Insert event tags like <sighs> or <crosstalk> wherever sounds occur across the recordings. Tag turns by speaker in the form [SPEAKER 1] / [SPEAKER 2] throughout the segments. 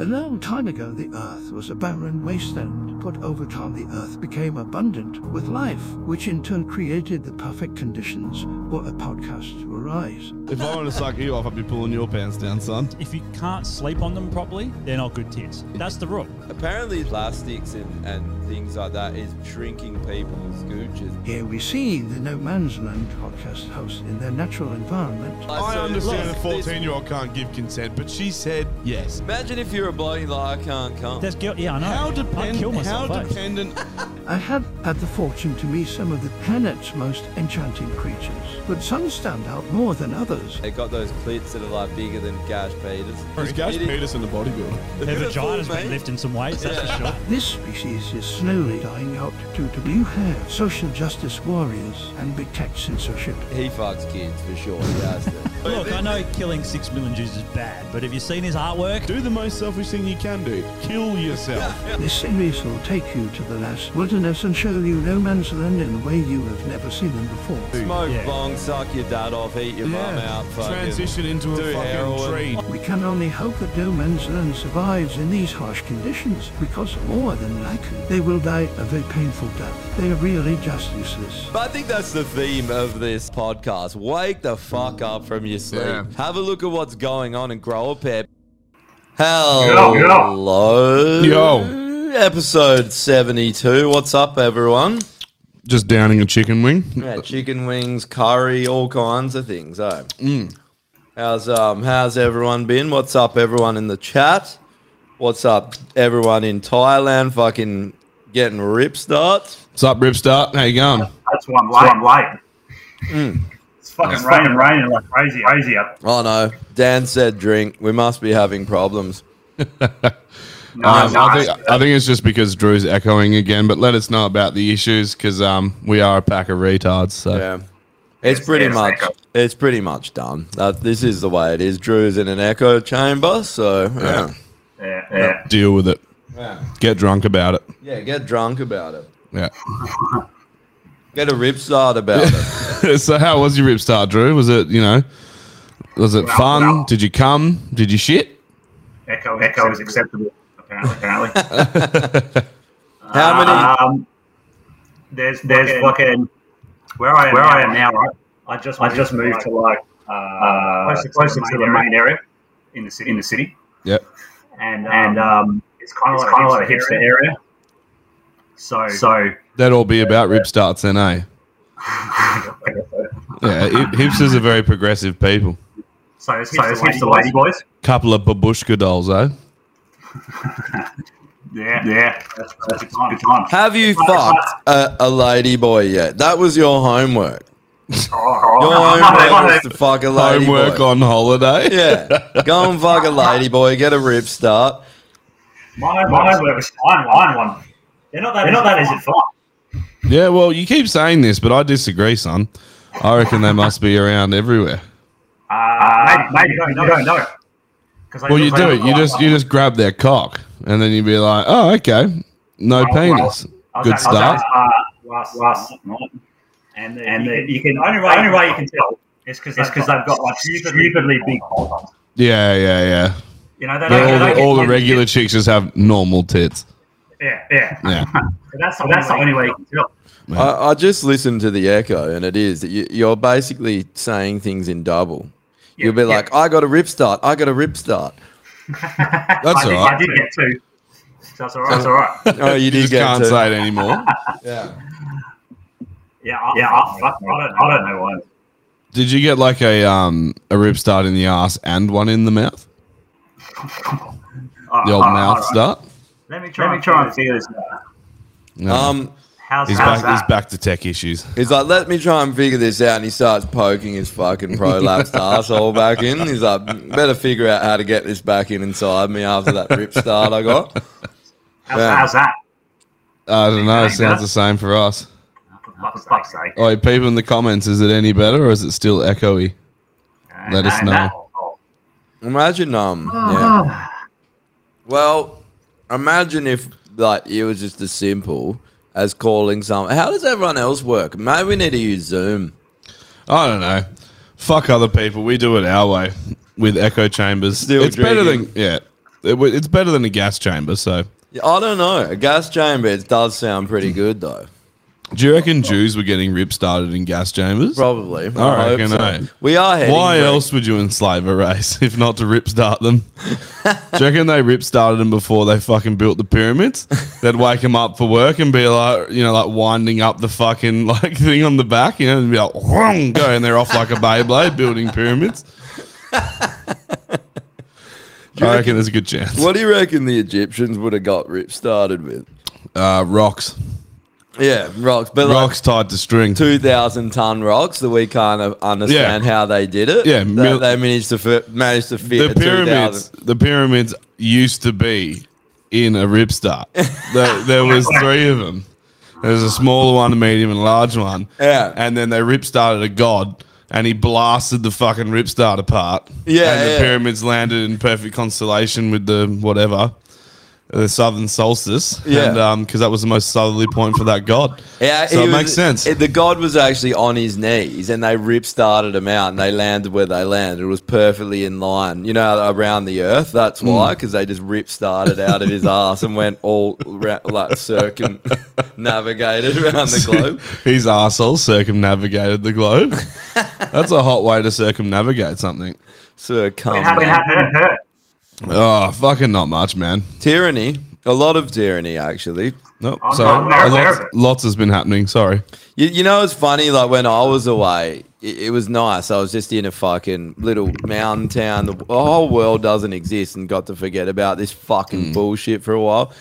[SPEAKER 1] A long time ago, the earth was a barren wasteland, but over time, the earth became abundant with life, which in turn created the perfect conditions for a podcast to arise.
[SPEAKER 2] If I want to suck you off, I'd be pulling your pants down, son.
[SPEAKER 3] If you can't sleep on them properly, they're not good tits. That's the rule.
[SPEAKER 4] Apparently, plastics and, and things like that is shrinking people's gooches.
[SPEAKER 1] Here we see the No Man's Land podcast host in their natural environment.
[SPEAKER 2] I
[SPEAKER 4] So,
[SPEAKER 2] understand
[SPEAKER 4] look,
[SPEAKER 2] a 14 year old can't give consent, but she said yes.
[SPEAKER 4] this- Imagine if you're a bloke and you're like, I can't come.
[SPEAKER 3] There's guilt. Yeah, I know.
[SPEAKER 2] How,
[SPEAKER 3] I'd kill
[SPEAKER 2] depend- how
[SPEAKER 3] myself. eh?
[SPEAKER 2] dependent
[SPEAKER 1] I have had the fortune to meet some of the planet's most enchanting creatures, but some stand out more than others.
[SPEAKER 4] They got those clits that are like bigger than Gash Peters.
[SPEAKER 2] is Gash
[SPEAKER 4] It is
[SPEAKER 2] Peterson a bodybuilder?
[SPEAKER 3] Their
[SPEAKER 4] beautiful,
[SPEAKER 3] vagina's been
[SPEAKER 4] mate.
[SPEAKER 3] lifting some weights, that's for sure.
[SPEAKER 1] This species is slowly dying out due to blue hair, social justice warriors, and big tech censorship.
[SPEAKER 4] He fucks kids for sure. He has
[SPEAKER 2] <laughs>
[SPEAKER 4] to.
[SPEAKER 3] Look, I know killing six million Jews is bad, but have you seen his artwork?
[SPEAKER 2] Do the most selfish thing you can do kill yourself.
[SPEAKER 1] This series will take you to the last wilderness and show you no man's land in a way you have never seen them before.
[SPEAKER 4] Smoke
[SPEAKER 3] Yeah.
[SPEAKER 4] bong, suck your dad off, eat your mum out. Fucking
[SPEAKER 2] Transition into a
[SPEAKER 4] do
[SPEAKER 2] fucking
[SPEAKER 4] heroin.
[SPEAKER 2] tree.
[SPEAKER 1] We can only hope that no man's land survives in these harsh conditions, because more than likely they will die a very painful death. They are really just useless.
[SPEAKER 4] But I think that's the theme of this podcast. Wake the fuck up from your sleep. Have a look at what's going on and grow a pair. Hello.
[SPEAKER 2] Yo.
[SPEAKER 4] Episode 72. What's up, everyone?
[SPEAKER 2] Just downing a chicken wing.
[SPEAKER 4] Yeah, chicken wings, curry, all kinds of things. Oh. How's um how's everyone been? What's up everyone in the chat? What's up everyone in Thailand fucking getting rip starts?
[SPEAKER 2] What's up, Ripstart? How you going?
[SPEAKER 5] That's what I'm like. I'm like. It's fucking raining, raining like crazy, crazy up.
[SPEAKER 4] Mm. Oh no. Dan said drink. We must be
[SPEAKER 5] <laughs>
[SPEAKER 4] having problems.
[SPEAKER 5] No,
[SPEAKER 2] Um,
[SPEAKER 5] no,
[SPEAKER 2] I, think, I think it's just because Drew's echoing again, but let us know about the issues because um, we are a pack of retards. So.
[SPEAKER 4] Yeah. It's pretty
[SPEAKER 5] it's
[SPEAKER 4] much
[SPEAKER 5] echo.
[SPEAKER 4] it's pretty much done. Uh, this is the way it is. Drew's in an echo chamber, so yeah.
[SPEAKER 5] yeah, yeah.
[SPEAKER 2] Deal with it.
[SPEAKER 4] Yeah,
[SPEAKER 2] Get drunk about it.
[SPEAKER 4] yeah get drunk about it.
[SPEAKER 2] Yeah.
[SPEAKER 4] Get a rip start about it.
[SPEAKER 2] <laughs> so how was your rip start, Drew? Was it you know, was it fun?
[SPEAKER 5] well.
[SPEAKER 2] Did you come? Did you shit?
[SPEAKER 5] Echo, echo is acceptable. Apparently, apparently.
[SPEAKER 4] <laughs> How many
[SPEAKER 5] um, there's there's fucking where I am where I am now. Right, I just I just moved to like uh, closer, closer to the main area in the city in the city,
[SPEAKER 2] Yep.
[SPEAKER 5] and and um, it's kind of like kind of like a hipster area. So so
[SPEAKER 2] That'd all be about rip starts, then, eh? Yeah, hip- hipsters are very progressive people.
[SPEAKER 5] so it's hipster lady boys.
[SPEAKER 2] Couple of babushka dolls, eh?
[SPEAKER 5] Yeah, yeah, that's, that's a good time. Good time.
[SPEAKER 4] Have you fucked a, a lady boy yet? That was your homework.
[SPEAKER 5] Oh.
[SPEAKER 4] Your
[SPEAKER 5] <laughs>
[SPEAKER 4] homework was to fuck a lady
[SPEAKER 2] Homework
[SPEAKER 4] boy.
[SPEAKER 2] on holiday.
[SPEAKER 4] Yeah, go and fuck a lady boy. Get a rip start.
[SPEAKER 5] My, my homework was fine. Mine one. They're not that. They're not that easy to find.
[SPEAKER 2] <laughs> Yeah, well, you keep saying this, but I disagree, son. I reckon they must be around everywhere.
[SPEAKER 5] Uh, maybe, maybe no, no, no.
[SPEAKER 2] Well, you do it. You just you just grab their cock, and then you'd be like, "Oh, okay, no penis. Good start."
[SPEAKER 5] uh, Last, last night, and the, and the, you can only way, only way you can tell is because because they've got like stupidly, big holes.
[SPEAKER 2] Yeah, yeah, yeah.
[SPEAKER 5] You know, they
[SPEAKER 2] But all
[SPEAKER 5] don't,
[SPEAKER 2] the, all the regular chicks just have normal tits.
[SPEAKER 5] Yeah, yeah.
[SPEAKER 2] Yeah.
[SPEAKER 4] <laughs>
[SPEAKER 5] that's the, that's the only way you can tell.
[SPEAKER 4] I, I just listened to the echo, and it is that you, you're basically saying things in double. You'll be
[SPEAKER 5] yeah.
[SPEAKER 4] like, "I got a rip start. I got a
[SPEAKER 5] <laughs>
[SPEAKER 4] rip start."
[SPEAKER 2] That's
[SPEAKER 5] I,
[SPEAKER 2] all
[SPEAKER 5] did, I
[SPEAKER 2] right.
[SPEAKER 5] did get two. So that's all right. That's all right. <laughs>
[SPEAKER 4] Oh, you,
[SPEAKER 2] You
[SPEAKER 4] did
[SPEAKER 2] just
[SPEAKER 4] get
[SPEAKER 2] can't
[SPEAKER 4] to.
[SPEAKER 2] say it anymore.
[SPEAKER 4] Yeah.
[SPEAKER 5] Yeah, I, yeah. I, I, I, don't, I don't know why.
[SPEAKER 2] Did you get like a um a rib start in the ass and one in the mouth? The old
[SPEAKER 5] Uh, uh,
[SPEAKER 2] mouth
[SPEAKER 5] alright.
[SPEAKER 2] start.
[SPEAKER 5] Let me try. Let me try and feel this.
[SPEAKER 2] No.
[SPEAKER 4] Um,
[SPEAKER 5] How's,
[SPEAKER 2] he's
[SPEAKER 5] how's
[SPEAKER 2] back.
[SPEAKER 5] that?
[SPEAKER 2] He's back to tech issues.
[SPEAKER 4] He's like, let me try and figure this out. And he starts poking his fucking prolapsed asshole back in. He's like, better figure out how to get this back in inside me after that rip start I got.
[SPEAKER 5] How's,
[SPEAKER 4] Yeah.
[SPEAKER 5] how's that?
[SPEAKER 2] I don't know. It
[SPEAKER 5] Like that?
[SPEAKER 2] sounds the same for us.
[SPEAKER 5] For fuck's sake.
[SPEAKER 2] Oh, people in the comments, is it any better or is it still echoey? Let us
[SPEAKER 4] no,
[SPEAKER 2] know.
[SPEAKER 4] Imagine, um, yeah. Well, imagine if like it was just as simple as calling some. How does everyone else work? Maybe we need to use Zoom.
[SPEAKER 2] I don't know. Fuck other people. We do it our way with echo chambers.
[SPEAKER 4] Still
[SPEAKER 2] it's better than
[SPEAKER 4] drinking.
[SPEAKER 2] yeah. It w- it's better than a gas chamber. So,
[SPEAKER 4] Yeah, I don't know. A gas chamber it does sound pretty good though.
[SPEAKER 2] do you reckon Jews were getting rip started in gas chambers?
[SPEAKER 4] Probably. I
[SPEAKER 2] I
[SPEAKER 4] hope
[SPEAKER 2] reckon.
[SPEAKER 4] so.
[SPEAKER 2] eh?
[SPEAKER 4] We are heading
[SPEAKER 2] Why
[SPEAKER 4] for-
[SPEAKER 2] else would you enslave a race <laughs> if not to rip start them? do you reckon they rip started them before they fucking built the pyramids? They'd wake them up for work and be like, you know, like winding up the fucking <laughs> like thing on the back, you know, and be like, "Whong," go and they're off like a Beyblade
[SPEAKER 4] <laughs>
[SPEAKER 2] building pyramids. I reckon there's a good chance.
[SPEAKER 4] What do you reckon the Egyptians would have got rip started with?
[SPEAKER 2] Uh, rocks.
[SPEAKER 4] Yeah, rocks. But
[SPEAKER 2] Rocks tied to string.
[SPEAKER 4] Two thousand ton rocks that we can't uh, understand how they did it.
[SPEAKER 2] Yeah,
[SPEAKER 4] They-
[SPEAKER 2] mil-
[SPEAKER 4] they managed to fit, managed to fit a
[SPEAKER 2] the
[SPEAKER 4] 2,000
[SPEAKER 2] pyramids the pyramids used to be in a rip start there, there
[SPEAKER 4] <laughs>
[SPEAKER 2] was three of them there's a smaller one a medium and a large one
[SPEAKER 4] Yeah.
[SPEAKER 2] and then they rip started a god and he blasted the fucking rip start apart
[SPEAKER 4] Yeah,
[SPEAKER 2] and the
[SPEAKER 4] yeah.
[SPEAKER 2] pyramids landed in perfect constellation with the whatever the southern solstice
[SPEAKER 4] Yeah.
[SPEAKER 2] and um because that was the most southerly point for that god
[SPEAKER 4] Yeah,
[SPEAKER 2] so
[SPEAKER 4] he
[SPEAKER 2] it
[SPEAKER 4] was-
[SPEAKER 2] makes sense
[SPEAKER 4] it- the god was actually on his knees, and they rip started him out, and they landed where they landed. It was perfectly in line, you know, around the earth.
[SPEAKER 2] Hmm.
[SPEAKER 4] That's why, because they just rip started out of
[SPEAKER 2] <laughs>
[SPEAKER 4] his ass and went all ra- like circumnavigated around the
[SPEAKER 2] <laughs>
[SPEAKER 4] globe.
[SPEAKER 2] His arsehole circumnavigated the
[SPEAKER 4] <laughs>
[SPEAKER 2] globe. That's a hot way to circumnavigate something.
[SPEAKER 4] Circum.
[SPEAKER 5] How did that hurt?
[SPEAKER 2] Oh, fucking not much, man.
[SPEAKER 4] Tyranny, a lot of tyranny actually.
[SPEAKER 2] Nope.
[SPEAKER 4] I'm
[SPEAKER 2] So
[SPEAKER 4] not aware of
[SPEAKER 2] lots,
[SPEAKER 4] it.
[SPEAKER 2] lots has been happening. Sorry.
[SPEAKER 4] You, you know, it's funny. Like when I was away, it, it was nice. I was just in a fucking little mountain town. The whole world doesn't exist, and got to forget about this fucking bullshit for a while.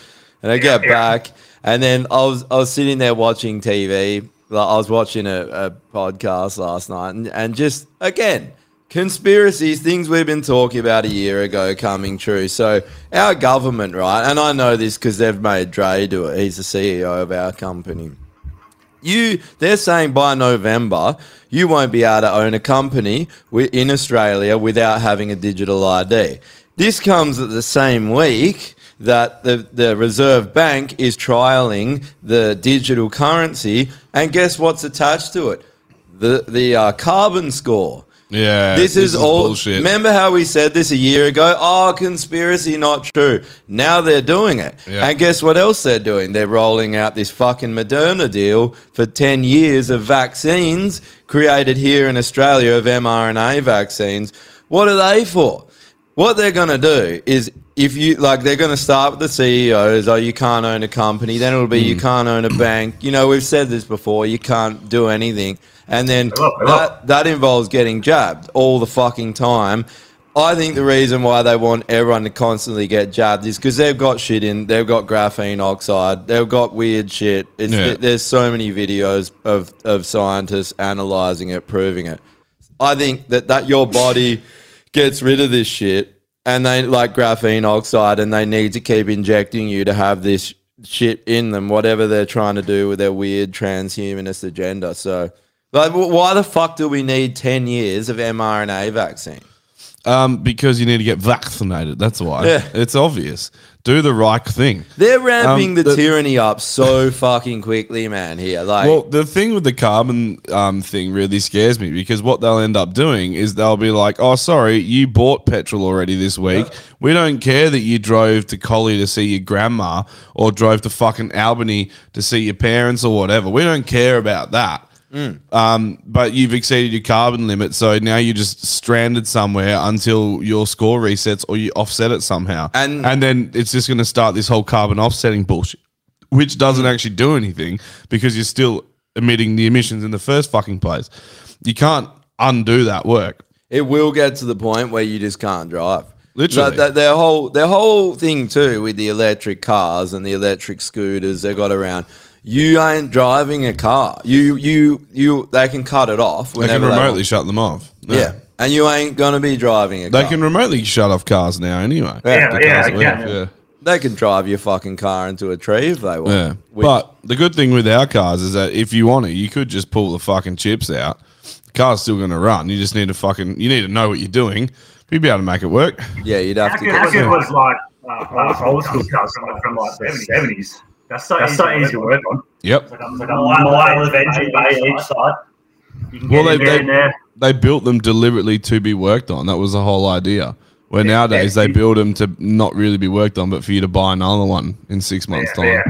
[SPEAKER 4] And I get back, and then I was I was sitting there watching TV. Like I was watching a, a podcast last night, and, and just again. Conspiracies, things we've been talking about a year ago coming true. So, our government, right? And I know this because they've made Dre do it. He's the CEO of our company you they're saying by November you won't be able to own a company wi- in Australia without having a digital ID. This comes at the same week that the, the Reserve Bank is trialing the digital currency, and guess what's attached to it? The the uh, carbon score.
[SPEAKER 2] Yeah.
[SPEAKER 4] This, is, all.
[SPEAKER 2] bullshit.
[SPEAKER 4] Remember how we said this a year ago? Oh, conspiracy, not true. Now they're doing it.
[SPEAKER 2] Yeah.
[SPEAKER 4] And guess what else they're doing? They're rolling out this fucking Moderna deal for 10 years of vaccines created here in Australia of mRNA vaccines. What are they for? What they're going to do is if you like, they're going to start with the CEOs. Oh, you can't own a company. Then it'll
[SPEAKER 5] Hmm.
[SPEAKER 4] be you can't own a bank. You know, we've said this before. You can't do anything. And then
[SPEAKER 5] Hello, hello.
[SPEAKER 4] that, that involves getting jabbed all the fucking time. I think the reason why they want everyone to constantly get jabbed is because they've got shit in. They've got graphene oxide. They've got weird shit. It's,
[SPEAKER 2] Yeah.
[SPEAKER 4] There's so many videos of, of scientists analyzing it, proving it. I think that, that your body gets rid of this shit and they like graphene oxide and they need to keep injecting you to have this shit in them, whatever they're trying to do with their weird transhumanist agenda. So, like, wh- why the fuck do we need 10 years of mRNA vaccine?
[SPEAKER 2] Um, because you need to get vaccinated. That's why.
[SPEAKER 4] Yeah.
[SPEAKER 2] It's obvious. Do the right thing.
[SPEAKER 4] They're ramping
[SPEAKER 2] Um,
[SPEAKER 4] the,
[SPEAKER 2] the-
[SPEAKER 4] tyranny up so fucking quickly, man, here. Like,
[SPEAKER 2] Well, the thing with the carbon um, thing really scares me because what they'll end up doing is they'll be like, "Oh, sorry, you bought petrol already this week. We don't care that you drove to Collie to see your grandma or drove to fucking Albany to see your parents or whatever. We don't care about that." Um, but you've exceeded your carbon limit, so now you're just stranded somewhere until your score resets or you offset it somehow,
[SPEAKER 4] And-
[SPEAKER 2] and then it's just going to start this whole carbon offsetting bullshit, which doesn't actually do anything because you're still emitting the emissions in the first fucking place. You can't undo that work.
[SPEAKER 4] It will get to the point where you just can't drive.
[SPEAKER 2] Literally.
[SPEAKER 4] Like, th- their whole their whole thing too with the electric cars and the electric scooters they got around. You ain't driving a car. You you you. They can cut it off.
[SPEAKER 2] They can
[SPEAKER 4] whenever
[SPEAKER 2] remotely
[SPEAKER 4] want.
[SPEAKER 2] shut them off.
[SPEAKER 4] Yeah. and you ain't gonna be driving a
[SPEAKER 2] They
[SPEAKER 4] car.
[SPEAKER 2] can remotely shut off cars now anyway.
[SPEAKER 4] Yeah,
[SPEAKER 2] The
[SPEAKER 4] yeah,
[SPEAKER 2] cars
[SPEAKER 4] yeah,
[SPEAKER 2] will,
[SPEAKER 4] yeah. They can drive your fucking car into a tree if they want.
[SPEAKER 2] Yeah.
[SPEAKER 4] Which-
[SPEAKER 2] but the good thing with our cars is that if you want to, you could just pull the fucking chips out. The car's still going to run. You just need to fucking, you need to know what you're doing. You'd be able to make it work.
[SPEAKER 4] yeah, you'd
[SPEAKER 5] How good, how good was like uh, old school cars from, from like the 70s? That's so, that's easy, so easy to work on.
[SPEAKER 2] Yep.
[SPEAKER 5] Like, I'm like, I'm like, i engine bay each side. You can
[SPEAKER 2] Well,
[SPEAKER 5] get
[SPEAKER 2] they,
[SPEAKER 5] in there and
[SPEAKER 2] they,
[SPEAKER 5] there.
[SPEAKER 2] they built them deliberately to be worked on. That was the whole idea. Where nowadays they build them to not really be worked on, but for you to buy another one in six months' time.
[SPEAKER 5] yeah.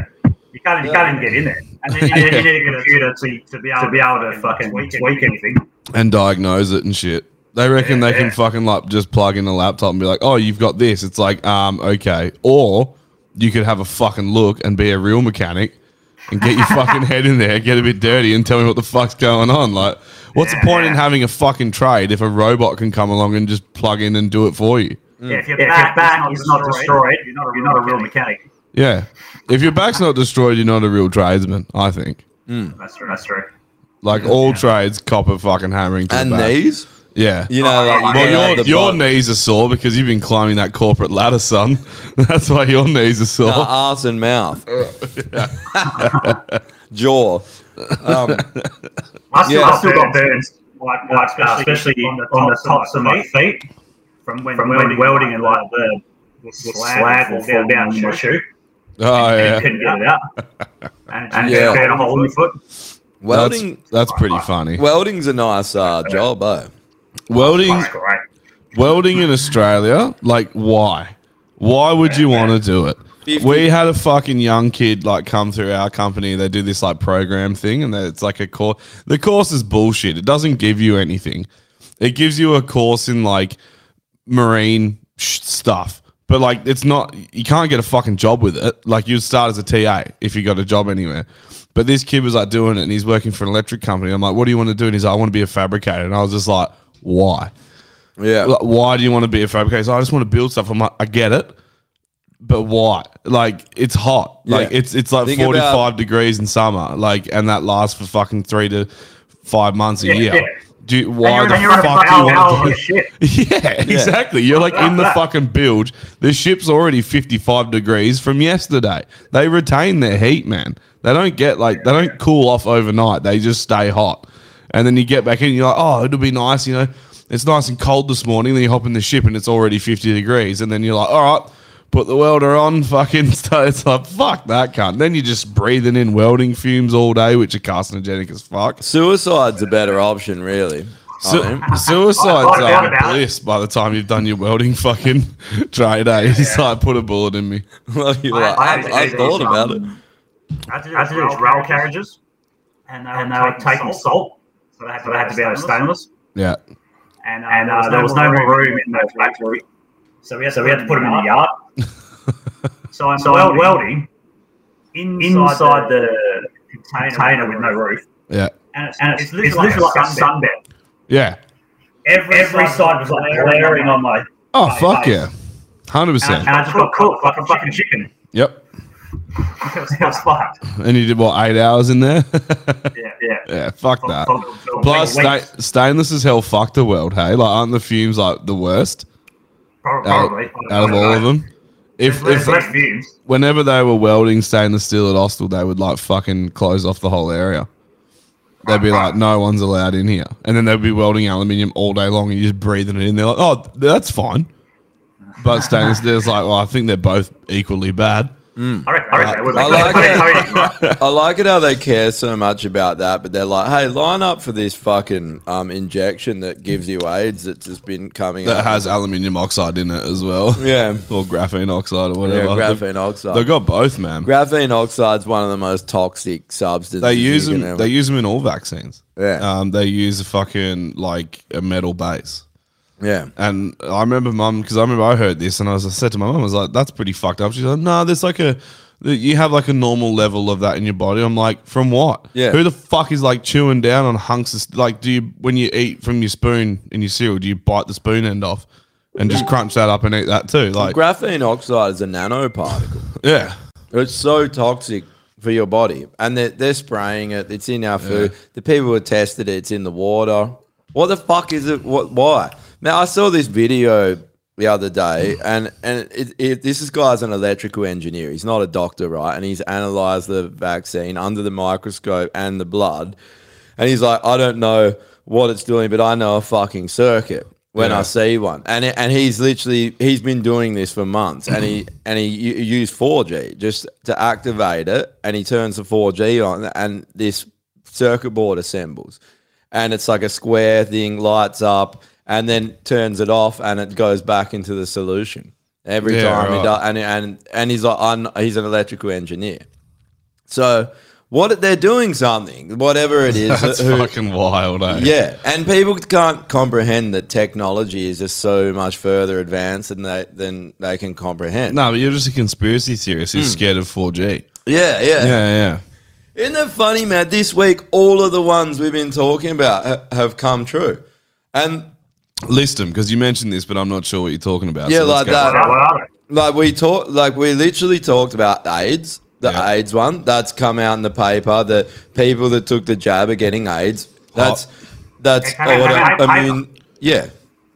[SPEAKER 5] You can't, you can't even get in there. And then you,
[SPEAKER 2] Yeah.
[SPEAKER 5] you need a computer to, to, be, able to, be able to fucking tweak anything.
[SPEAKER 2] and diagnose it and shit. They reckon they can fucking like just plug in a laptop and be like, "Oh, you've got this." It's like, um, okay. Or you could have a fucking look and be a real mechanic and get your fucking head in there, get a bit dirty, and tell me what the fuck's going on. Like, what's the point in having a fucking trade if a robot can come along and just plug in and do it for you?
[SPEAKER 5] Yeah, if your back, back is
[SPEAKER 4] Mm.
[SPEAKER 5] not destroyed, you're not, you're not a real mechanic.
[SPEAKER 2] Yeah. If your back's not destroyed, you're not a real tradesman. I think.
[SPEAKER 5] That's true. That's true.
[SPEAKER 2] Like all trades, copper fucking hammering to the
[SPEAKER 4] And
[SPEAKER 2] back.
[SPEAKER 4] knees?
[SPEAKER 2] Yeah,
[SPEAKER 4] You know, like, you get,
[SPEAKER 2] well,
[SPEAKER 4] like,
[SPEAKER 2] your,
[SPEAKER 4] the
[SPEAKER 2] your
[SPEAKER 4] bot-
[SPEAKER 2] knees are sore because you've been climbing that corporate ladder, son. <laughs> That's why your knees are sore.
[SPEAKER 4] No, arse and mouth, <laughs> jaw. Um,
[SPEAKER 5] Uh. <laughs> I still,
[SPEAKER 4] yeah.
[SPEAKER 5] I still got burns, like, like uh, especially, on the, on the tops of my feet from when, from when welding and like the, the slag will fall down in my shoe.
[SPEAKER 2] Oh
[SPEAKER 5] and
[SPEAKER 2] yeah,
[SPEAKER 5] you couldn't get it out. And, and
[SPEAKER 4] Yeah.
[SPEAKER 5] yeah. a hole in your foot.
[SPEAKER 4] Welding-
[SPEAKER 2] That's, that's pretty funny.
[SPEAKER 4] Welding's a nice uh, job, eh?
[SPEAKER 2] Welding, welding in Australia, like why? Why would you want to do it? We had a fucking young kid like come through our company. They do this like program thing, and it's like a course. The course is bullshit. It doesn't give you anything. It gives you a course in like marine sh- stuff, but like it's not. You can't get a fucking job with it. Like you'd start as a TA if you got a job anywhere. But this kid was like doing it, and he's working for an electric company. I'm like, what do you want to do? And he's like, I want to be a fabricator. And I was just like, why?
[SPEAKER 4] Yeah.
[SPEAKER 2] Like, why do you want to be a fabricator? He's like, I just want to build stuff. I'm like, I get it. But why? Like it's hot. Like
[SPEAKER 4] Yeah.
[SPEAKER 2] it's it's like
[SPEAKER 4] Think
[SPEAKER 2] 45
[SPEAKER 4] about-
[SPEAKER 2] degrees in summer. Like and that lasts for fucking three to five months a
[SPEAKER 5] Yeah,
[SPEAKER 2] year.
[SPEAKER 5] yeah.
[SPEAKER 2] Do you,
[SPEAKER 5] And
[SPEAKER 2] why
[SPEAKER 5] you're-
[SPEAKER 2] the
[SPEAKER 5] and you're in
[SPEAKER 2] fuck
[SPEAKER 5] a
[SPEAKER 2] do you
[SPEAKER 5] fucking hole
[SPEAKER 2] want
[SPEAKER 5] of
[SPEAKER 2] to?
[SPEAKER 5] shit.
[SPEAKER 2] <laughs> Yeah,
[SPEAKER 5] Yeah.
[SPEAKER 2] exactly. You're like in the
[SPEAKER 5] Yeah.
[SPEAKER 2] fucking bilge. The ship's already 55 degrees from yesterday. They retain their heat, man. They don't get like they don't cool off overnight. They just stay hot. And then you get back in, you're like, oh, it'll be nice, you know. It's nice and cold this morning. Then you hop in the ship and it's already 50 degrees. And then you're like, all right, put the welder on, <laughs> fucking start. It's like, fuck that cunt. Then you're just breathing in welding fumes all day, which are carcinogenic as fuck.
[SPEAKER 4] Suicide's a better option, really. <laughs>
[SPEAKER 2] Su-
[SPEAKER 4] I mean.
[SPEAKER 2] suicide's
[SPEAKER 4] I- I doubt
[SPEAKER 2] uh,
[SPEAKER 4] about it.
[SPEAKER 2] bliss by the time you've done your welding fucking <laughs> trade day. He's like, put a bullet in me.
[SPEAKER 4] well, you're
[SPEAKER 5] I- like, I I- I actually- thought about it. um, I had to do, I had to do these rail carriages, and they, and they were taking salt, so they had to, they had to be out of stainless.
[SPEAKER 2] Yeah.
[SPEAKER 5] And, uh, there was no more room in the factory, so we had, so we had to put them in the
[SPEAKER 4] <laughs>
[SPEAKER 5] yard. so I'm welding, inside, the, container, with no roof,
[SPEAKER 2] Yeah.
[SPEAKER 5] and it's, and it's, it's literally like, a sunbed.
[SPEAKER 2] Yeah.
[SPEAKER 5] Every, side was like glaring on my.
[SPEAKER 2] Oh,
[SPEAKER 5] my
[SPEAKER 2] fuck
[SPEAKER 5] face.
[SPEAKER 2] yeah. 100%.
[SPEAKER 5] And I, and I just got cooked like a fucking chicken.
[SPEAKER 2] yep.
[SPEAKER 5] it <laughs> was, it was fucked.
[SPEAKER 2] And you did what, eight hours in there? <laughs>
[SPEAKER 5] Yeah, yeah.
[SPEAKER 2] yeah, fuck that.
[SPEAKER 5] for- for-
[SPEAKER 2] Plus,
[SPEAKER 5] for weeks.
[SPEAKER 2] sta- stainless as hell fucked the world, hey? Like, aren't the fumes like the worst?
[SPEAKER 4] Oh,
[SPEAKER 5] Prob-
[SPEAKER 2] Out-
[SPEAKER 5] Probably.
[SPEAKER 2] Out, of all of them? If,
[SPEAKER 5] There's
[SPEAKER 2] if,
[SPEAKER 5] less fumes.
[SPEAKER 2] whenever they were welding stainless steel at Austell, they would like fucking close off the whole area. They'd be like, no one's allowed in here. And then they'd be welding aluminium all day long and you're just breathing it in. They're like, oh, that's fine. But stainless steel's like, well, I think they're both equally bad.
[SPEAKER 5] I reckon, I reckon they would.
[SPEAKER 4] I like
[SPEAKER 5] They
[SPEAKER 4] it.
[SPEAKER 5] would-
[SPEAKER 4] <laughs> I like it how they care so much about that, but they're like, "Hey, line up for this fucking um, injection that gives you AIDS that's just been coming
[SPEAKER 2] That
[SPEAKER 4] up."
[SPEAKER 2] has aluminium oxide in it as well.
[SPEAKER 4] Yeah.
[SPEAKER 2] <laughs> or graphene oxide or whatever.
[SPEAKER 4] Yeah, graphene
[SPEAKER 2] They've-
[SPEAKER 4] oxide.
[SPEAKER 2] They've got both, man.
[SPEAKER 4] Graphene oxide's one of the most toxic substances.
[SPEAKER 2] They use
[SPEAKER 4] you can
[SPEAKER 2] them.
[SPEAKER 4] ever-
[SPEAKER 2] They use them in all vaccines.
[SPEAKER 4] Yeah.
[SPEAKER 2] Um, they use a fucking like a metal base.
[SPEAKER 4] Yeah.
[SPEAKER 2] And I remember mum because I remember I heard this and I was I said to my mum, I was like, "That's pretty fucked up." She's like, "No, there's like a that you have like a normal level of that in your body. I'm like, from what?
[SPEAKER 4] Yeah.
[SPEAKER 2] Who the fuck is like chewing down on hunks? Of, like, do you when you eat from your spoon in your cereal, do you bite the spoon end off and just crunch that up and eat that too? Like,
[SPEAKER 4] graphene oxide is a nanoparticle.
[SPEAKER 2] yeah,
[SPEAKER 4] it's so toxic for your body, and they're, they're spraying it. It's in our food.
[SPEAKER 2] Yeah.
[SPEAKER 4] The people who tested it, it's in the water. What the fuck is it? What? Why? Now I saw this video the other day, and and it, it, this is guy's an electrical engineer. He's not a doctor, right? And he's analyzed the vaccine under the microscope and the blood, and he's like, I don't know what it's doing, but I know a fucking circuit when I
[SPEAKER 2] Yeah.
[SPEAKER 4] see one. And it- and he's literally he's been doing this for months, and
[SPEAKER 2] <clears throat>
[SPEAKER 4] he and he u- used 4G just to activate it, and he turns the 4G on, and this circuit board assembles, and it's like a square thing, lights up, and then turns it off, and it goes back into the solution every
[SPEAKER 2] Yeah,
[SPEAKER 4] time. He
[SPEAKER 2] right.
[SPEAKER 4] does, and and and he's like, i he's an electrical engineer, so. What they're doing something, whatever it is,
[SPEAKER 2] <laughs> <laughs> that's
[SPEAKER 4] who-
[SPEAKER 2] fucking wild. Eh?
[SPEAKER 4] yeah, and people can't comprehend that technology is just so much further advanced than they than they can comprehend.
[SPEAKER 2] No, but you're just a conspiracy theorist who's
[SPEAKER 4] Mm.
[SPEAKER 2] scared of 4G.
[SPEAKER 4] Yeah, yeah.
[SPEAKER 2] Yeah, yeah.
[SPEAKER 4] Isn't it funny, man? This week, all of the ones we've been talking about ha- have come true, and
[SPEAKER 2] List them because you mentioned this, but I'm not sure what you're talking about.
[SPEAKER 4] yeah,
[SPEAKER 2] so let's
[SPEAKER 4] like
[SPEAKER 2] go.
[SPEAKER 4] that. Like we talked, like we literally talked about AIDS, the AIDS one that's come out in the paper. The people that took the jab are getting AIDS. That's that's
[SPEAKER 2] Hey, hey, hey, hey, hey.
[SPEAKER 4] autoimmune. Yeah,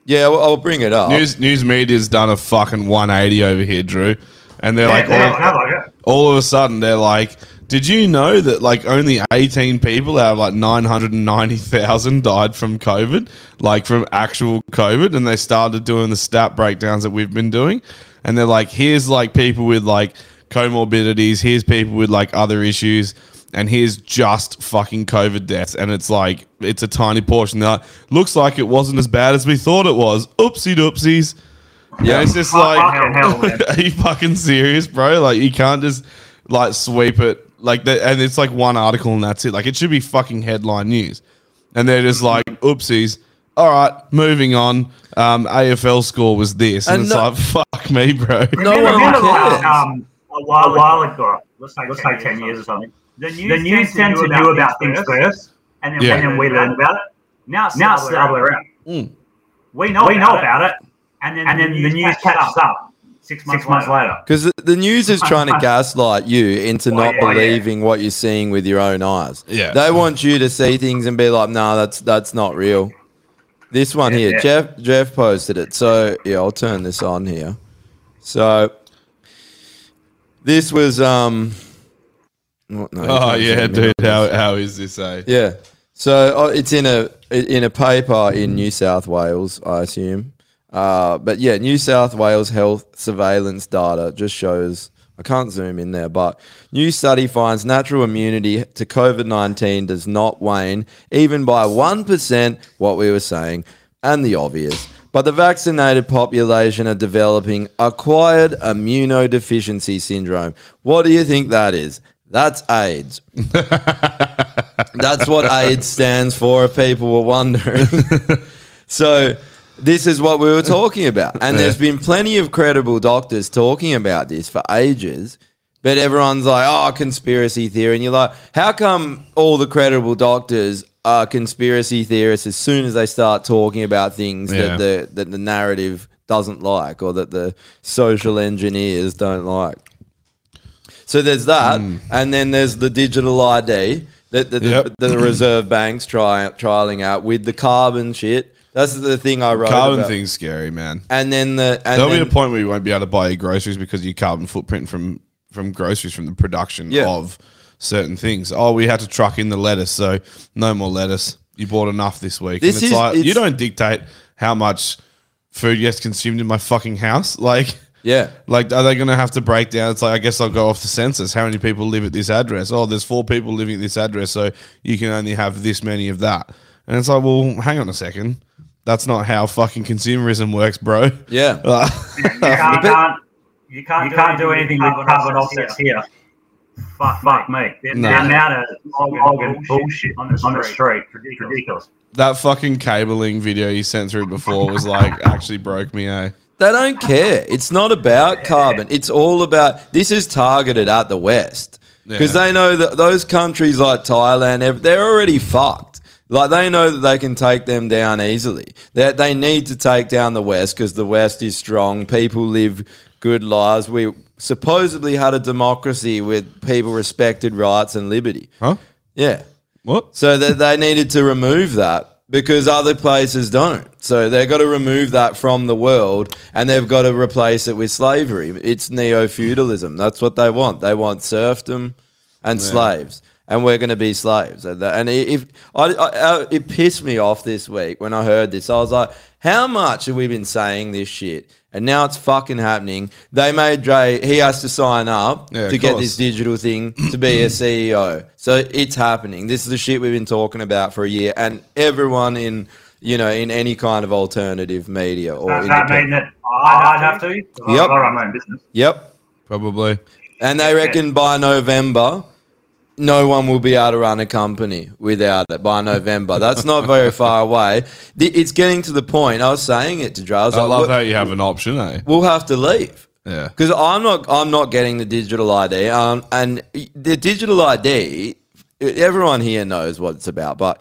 [SPEAKER 4] yeah. I'll, I'll bring it up.
[SPEAKER 2] News news media's done a fucking 180 over here, Drew, and they're like, all, all of a sudden they're like, did you know that like only 18 people out of like 990,000 died from COVID, like from actual COVID, and they started doing the stat breakdowns that we've been doing, and they're like, here's like people with like comorbidities, here's people with like other issues. And here's just fucking COVID deaths, and it's like it's a tiny portion. That looks like it wasn't as bad as we thought it was. Oopsie doopsies. Yeah, it's just like, <laughs> are you fucking serious, bro? Like, you can't just like sweep it like that. And it's like one article and that's it. Like, it should be fucking headline news. And they're just like, oopsies. All right, moving on. Um, AFL score was this, and,
[SPEAKER 5] And
[SPEAKER 2] it's
[SPEAKER 5] no-
[SPEAKER 2] like, fuck me, bro.
[SPEAKER 5] remember, remember like, um, a while, ago, let's say, let's 10, say 10 years or something, the news, tends to do about things first, and then,
[SPEAKER 2] Yeah.
[SPEAKER 5] and then we learn about it. Now it's, now it's the other way around.
[SPEAKER 2] Mm.
[SPEAKER 5] We know, we know about it, and then, and then the news catches up six months, later.
[SPEAKER 4] Because the, the news is
[SPEAKER 5] <laughs>
[SPEAKER 4] trying to gaslight you into
[SPEAKER 5] Oh,
[SPEAKER 4] not
[SPEAKER 5] yeah. Oh, yeah.
[SPEAKER 4] believing what you're seeing with your own eyes.
[SPEAKER 2] Yeah.
[SPEAKER 4] They want you to see things and be like, no, that's that's not real. This one
[SPEAKER 5] Yeah,
[SPEAKER 4] here,
[SPEAKER 5] yeah.
[SPEAKER 4] Jeff Jeff posted it. So yeah, I'll turn this on here. So this was um what- no,
[SPEAKER 2] Oh,
[SPEAKER 4] it's
[SPEAKER 2] yeah,
[SPEAKER 4] in
[SPEAKER 2] dude.
[SPEAKER 4] the-
[SPEAKER 2] How, how is this, eh?
[SPEAKER 4] yeah. So oh, it's in a in a paper in New South Wales, I assume. Uh, but yeah, New South Wales health surveillance data just shows. I can't zoom in there, but new study finds natural immunity to COVID nineteen does not wane even by one percent. What we were saying, and the obvious. But the vaccinated population are developing acquired immunodeficiency syndrome. What do you think that is? That's AIDS. That's what AIDS stands for, if people were wondering. so, this is what we were talking about. And there's been plenty of credible doctors talking about this for ages, but everyone's like, oh, conspiracy theory. And you're like, how come all the credible doctors are conspiracy theorists as soon as they start talking about things that,
[SPEAKER 2] Yeah.
[SPEAKER 4] the, that the narrative doesn't like or that the social engineers don't like? So there's that,
[SPEAKER 2] Hmm.
[SPEAKER 4] and then there's the digital ID that the, the, that the Reserve Bank's try, trialing out with the carbon shit. That's the thing I wrote.
[SPEAKER 2] Carbon
[SPEAKER 4] about.
[SPEAKER 2] thing's scary, man.
[SPEAKER 4] And then the and
[SPEAKER 2] There'll
[SPEAKER 4] then,
[SPEAKER 2] be a point where you won't be able to buy your groceries because your carbon footprint from from groceries from the production
[SPEAKER 4] Yeah.
[SPEAKER 2] of certain things. Oh, we had to truck in the lettuce, so no more lettuce. You bought enough this week.
[SPEAKER 4] This
[SPEAKER 2] and it's
[SPEAKER 4] is-
[SPEAKER 2] like you
[SPEAKER 4] it's-
[SPEAKER 2] don't dictate how much food gets consumed in my fucking house. <laughs> Like
[SPEAKER 4] yeah,
[SPEAKER 2] like are they gonna have to break down? It's like I guess I'll go off the census. How many people live at this address? Oh, there's four people living at this address, so you can only have this many of that. And it's like, well, hang on a second. That's not how fucking consumerism works, bro. <laughs>
[SPEAKER 4] Yeah.
[SPEAKER 5] You can't, you can't, you can't do anything with carbon offsets here. Fuck, fuck me. The
[SPEAKER 2] No.
[SPEAKER 5] the amount of slogan bullshit on the street, ridiculous.
[SPEAKER 2] That fucking cabling video you sent through before was like actually broke me. Eh?
[SPEAKER 4] They don't care. It's not about carbon. It's all about this is targeted at the West because
[SPEAKER 2] Yeah.
[SPEAKER 4] they know that those countries like Thailand, ev- they're already fucked. Like they know that they can take them down easily. That they need to take down the West because the West is strong. People live good lives. We supposedly had a democracy with people respected rights and liberty.
[SPEAKER 2] Huh?
[SPEAKER 4] Yeah.
[SPEAKER 2] What?
[SPEAKER 4] So they, they needed to remove that because other places don't. So they've got to remove that from the world and they've got to replace it with slavery. It's neo feudalism. That's what they want. They want serfdom and
[SPEAKER 2] Yeah.
[SPEAKER 4] slaves. And we're going to be slaves. And that- and if I, I, I- it pissed me off this week when I heard this, I was like, "How much have we been saying this shit?" And now it's fucking happening. They made Dre. He has to sign up
[SPEAKER 2] Yeah, of
[SPEAKER 4] to get
[SPEAKER 2] course.
[SPEAKER 4] this digital thing to be a CEO. So it's happening. This is the shit we've been talking about for a year, and everyone in you know in any kind of alternative media or
[SPEAKER 5] Does that mean
[SPEAKER 4] independent-
[SPEAKER 5] that I'd have to? 'Cause I-
[SPEAKER 4] Yep.
[SPEAKER 5] I run my own business.
[SPEAKER 4] Yep.
[SPEAKER 2] Probably.
[SPEAKER 4] And they reckon by November, no one will be able to run a company without it by November. That's not very far away. The- It's getting to the point. I was saying it to Dre. I was
[SPEAKER 2] I
[SPEAKER 4] like,
[SPEAKER 2] love
[SPEAKER 4] "Look,
[SPEAKER 2] how you have an option, eh?
[SPEAKER 4] We'll have to leave.
[SPEAKER 2] Yeah.
[SPEAKER 4] Because I'm not, I'm not getting the digital ID. Um, and the digital ID, everyone here knows what it's about. But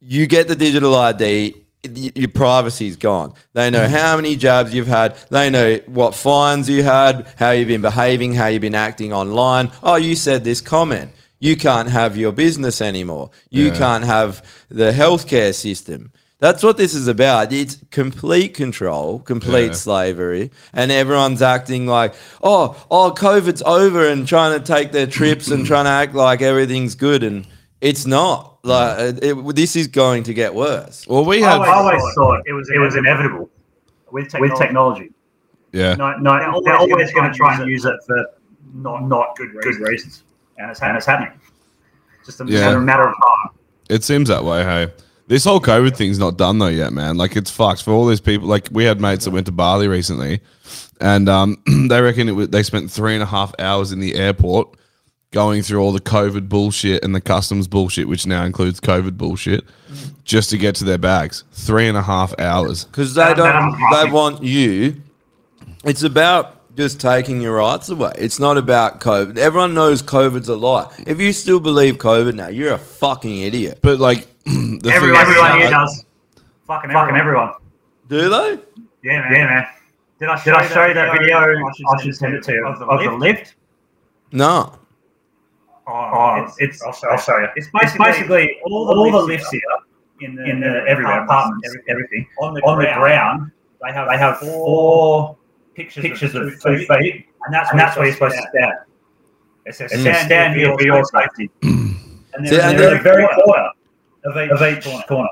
[SPEAKER 4] you get the digital ID, y- your privacy's gone. They know
[SPEAKER 2] Mm-hmm.
[SPEAKER 4] how many jabs you've had. They know what fines you had, how you've been behaving, how you've been acting online. Oh, you said this comment. You can't have your business anymore. You
[SPEAKER 2] Yeah.
[SPEAKER 4] can't have the healthcare system. That's what this is about. It's complete control, complete
[SPEAKER 2] Yeah.
[SPEAKER 4] slavery, and everyone's acting like, oh, oh, COVID's over, and trying to take their trips and trying to act like everything's good, and it's not. Like it, it- this is going to get worse.
[SPEAKER 2] Well, we
[SPEAKER 5] I
[SPEAKER 2] had.
[SPEAKER 5] always, I always thought it was it was inevitable with technology.
[SPEAKER 2] yeah.
[SPEAKER 5] No, no, they're always, going to try and use it for not not good good reasons, and it's, and it's happening. Just a
[SPEAKER 2] Yeah.
[SPEAKER 5] matter, matter of time.
[SPEAKER 2] It seems that way, hey. This whole COVID thing's not done though yet, man. Like it's fucked for all these people. Like we had mates that went to Bali recently, and um, <clears throat> they reckon it was, they spent three and a half hours in the airport going through all the COVID bullshit and the customs bullshit, which now includes COVID bullshit, just to get to their bags. Three and a half hours.
[SPEAKER 4] because they don't they want you it's about just taking your rights away it's not about covid everyone knows covid's a lie if you still believe covid now you're a fucking idiot
[SPEAKER 2] but like <clears throat> the
[SPEAKER 5] Everyone, everyone here does. Fucking everyone.
[SPEAKER 4] do they
[SPEAKER 5] Yeah, man. Yeah, man. Did I show, Did I show you that video? I should, send it to you. Of the, lift.
[SPEAKER 4] no
[SPEAKER 5] Oh, it's, it's, I'll, show, I'll show you. It's basically, all, the, lifts here in the, in the everywhere, apartments, every- everything, on the, ground, they have, they have four pictures, of, two feet, and that's, and that's where you're supposed to stand. It says,
[SPEAKER 4] Mm.
[SPEAKER 5] stand, here for your safety. and
[SPEAKER 4] See,
[SPEAKER 5] they're,
[SPEAKER 4] and
[SPEAKER 5] they're
[SPEAKER 4] then-
[SPEAKER 5] in the very corner of each, corner.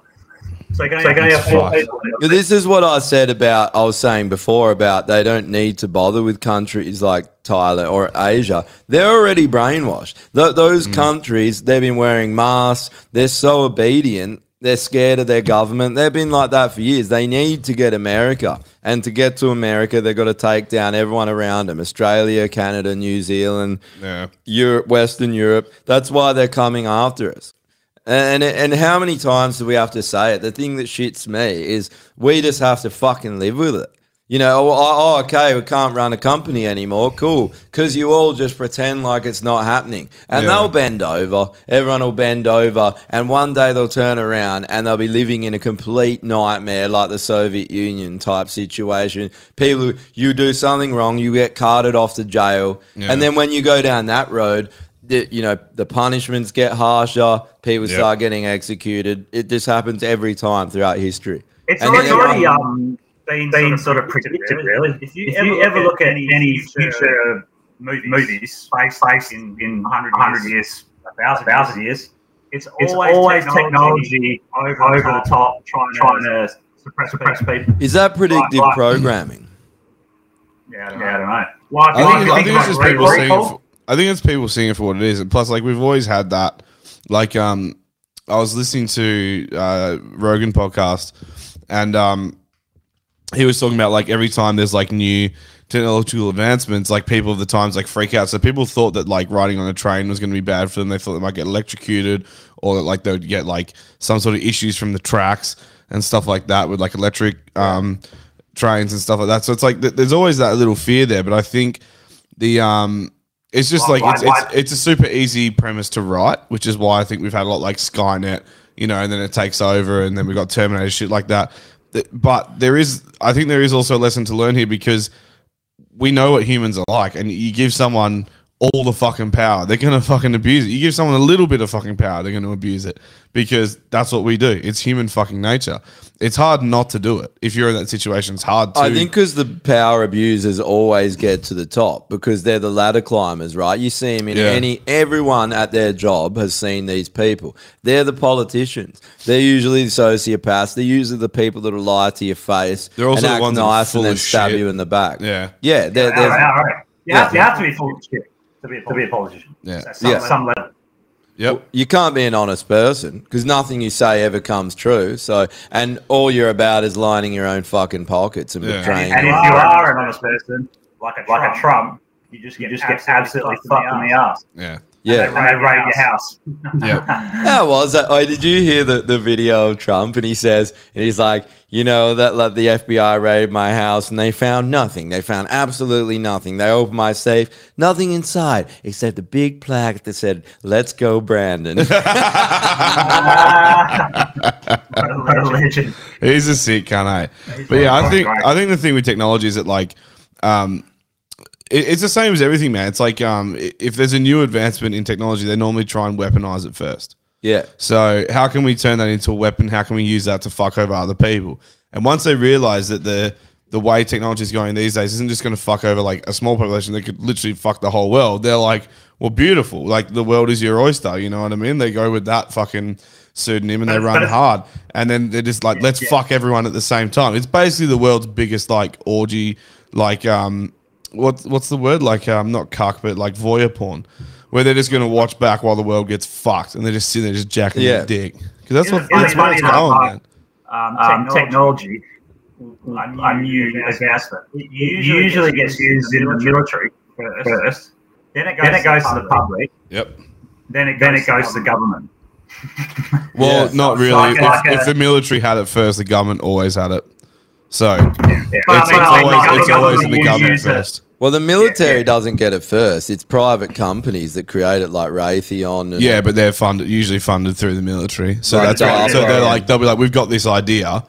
[SPEAKER 5] So you're going to have oh, four
[SPEAKER 2] Fuck.
[SPEAKER 5] people.
[SPEAKER 4] Yeah, this is what I said about I was saying before about they don't need to bother with countries like Thailand or Asia. They're already brainwashed. Th- those countries, they've been wearing masks. They're so obedient. They're scared of their government. They've been like that for years. They need to get America, and to get to America, they've got to take down everyone around them: Australia, Canada, New Zealand,
[SPEAKER 2] Yeah.
[SPEAKER 4] Europe, Western Europe. That's why they're coming after us. And and how many times do we have to say it? The thing that shits me is we just have to fucking live with it. You know, oh, oh, oh, okay, we can't run a company anymore. Cool, because you all just pretend like it's not happening, and
[SPEAKER 2] Yeah.
[SPEAKER 4] they'll bend over. Everyone will bend over, and one day they'll turn around and they'll be living in a complete nightmare, like the Soviet Union type situation. People, you do something wrong, you get carted off to jail,
[SPEAKER 2] Yeah.
[SPEAKER 4] and then when you go down that road, the, you know the punishments get harsher. People
[SPEAKER 2] Yeah.
[SPEAKER 4] start getting executed. It just happens every time throughout history.
[SPEAKER 5] It's
[SPEAKER 4] And
[SPEAKER 5] already,
[SPEAKER 4] then
[SPEAKER 5] already
[SPEAKER 4] everyone-
[SPEAKER 5] um, been, sort of predicted, really. If you, ever, look at any, future, movies, space, space in, in 100, years, a 1,000 years, it's always, technology, over, the top, trying, to suppress, people.
[SPEAKER 4] Is that predictive
[SPEAKER 5] Right, right.
[SPEAKER 4] programming?
[SPEAKER 5] Yeah, I don't know. Like,
[SPEAKER 2] I think, I think it's just
[SPEAKER 5] like
[SPEAKER 2] people seeing. It
[SPEAKER 5] recall.
[SPEAKER 2] for, I think it's people seeing it for what it is, and plus, like we've always had that. Like, um, I was listening to uh, Rogan podcast, and um, he was talking about like every time there's like new technological advancements, like people of the times like freak out. So people thought that like riding on a train was going to be bad for them. They thought they might get electrocuted or that like they would get like some sort of issues from the tracks and stuff like that with like electric um trains and stuff like that. So it's like th- there's always that little fear there, but I think the um it's just
[SPEAKER 6] Right,
[SPEAKER 2] like it's,
[SPEAKER 6] right,
[SPEAKER 2] it's it's a super easy premise to write, which is why I think we've had a lot like Skynet, you know, and then it takes over, and then we got Terminator shit like that. Th- But there is, I think there is also a lesson to learn here because we know what humans are like, and you give someone all the fucking power, they're gonna fucking abuse it. You give someone a little bit of fucking power, they're gonna abuse it because that's what we do. It's human fucking nature. It's hard not to do it if you're in that situation. It's hard to.
[SPEAKER 4] I think because the power abusers always get to the top because they're the ladder climbers, right? You see them in
[SPEAKER 2] Yeah.
[SPEAKER 4] any everyone at their job has seen these people. They're the politicians. They're usually the sociopaths. They're usually the people that'll lie to your face.
[SPEAKER 2] They're
[SPEAKER 4] and
[SPEAKER 2] also the
[SPEAKER 4] act
[SPEAKER 2] ones that are
[SPEAKER 4] nice
[SPEAKER 2] full
[SPEAKER 4] and then
[SPEAKER 2] of
[SPEAKER 4] stab
[SPEAKER 2] shit.
[SPEAKER 4] you in the back.
[SPEAKER 2] Yeah,
[SPEAKER 4] yeah, they're,
[SPEAKER 5] Yeah,
[SPEAKER 4] they're,
[SPEAKER 5] yeah, all right. You, have, you
[SPEAKER 4] Yeah.
[SPEAKER 5] have to be full of shit to be, to be a politician.
[SPEAKER 4] Yeah.
[SPEAKER 5] At some,
[SPEAKER 4] Yeah.
[SPEAKER 5] some level.
[SPEAKER 2] Yep.
[SPEAKER 4] You can't be an honest person because nothing you say ever comes true. So, and all you're about is lining your own fucking pockets and betraying.
[SPEAKER 5] And if
[SPEAKER 4] others.
[SPEAKER 5] you are an honest person, like a, like Trump, a Trump, you just get,
[SPEAKER 7] you
[SPEAKER 5] just get absolutely fucked in the ass.
[SPEAKER 2] Yeah.
[SPEAKER 4] Yeah.
[SPEAKER 5] And they raid your house. <laughs>
[SPEAKER 4] How was that? Oh, did you hear the, the video of Trump? And he says, and he's like, you know, that like the FBI raided my house and they found nothing. They found absolutely nothing. They opened my safe, nothing inside except a big plaque that said, "Let's go, Brandon."
[SPEAKER 2] <laughs>
[SPEAKER 4] <laughs>
[SPEAKER 5] What a legend.
[SPEAKER 2] He's a sick cunt, eh? But yeah, I think I think the thing with technology is that like, um, it, it's the same as everything, man. It's like um, i- if there's a new advancement in technology, they normally try and weaponize it first.
[SPEAKER 4] yeah.
[SPEAKER 2] So how can we turn that into a weapon? How can we use that to fuck over other people? And once they realize that the the way technology is going these days isn't just going to fuck over like a small population, they could literally fuck the whole world. They're like, well, beautiful. Like the world is your oyster. You know what I mean? They go with that fucking pseudonym and they
[SPEAKER 6] But-
[SPEAKER 2] run
[SPEAKER 6] but-
[SPEAKER 2] hard. And then they're just like, let's
[SPEAKER 6] Yeah.
[SPEAKER 2] fuck everyone at the same time. It's basically the world's biggest like orgy, like um, what what's the word? Like um, not cuck, but like voyeur porn, where they're just gonna watch back while the world gets fucked, and they're just sitting there just jacking
[SPEAKER 4] Yeah.
[SPEAKER 2] their dick. Because that's
[SPEAKER 5] Isn't
[SPEAKER 2] what
[SPEAKER 5] it funny
[SPEAKER 2] that's where it's
[SPEAKER 5] that,
[SPEAKER 2] going,
[SPEAKER 5] uh,
[SPEAKER 2] man.
[SPEAKER 5] Um, technology, a new advancement. It usually, gets used in the military first. Then it goes, to the public.
[SPEAKER 2] Yep.
[SPEAKER 5] Then it goes, then it goes to the government.
[SPEAKER 2] Well,
[SPEAKER 5] Yeah.
[SPEAKER 2] not
[SPEAKER 5] It's
[SPEAKER 2] really.
[SPEAKER 5] like
[SPEAKER 2] if,
[SPEAKER 5] a- like a-
[SPEAKER 2] if the military had it first, the government always had it. So it's,
[SPEAKER 4] But I
[SPEAKER 2] it's
[SPEAKER 4] mean, like,
[SPEAKER 2] always,
[SPEAKER 4] the
[SPEAKER 2] it's always in
[SPEAKER 4] government
[SPEAKER 2] the
[SPEAKER 4] will
[SPEAKER 2] government
[SPEAKER 4] use it.
[SPEAKER 2] first.
[SPEAKER 4] Well, the military doesn't get it first. It's private companies that create it, like Raytheon. And
[SPEAKER 2] Yeah, but they're funded usually funded through the military. So
[SPEAKER 4] Right,
[SPEAKER 2] that's why.
[SPEAKER 4] right,
[SPEAKER 2] So
[SPEAKER 4] right,
[SPEAKER 2] they're
[SPEAKER 4] right.
[SPEAKER 2] like they'll be like, we've got this idea,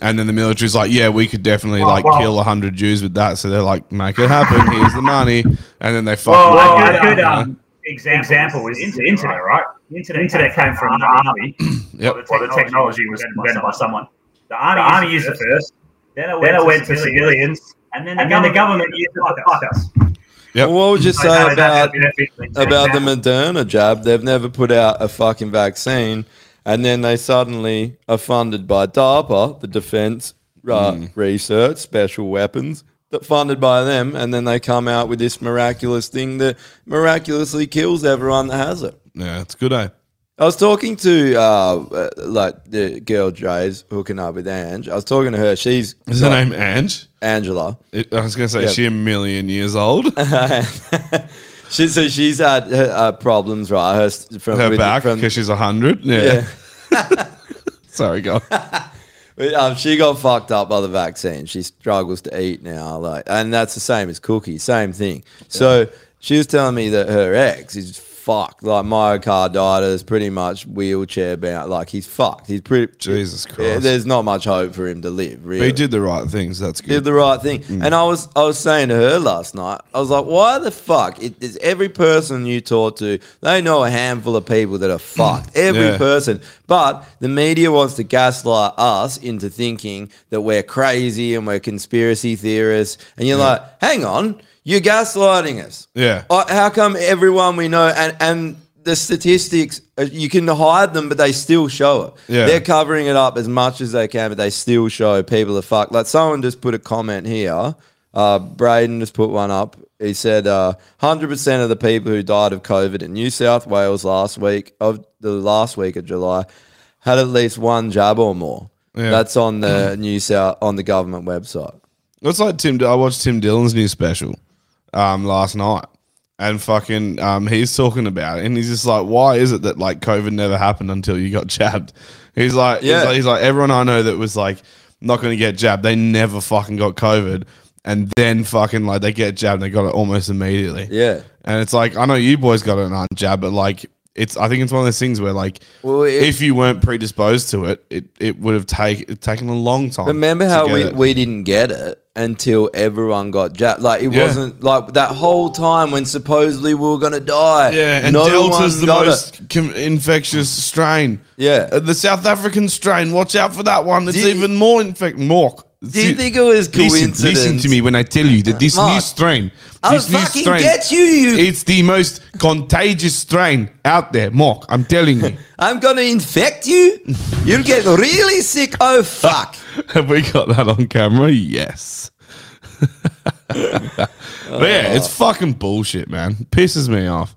[SPEAKER 2] and then the military's like, yeah, we could definitely
[SPEAKER 5] Well,
[SPEAKER 2] like
[SPEAKER 5] well-
[SPEAKER 2] kill hundred Jews with that. So they're like, make
[SPEAKER 4] <laughs>
[SPEAKER 2] it happen. Here's the money, and then they fuck.
[SPEAKER 5] Well,
[SPEAKER 2] with it,
[SPEAKER 5] a good,
[SPEAKER 2] you
[SPEAKER 5] a good
[SPEAKER 2] know?
[SPEAKER 5] um, example, is the internet, right? The internet, came from the army.
[SPEAKER 2] Yep.
[SPEAKER 5] Ah, Well, the technology was invented by someone. The
[SPEAKER 7] army
[SPEAKER 5] army
[SPEAKER 7] used
[SPEAKER 5] used
[SPEAKER 7] it
[SPEAKER 5] it first. Then
[SPEAKER 7] went
[SPEAKER 5] it
[SPEAKER 7] to
[SPEAKER 5] went to
[SPEAKER 7] civilians,
[SPEAKER 5] civilians. And then the government used it to fuck us.
[SPEAKER 4] Well, what would you
[SPEAKER 5] So
[SPEAKER 4] say
[SPEAKER 5] that- that-
[SPEAKER 4] about
[SPEAKER 5] that- that-
[SPEAKER 4] about the
[SPEAKER 5] that-
[SPEAKER 4] Moderna jab? They've never put out a fucking vaccine, and then they suddenly are funded by DARPA, the Defense uh,
[SPEAKER 5] Hmm.
[SPEAKER 4] Research Special Weapons, that funded by them, and then they come out with this miraculous thing that miraculously kills everyone that has it.
[SPEAKER 2] Yeah, it's good, eh?
[SPEAKER 4] I was talking to uh, uh, like the girl Jay's hooking up with Ange. I was talking to her. She's
[SPEAKER 2] Is her name Ange?
[SPEAKER 4] Angela.
[SPEAKER 2] I was gonna say
[SPEAKER 4] Yeah.
[SPEAKER 2] she a million
[SPEAKER 4] <laughs>
[SPEAKER 2] years old.
[SPEAKER 4] she so she's had her, uh, problems right her s- from
[SPEAKER 2] Her
[SPEAKER 4] with-
[SPEAKER 2] back
[SPEAKER 4] from-
[SPEAKER 2] because she's hundred. Yeah. <laughs>
[SPEAKER 4] <laughs>
[SPEAKER 2] Sorry, go.
[SPEAKER 4] But, um, she got fucked up by the vaccine. She struggles to eat now, like, and that's the same as Cookie, same thing. So she was telling me that her ex is fucked, like myocarditis, pretty much wheelchair bound. Like he's fucked. He's pretty
[SPEAKER 2] Jesus Christ.
[SPEAKER 4] There's not much hope for him to live.
[SPEAKER 2] But
[SPEAKER 4] Really,
[SPEAKER 2] he did the right things. That's good. Mm.
[SPEAKER 4] did the right thing. And I was I was saying to her last night, I was like, why the fuck it- is every person you talk to, they know a handful of people that are fucked.
[SPEAKER 2] Mm.
[SPEAKER 4] Every
[SPEAKER 6] Yeah.
[SPEAKER 4] person. But the media wants to gaslight us into thinking that we're crazy and we're conspiracy theorists. And you're like, hang on, you're gaslighting us.
[SPEAKER 2] Yeah.
[SPEAKER 4] Uh, How come everyone we know and and the statistics uh, you can hide them, but they still show it.
[SPEAKER 2] Yeah.
[SPEAKER 4] They're covering it up as much as they can, but they still show people are fucked. Like someone just put a comment here. Uh, Braden just put one up. He said, uh, "100% of the people who died of COVID in New South Wales last week of the last week of July had at least one jab or more."
[SPEAKER 2] Yeah.
[SPEAKER 4] That's on
[SPEAKER 2] <clears throat>
[SPEAKER 4] the New South on the government website.
[SPEAKER 2] It's like Tim. I watched Tim Dillon's new special um, last night, and fucking, um, he's talking about it, and he's just like, "Why is it that like COVID never happened until you got <laughs> jabbed?" He's like, he's
[SPEAKER 6] Yeah.
[SPEAKER 2] like, he's like, everyone I know that was like not going to get jabbed. They never fucking got COVID. And then fucking like they get jabbed and they got it almost immediately.
[SPEAKER 4] Yeah.
[SPEAKER 2] And it's like, I know you boys got an aren't jab, but like, it's, I think it's one of those things where like,
[SPEAKER 4] Well, it-
[SPEAKER 2] if you weren't predisposed to it, it, it would have taken, taken a long time.
[SPEAKER 4] Remember
[SPEAKER 2] to
[SPEAKER 4] how
[SPEAKER 2] get
[SPEAKER 4] we,
[SPEAKER 2] it.
[SPEAKER 4] we didn't get it until everyone got jacked? Like, it
[SPEAKER 2] Yeah.
[SPEAKER 4] wasn't like that whole time when supposedly we were going to die.
[SPEAKER 2] Yeah, and
[SPEAKER 4] no
[SPEAKER 2] Delta's
[SPEAKER 4] one
[SPEAKER 2] the
[SPEAKER 4] got it.
[SPEAKER 2] most com- infectious strain. Uh,
[SPEAKER 4] Yeah,
[SPEAKER 2] the South African strain. Watch out for that one. It's even more infect. More.
[SPEAKER 4] Do you think it was coincidence?
[SPEAKER 2] Listen, listen to me when I tell you that this new
[SPEAKER 4] Mark,
[SPEAKER 2] strain,
[SPEAKER 4] I'll
[SPEAKER 2] this new
[SPEAKER 4] fucking get you,
[SPEAKER 2] it's the most contagious strain out there, Mark. I'm telling you.
[SPEAKER 4] I'm going to infect you. You'll get really sick. Oh,
[SPEAKER 2] <laughs>
[SPEAKER 4] fuck.
[SPEAKER 2] Have we got that on camera? Yes. <laughs> but yeah, it's
[SPEAKER 4] Oh.
[SPEAKER 2] fucking bullshit, man. Pisses me off.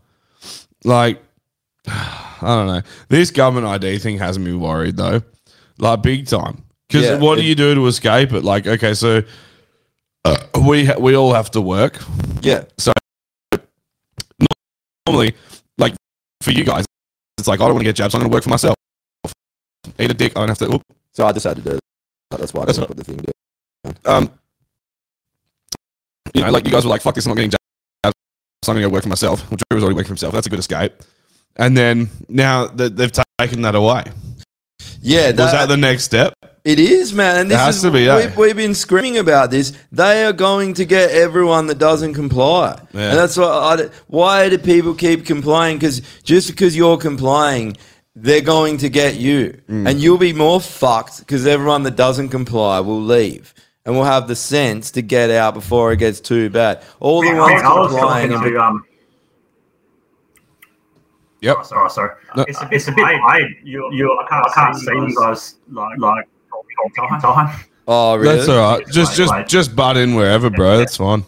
[SPEAKER 2] Like, <sighs> I don't know. This government ID thing has me worried though, like big time. Because
[SPEAKER 4] Yeah,
[SPEAKER 2] what do
[SPEAKER 4] it-
[SPEAKER 2] you do to escape it? Like, okay, so uh, we ha- we all have to work.
[SPEAKER 4] Yeah.
[SPEAKER 2] So normally, like for you guys, it's like I don't want to get jabs. I'm going to work for myself. Eat a dick. I don't have to. Whoop.
[SPEAKER 4] So I decided to. That's why I put the thing down.
[SPEAKER 2] Um, you know, like you guys were like, "Fuck this! I'm not getting jabs. So I'm going to go work for myself." Well, Drew was already working for himself. That's a good escape. And then now that they've taken that away,
[SPEAKER 4] Yeah,
[SPEAKER 2] was that the next step?
[SPEAKER 4] It is, man. And
[SPEAKER 2] It
[SPEAKER 4] this
[SPEAKER 2] has
[SPEAKER 4] is,
[SPEAKER 2] to be, eh?
[SPEAKER 4] we've, we've been screaming about this. They are going to get everyone that doesn't comply.
[SPEAKER 2] Yeah.
[SPEAKER 4] And that's why, I, d- why do people keep complying? Because just because you're complying, they're going to get you.
[SPEAKER 6] Mm.
[SPEAKER 4] And you'll be more fucked because everyone that doesn't comply will leave. And will have the sense to get out before it gets too bad. All the
[SPEAKER 5] Man,
[SPEAKER 4] ones
[SPEAKER 5] I was
[SPEAKER 4] complying.
[SPEAKER 5] talking
[SPEAKER 4] and be-
[SPEAKER 5] to, um,
[SPEAKER 2] Yep.
[SPEAKER 5] Oh, sorry, sorry.
[SPEAKER 2] No.
[SPEAKER 5] It's a bit. It's a bit. I, you, you, I can't, I can't see you guys like like talking time.
[SPEAKER 4] oh, really?
[SPEAKER 2] That's all right. Just just just butt in wherever, bro. That's fine.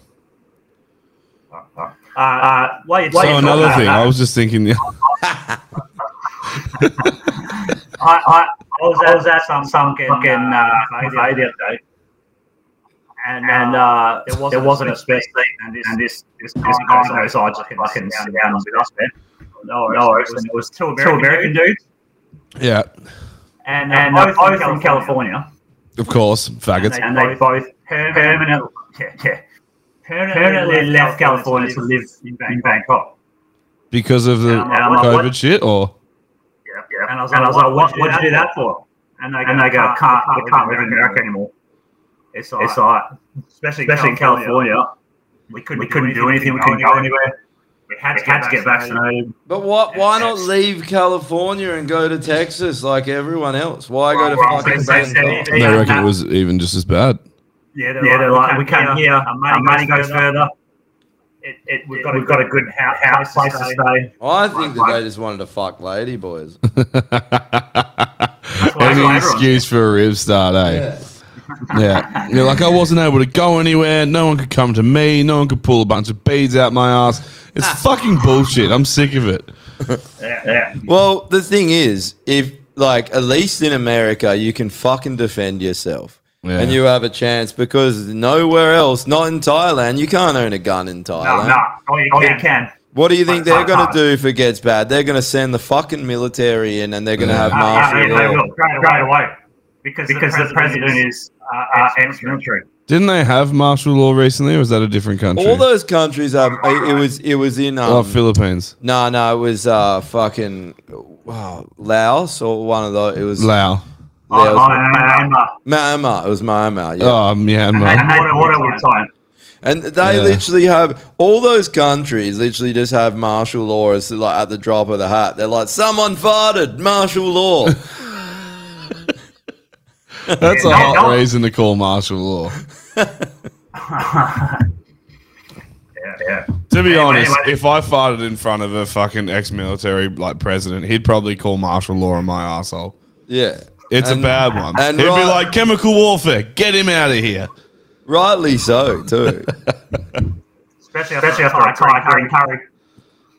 [SPEAKER 5] Uh, uh, while you're
[SPEAKER 2] So
[SPEAKER 5] talking
[SPEAKER 2] another
[SPEAKER 5] about
[SPEAKER 2] thing,
[SPEAKER 5] that,
[SPEAKER 2] I was just thinking. <laughs> Yeah.
[SPEAKER 5] I, I, I was at, some, some fucking uh, cafe the other day, and, and uh, there wasn't, a space seat, and this and this this, this guy goes, "I just fucking sit down with us, man." No, no, it was, it was two American, dudes,
[SPEAKER 2] Yeah,
[SPEAKER 5] and, and uh, both from California,
[SPEAKER 2] of course, faggots.
[SPEAKER 5] and they both permanently, <laughs> yeah, yeah, permanently left California to live in Bangkok.
[SPEAKER 2] Because of the
[SPEAKER 5] And I'm like,
[SPEAKER 2] COVID
[SPEAKER 5] what?
[SPEAKER 2] shit, or
[SPEAKER 5] Yeah, yeah. And I was like, "What would you do that for?" And they go, and they go "I can't, I can't live in America anymore." It's like, it's like especially, especially in California, we couldn't, we couldn't do anything. We couldn't go anywhere. We had to, had to get vaccinated.
[SPEAKER 4] But what, why not leave California and go to Texas like everyone else? Why go to
[SPEAKER 5] Well,
[SPEAKER 4] fucking
[SPEAKER 5] they- they-
[SPEAKER 4] Bangkok?
[SPEAKER 5] they-
[SPEAKER 2] they reckon it was even just as bad.
[SPEAKER 5] Yeah, they're, like, "We came here. Our money, goes, further. It, it, we've got, a, got a good house, house place to stay."
[SPEAKER 4] I think that they just wanted to fuck lady boys.
[SPEAKER 2] Any excuse for a rib start, eh? Yeah. You're like, I wasn't able to go anywhere. No one could come to me. No one could pull a bunch of beads out my ass. It's fucking bullshit. I'm sick of it.
[SPEAKER 4] Well, the thing is, if like at least in America, you can fucking defend yourself.
[SPEAKER 2] Yeah.
[SPEAKER 4] And you have a chance because nowhere else, not in Thailand, you can't own a gun in
[SPEAKER 5] No,
[SPEAKER 4] Thailand.
[SPEAKER 5] no, oh, you, can.
[SPEAKER 4] What do you think they're
[SPEAKER 5] Fuck, fuck,
[SPEAKER 4] going to
[SPEAKER 5] fuck.
[SPEAKER 4] do if it gets bad? They're going to send the fucking military in and they're going to have
[SPEAKER 5] Uh, yeah,
[SPEAKER 4] martial
[SPEAKER 5] they
[SPEAKER 4] law.
[SPEAKER 5] will, straight, straight away because, because the president is uh, uh, ex-military.
[SPEAKER 2] Didn't they have martial law recently, or was that a different country?
[SPEAKER 4] All those countries have. It it was. It was in. Um,
[SPEAKER 2] oh, Philippines.
[SPEAKER 4] No, no, it was uh fucking wow, Laos or one of those. It was
[SPEAKER 2] Laos.
[SPEAKER 4] Laos.
[SPEAKER 5] Oh, Myanmar.
[SPEAKER 4] Myanmar. It was Myanmar. Yeah.
[SPEAKER 2] Oh, Myanmar.
[SPEAKER 4] And they
[SPEAKER 2] Yeah.
[SPEAKER 4] literally have all those countries literally just have martial law as like at the drop of the hat. They're like, someone farted, martial
[SPEAKER 2] <laughs>
[SPEAKER 4] law.
[SPEAKER 2] That's a
[SPEAKER 4] Yeah,
[SPEAKER 2] hot
[SPEAKER 4] no-
[SPEAKER 2] reason to call martial law.
[SPEAKER 5] Yeah, yeah.
[SPEAKER 2] To be
[SPEAKER 5] Anyway,
[SPEAKER 2] honest,
[SPEAKER 5] anyway.
[SPEAKER 2] if I farted in front of a fucking ex-military like president, he'd probably call martial law on my asshole.
[SPEAKER 4] yeah.
[SPEAKER 2] It's
[SPEAKER 4] And-
[SPEAKER 2] a bad one.
[SPEAKER 4] and
[SPEAKER 2] he'd be
[SPEAKER 4] right-
[SPEAKER 2] like chemical warfare. Get him out of here.
[SPEAKER 4] Rightly so,
[SPEAKER 2] <laughs>
[SPEAKER 4] too.
[SPEAKER 5] Especially, especially after a Thai curry. curry.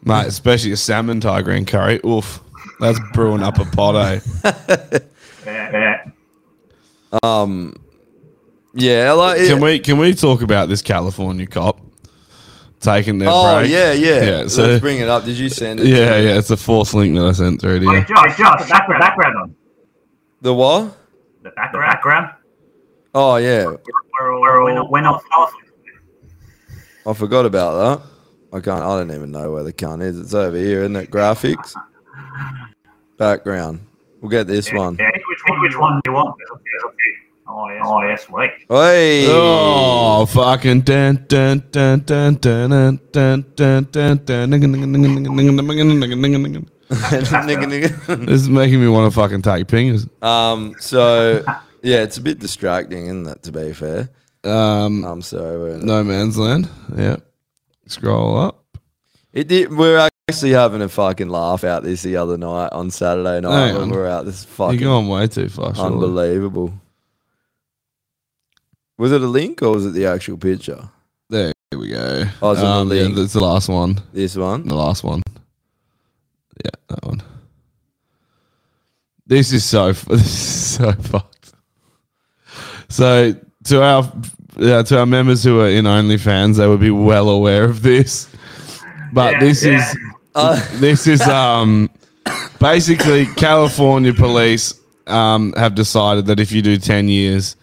[SPEAKER 2] Mate, especially a salmon tiger and curry. Oof. That's brewing up a pot, eh?
[SPEAKER 5] Yeah,
[SPEAKER 4] Um <laughs> Yeah, like
[SPEAKER 2] Can we can we talk about this California cop taking their
[SPEAKER 4] Oh
[SPEAKER 2] break?
[SPEAKER 4] yeah, yeah.
[SPEAKER 2] Yeah, so
[SPEAKER 4] Let's bring it up. Did you send it?
[SPEAKER 2] Yeah, yeah, it's the fourth link that I sent through to you.
[SPEAKER 5] Josh, Josh, the background, background on
[SPEAKER 4] The what?
[SPEAKER 5] the background.
[SPEAKER 4] Oh yeah,
[SPEAKER 5] We're, we're, we're not, we're not
[SPEAKER 4] I forgot about that. I can't. I don't even know where the cunt is. It's over here, isn't it? Graphics, background. We'll get this one.
[SPEAKER 5] Yeah, which one, which one do you want? Oh, yes, oh, yes wait.
[SPEAKER 4] Hey. <laughs>
[SPEAKER 2] Oh, fucking dun dun dun dun dun dun dun dun dun dun dun This is making me want to fucking take pingers.
[SPEAKER 4] Um. So yeah, it's a bit distracting, isn't it? To be fair. uh,
[SPEAKER 2] Um.
[SPEAKER 4] I'm sorry.
[SPEAKER 2] No man's land. Yeah. Scroll up.
[SPEAKER 4] It did, we're actually having a fucking laugh out this the other night on Saturday night
[SPEAKER 2] Hang
[SPEAKER 4] when
[SPEAKER 2] on.
[SPEAKER 4] we were out. This is
[SPEAKER 2] You're
[SPEAKER 4] fucking
[SPEAKER 2] going way too far, surely.
[SPEAKER 4] Unbelievable. Was it a link or was it the actual picture?
[SPEAKER 2] There we go.
[SPEAKER 4] Oh, it's
[SPEAKER 2] Um,
[SPEAKER 4] a
[SPEAKER 2] yeah,
[SPEAKER 4] link.
[SPEAKER 2] that's the last one.
[SPEAKER 4] This one.
[SPEAKER 2] The last one. Yeah, that one. This is so f- <laughs> this is so fucked. So to our uh, to our members who are in OnlyFans, they would be well aware of this. But
[SPEAKER 4] Yeah,
[SPEAKER 2] this
[SPEAKER 4] yeah.
[SPEAKER 2] is
[SPEAKER 4] Uh. <laughs>
[SPEAKER 2] this is um basically California police um have decided that if you do ten years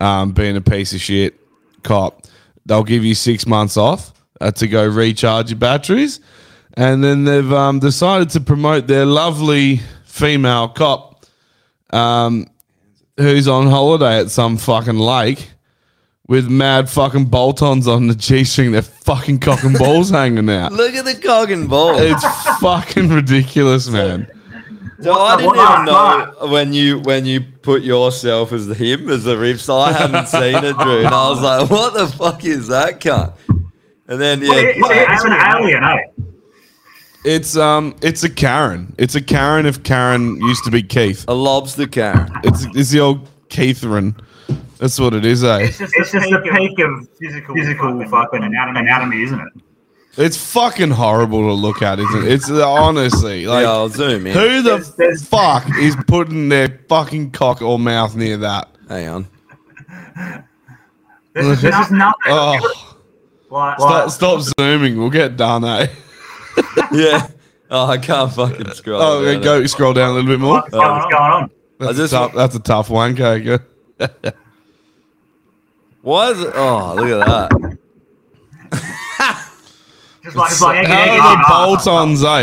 [SPEAKER 2] um being a piece of shit cop, they'll give you six months off uh, to go recharge your batteries, and then they've um, decided to promote their lovely female cop um, who's on holiday at some fucking lake with mad fucking bolt-ons on the g-string their fucking cock and balls hanging
[SPEAKER 4] <laughs>
[SPEAKER 2] out
[SPEAKER 4] Look at the cog and ball.
[SPEAKER 2] it's fucking ridiculous man
[SPEAKER 4] So I didn't even know when you when you put yourself as the him as the rib. So I hadn't seen it, Drew, and I was like, "What the fuck is that cunt?" And then yeah,
[SPEAKER 5] Well, it- well, it's an alien, eh?
[SPEAKER 2] it's um it's a karen it's a karen if karen used to be keith
[SPEAKER 4] a lobster karen
[SPEAKER 2] it's, it's the old keithran that's what it is eh
[SPEAKER 5] It's just, the peak of physical, physical fucking anatomy, anatomy, isn't it?
[SPEAKER 2] It's fucking horrible to look at, isn't it? It's uh, honestly like
[SPEAKER 4] I'll zoom in.
[SPEAKER 2] Who the fuck is putting their fucking cock or mouth near that?
[SPEAKER 4] Hang on.
[SPEAKER 5] This is, this is nothing.
[SPEAKER 2] Oh,
[SPEAKER 5] Like,
[SPEAKER 2] stop, stop zooming. We'll get done, eh?
[SPEAKER 4] yeah. <laughs> Oh, I can't fucking scroll.
[SPEAKER 2] Oh, okay,
[SPEAKER 4] down it. Oh.
[SPEAKER 2] go scroll down a little bit more.
[SPEAKER 5] what's going on?
[SPEAKER 2] That's,
[SPEAKER 4] just-
[SPEAKER 2] a, tough, that's a tough one, okay. Go.
[SPEAKER 4] Why is it? Oh, look at that.
[SPEAKER 5] Just like, it's like
[SPEAKER 2] How
[SPEAKER 5] egg,
[SPEAKER 2] are the
[SPEAKER 5] egg,
[SPEAKER 2] bolt ons, eh?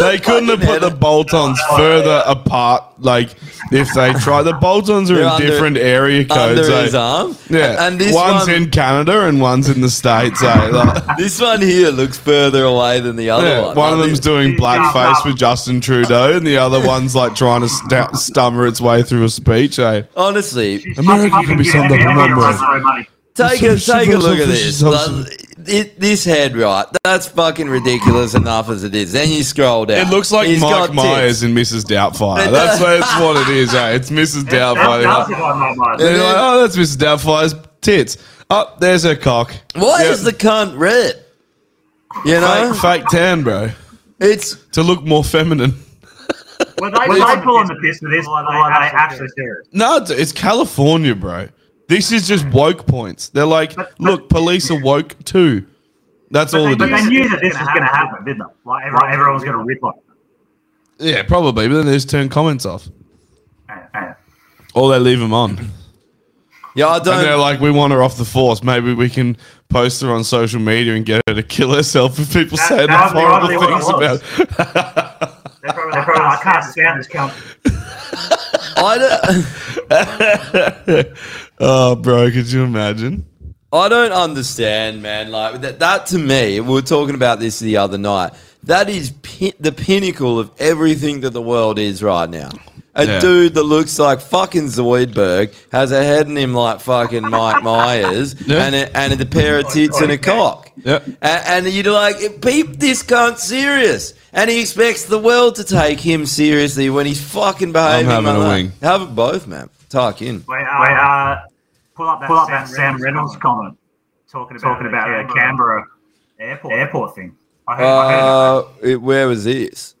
[SPEAKER 2] They couldn't have put the bolt ons further apart. Like, if they try, the bolt ons are
[SPEAKER 4] They're
[SPEAKER 2] in
[SPEAKER 4] under-
[SPEAKER 2] different area codes.
[SPEAKER 4] Under his
[SPEAKER 2] eh?
[SPEAKER 4] arm.
[SPEAKER 2] Yeah,
[SPEAKER 4] And this
[SPEAKER 2] one's
[SPEAKER 4] one,
[SPEAKER 2] in Canada and one's in the states. Eh? Like-
[SPEAKER 4] this one here looks further away than the <laughs> other
[SPEAKER 2] Yeah,
[SPEAKER 4] one.
[SPEAKER 2] one of them's doing blackface with Justin Trudeau, and the other one's like trying to stu- stammer its way through a speech. Eh?
[SPEAKER 4] Honestly,
[SPEAKER 2] America can be
[SPEAKER 5] egg,
[SPEAKER 2] something to remember.
[SPEAKER 4] Take a,
[SPEAKER 2] It's so
[SPEAKER 4] take a look at
[SPEAKER 2] superficial,
[SPEAKER 4] this.
[SPEAKER 2] so superficial.
[SPEAKER 4] Like, it- this head, right? That's fucking ridiculous enough as it is. Then you scroll down.
[SPEAKER 2] It looks like
[SPEAKER 4] He's got
[SPEAKER 2] Mike
[SPEAKER 4] tits.
[SPEAKER 2] Myers and
[SPEAKER 4] <laughs>
[SPEAKER 2] Mrs. Doubtfire. That's, that's what it is. Eh? It's Mrs. Doubtfire. They're
[SPEAKER 5] That's
[SPEAKER 2] like,
[SPEAKER 5] it on my mind.
[SPEAKER 2] they're like, oh, that's Mrs. Doubtfire's tits. Oh, there's her cock.
[SPEAKER 4] "Oh, Why
[SPEAKER 2] Yeah.
[SPEAKER 4] is the cunt red? You know,
[SPEAKER 2] fake, fake tan, bro?
[SPEAKER 4] it's
[SPEAKER 2] To look more feminine.
[SPEAKER 5] Were they, were they pulling the piss for this? Or are they actually serious?
[SPEAKER 2] No, it's, it's California, bro. This is just woke points. They're like, look, police are woke too. That's all
[SPEAKER 5] But
[SPEAKER 2] it
[SPEAKER 5] they
[SPEAKER 2] is.
[SPEAKER 5] knew that this was going to happen, didn't they? Like everyone, like everyone was going to rip on it.
[SPEAKER 2] Yeah, probably. But then they just turn comments off,
[SPEAKER 5] Yeah, yeah.
[SPEAKER 2] or they leave them on.
[SPEAKER 4] yeah. I
[SPEAKER 2] And they're
[SPEAKER 4] don't.
[SPEAKER 2] like, we want her off the force. Maybe we can post her on social media and get her to kill herself if people
[SPEAKER 5] That-
[SPEAKER 2] say enough
[SPEAKER 5] that was probably
[SPEAKER 2] horrible
[SPEAKER 5] what
[SPEAKER 2] things
[SPEAKER 5] it
[SPEAKER 2] about.
[SPEAKER 5] was. They're probably, they're probably like, I can't stand this count.
[SPEAKER 4] I don't.
[SPEAKER 2] oh, bro, could you imagine?
[SPEAKER 4] I don't understand, man. Like that, that to me, we were talking about this the other night. That is pin- the pinnacle of everything that the world is right now. A
[SPEAKER 2] Yeah.
[SPEAKER 4] dude that looks like fucking Zoidberg has a head in him like fucking
[SPEAKER 2] <laughs>
[SPEAKER 4] Mike Myers,
[SPEAKER 2] Yeah.
[SPEAKER 4] and a, and a pair of tits and a cock.
[SPEAKER 2] Yep.
[SPEAKER 4] And, and you're like, peep this cunt serious, and he expects the world to take him seriously when he's fucking behaving
[SPEAKER 2] having
[SPEAKER 4] like
[SPEAKER 2] a
[SPEAKER 4] that.
[SPEAKER 2] wing.
[SPEAKER 4] Have it both, man. Tuck in.
[SPEAKER 5] Wait, uh, pull up that, pull up Sam, that Sam Reynolds comment. Talking about, talking about uh, Canberra airport, airport thing. I heard, I heard
[SPEAKER 4] Uh, it- where was this?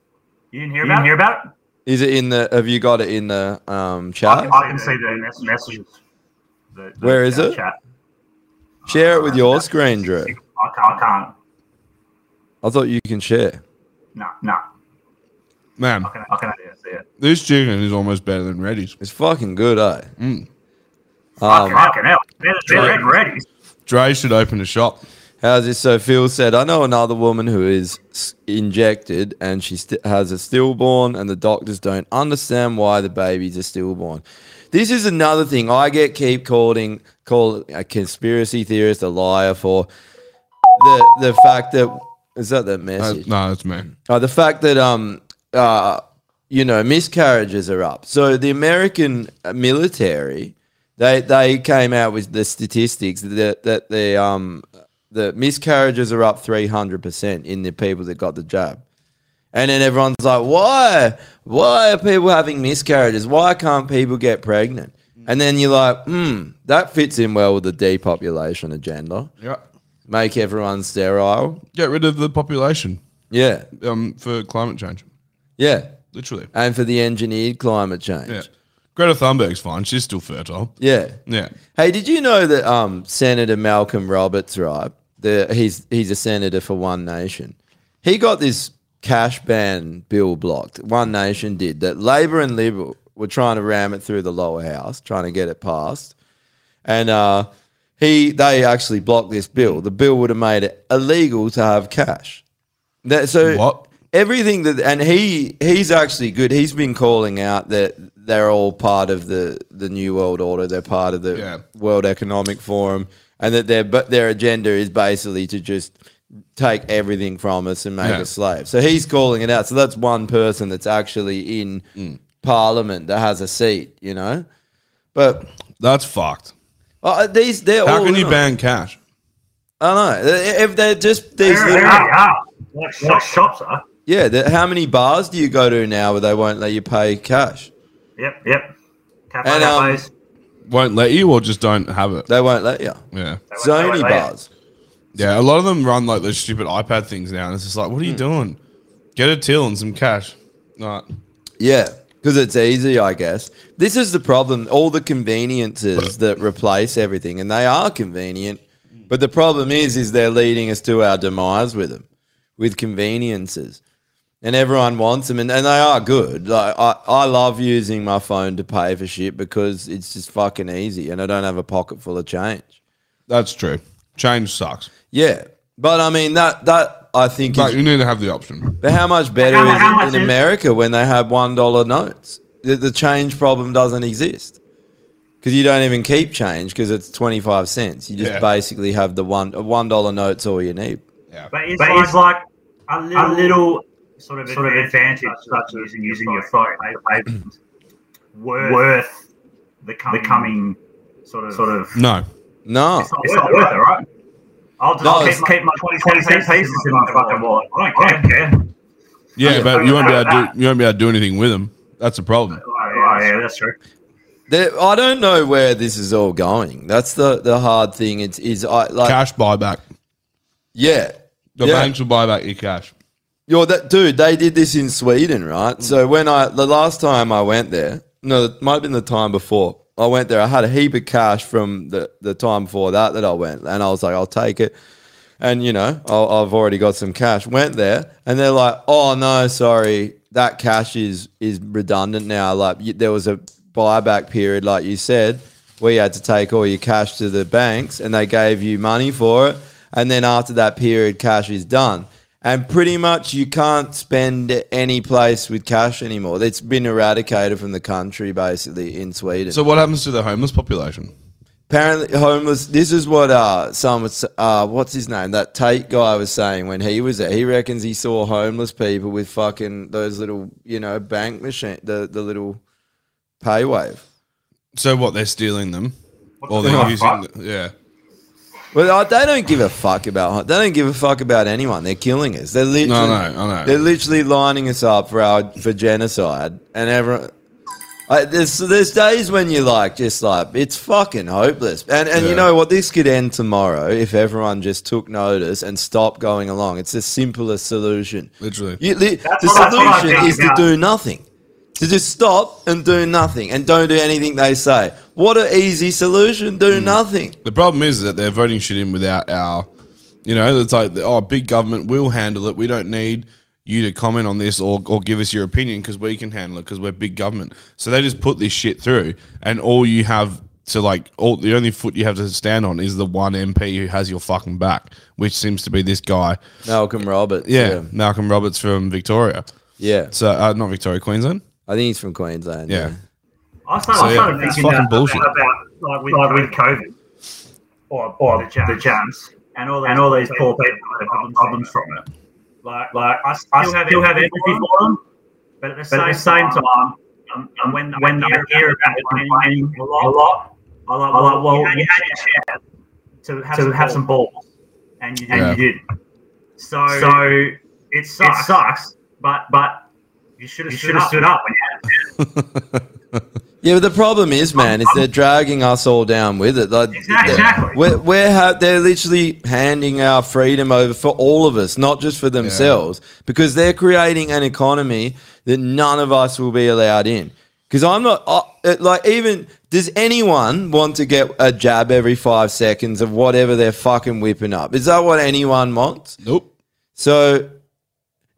[SPEAKER 5] you didn't hear about it? Hear about it?
[SPEAKER 4] Is it in the? Have you got it in the um,
[SPEAKER 5] I,
[SPEAKER 4] chat?
[SPEAKER 5] I can see the mess- messages. The, the
[SPEAKER 4] Where is it?
[SPEAKER 5] Chat.
[SPEAKER 4] Share it with your screen, Drew.
[SPEAKER 5] I can't. I can't.
[SPEAKER 4] I thought you can share.
[SPEAKER 5] No, no.
[SPEAKER 2] Man,
[SPEAKER 5] I can. I can only see it.
[SPEAKER 2] this chicken is almost better than Reddy's.
[SPEAKER 4] It's fucking good, eh? Um,
[SPEAKER 5] Fucking hell. They're, they're red ready.
[SPEAKER 2] Dre should open a shop.
[SPEAKER 4] How's this? So Phil said, I know another woman who is s- injected and she st- has a stillborn, and the doctors don't understand why the baby's a stillborn. This is another thing I get keep calling call a conspiracy theorist a liar for the the fact that is that the message?
[SPEAKER 2] no, it's me.
[SPEAKER 4] Uh, the fact that um uh you know miscarriages are up. So the American military they they came out with the statistics that that the um the miscarriages are up three hundred percent in the people that got the jab. And then everyone's like, why? Why are people having miscarriages? Why can't people get pregnant? And then you're like, hmm, that fits in well with the depopulation agenda.
[SPEAKER 2] Yeah.
[SPEAKER 4] Make everyone sterile.
[SPEAKER 2] Get rid of the population.
[SPEAKER 4] Yeah.
[SPEAKER 2] Um, for climate change.
[SPEAKER 4] Yeah.
[SPEAKER 2] Literally.
[SPEAKER 4] And for the engineered climate change.
[SPEAKER 2] Yeah. Greta Thunberg's fine. She's still fertile.
[SPEAKER 4] Yeah.
[SPEAKER 2] Yeah.
[SPEAKER 4] Hey, did you know that um, Senator Malcolm Roberts, right? The, he's he's a senator for One Nation. He got this cash ban bill blocked. One Nation did that. Labor and Liberal were trying to ram it through the lower house, trying to get it passed, and uh, he they actually blocked this bill. The bill would have made it illegal to have cash. That so everything that and he he's actually good. He's been calling out that they're all part of the the new world order. They're part of the
[SPEAKER 2] Yeah.
[SPEAKER 4] World Economic Forum, and that their but their agenda is basically to just take everything from us and make
[SPEAKER 2] Yeah.
[SPEAKER 4] us slaves. So he's calling it out. So that's one person that's actually in
[SPEAKER 2] Mm.
[SPEAKER 4] Parliament that has a seat. You know, but
[SPEAKER 2] that's fucked.
[SPEAKER 4] Uh, these they're
[SPEAKER 2] How
[SPEAKER 4] all in
[SPEAKER 2] can you
[SPEAKER 4] on it.
[SPEAKER 2] ban cash?
[SPEAKER 4] I don't know. If they're just these
[SPEAKER 5] There,
[SPEAKER 4] little-
[SPEAKER 5] there they are. Like shop, shops are.
[SPEAKER 4] Yeah, the, how many bars do you go to now where they won't let you pay cash?
[SPEAKER 5] Yep, yep. Cafe,
[SPEAKER 4] And, um,
[SPEAKER 5] cafes.
[SPEAKER 2] Won't let you or just don't have it?
[SPEAKER 4] They won't let you.
[SPEAKER 2] Yeah.
[SPEAKER 5] They won't
[SPEAKER 4] Zony
[SPEAKER 5] let you.
[SPEAKER 4] bars.
[SPEAKER 2] Yeah. A lot of them run like those stupid iPad things now. And it's just like,
[SPEAKER 4] Hmm.
[SPEAKER 2] what are you doing? Get a till and some cash. Right.
[SPEAKER 4] Yeah, because it's easy, I guess. This is the problem. All the conveniences that replace everything, and they are convenient. But the problem is, is they're leading us to our demise with them, with conveniences, and everyone wants them, and, and they are good. Like I, I love using my phone to pay for shit because it's just fucking easy, and I don't have a pocket full of change.
[SPEAKER 2] That's true. Change sucks.
[SPEAKER 4] Yeah, but I mean that that I think.
[SPEAKER 2] But
[SPEAKER 4] is-
[SPEAKER 2] you need to have the option.
[SPEAKER 4] But how much better
[SPEAKER 2] How mu-
[SPEAKER 4] is
[SPEAKER 2] how
[SPEAKER 4] it
[SPEAKER 2] much
[SPEAKER 4] in
[SPEAKER 2] is-
[SPEAKER 4] America when they have one dollar notes? The, the change problem doesn't exist because you don't even keep change because it's twenty five cents. You just
[SPEAKER 5] Yeah.
[SPEAKER 4] basically have the one a one dollar notes all you need.
[SPEAKER 5] But it's
[SPEAKER 6] But
[SPEAKER 5] like,
[SPEAKER 6] it's like
[SPEAKER 5] a
[SPEAKER 6] little
[SPEAKER 5] little, sort of
[SPEAKER 6] sort of
[SPEAKER 5] advantage,
[SPEAKER 6] advantage
[SPEAKER 5] such as using your phone to pay worth,
[SPEAKER 6] worth
[SPEAKER 5] the, coming, the coming sort of sort of
[SPEAKER 2] No.
[SPEAKER 4] No.
[SPEAKER 5] It's not, worth it, right? I'll just
[SPEAKER 6] No,
[SPEAKER 5] I'll
[SPEAKER 6] it's-
[SPEAKER 5] keep, keep my 20, cent pieces in my fucking wallet. I don't care.
[SPEAKER 2] Yeah,
[SPEAKER 5] Yeah.
[SPEAKER 2] but you won't be able to do, you won't be able to do anything with them. That's a problem.
[SPEAKER 5] Oh, yeah, that's true.
[SPEAKER 4] There, I don't know where this is all going. That's the, the hard thing. It's is I like
[SPEAKER 2] cash buyback.
[SPEAKER 4] Yeah,
[SPEAKER 2] The
[SPEAKER 4] yeah.
[SPEAKER 2] banks will buy back your cash.
[SPEAKER 4] Yo, that dude, they did this in Sweden, right? So when I the last time I went there, no, it might have been the time before. I went there. I had a heap of cash from the, the time before that that I went, and I was like, I'll take it. And you know, i I've already got some cash. Went there, and they're like, Oh no, sorry, that cash is is redundant now. Like you, there was a buyback period, like you said, where you had to take all your cash to the banks, and they gave you money for it. And then after that period, cash is done. And pretty much you can't spend any place with cash anymore. It's been eradicated from the country basically in Sweden.
[SPEAKER 2] So what happens to the homeless population?
[SPEAKER 4] Apparently, homeless. This is what uh, some was- uh, what's his name? That Tate guy was saying when he was there. He reckons he saw homeless people with fucking those little, you know, bank machine, the the little pay wave.
[SPEAKER 2] So what? They're stealing them, or
[SPEAKER 4] the
[SPEAKER 2] they're
[SPEAKER 4] fuck?
[SPEAKER 2] using? The, yeah.
[SPEAKER 4] Well, I- they don't give a fuck about. They don't give a fuck about anyone. They're killing us. They're literally,
[SPEAKER 2] no, I know.
[SPEAKER 4] They're literally lining us up for our for genocide. And everyone, I, there's there's days when you're like, just like it's fucking hopeless. And and you
[SPEAKER 2] Yeah.
[SPEAKER 4] know what? This could end tomorrow if everyone just took notice and stopped going along. It's the simplest solution.
[SPEAKER 2] Literally,
[SPEAKER 4] you, li-
[SPEAKER 2] That's
[SPEAKER 4] the
[SPEAKER 2] what I thought,
[SPEAKER 4] solution
[SPEAKER 2] yeah.
[SPEAKER 4] is to do nothing. To just stop and do nothing and don't do anything they say. What an easy solution. Do
[SPEAKER 2] Hmm.
[SPEAKER 4] nothing.
[SPEAKER 2] The problem is that they're voting shit in without our, you know, it's like oh, big government will handle it. We don't need you to comment on this or, or give us your opinion because we can handle it because we're big government. So they just put this shit through, and all you have So like all the only foot you have to stand on is the one MP who has your fucking back, which seems to be this guy,
[SPEAKER 4] Malcolm Roberts.
[SPEAKER 2] yeah, Malcolm Roberts from Victoria.
[SPEAKER 4] Yeah.
[SPEAKER 2] So uh, not Victoria, Queensland.
[SPEAKER 4] I think he's from Queensland.
[SPEAKER 2] Yeah.
[SPEAKER 5] I started,
[SPEAKER 2] So,
[SPEAKER 5] I
[SPEAKER 2] yeah,
[SPEAKER 5] started
[SPEAKER 2] it's
[SPEAKER 5] thinking
[SPEAKER 2] fucking
[SPEAKER 5] that
[SPEAKER 2] bullshit.
[SPEAKER 5] about like with, like with COVID or, or the, jams, and all these, and all these poor people that have problems from it. Like, like I still,
[SPEAKER 6] I still
[SPEAKER 5] have
[SPEAKER 6] have
[SPEAKER 5] empathy for them, but at the same, time, um, um, when, when I hear about it complaining a lot, I like, well, well, you had your chance to have, some, balls, and you,
[SPEAKER 6] Yeah.
[SPEAKER 5] and you did. So,
[SPEAKER 6] So,
[SPEAKER 5] it sucks,
[SPEAKER 6] it
[SPEAKER 5] sucks but, but you should have
[SPEAKER 6] you
[SPEAKER 5] stood,
[SPEAKER 6] should've
[SPEAKER 5] up
[SPEAKER 6] stood
[SPEAKER 5] when
[SPEAKER 6] up
[SPEAKER 5] you had a chance.
[SPEAKER 4] Yeah, but the problem is, man, is they're dragging us all down with it. Like,
[SPEAKER 5] Exactly.
[SPEAKER 4] they're- We're, we're ha- they're literally handing our freedom over for all of us, not just for themselves, because they're creating an economy that none of us will be allowed in. Because I'm not, uh, it- like, even does anyone want to get a jab every five seconds of whatever they're fucking whipping up? Is that what anyone wants?
[SPEAKER 2] Nope.
[SPEAKER 4] So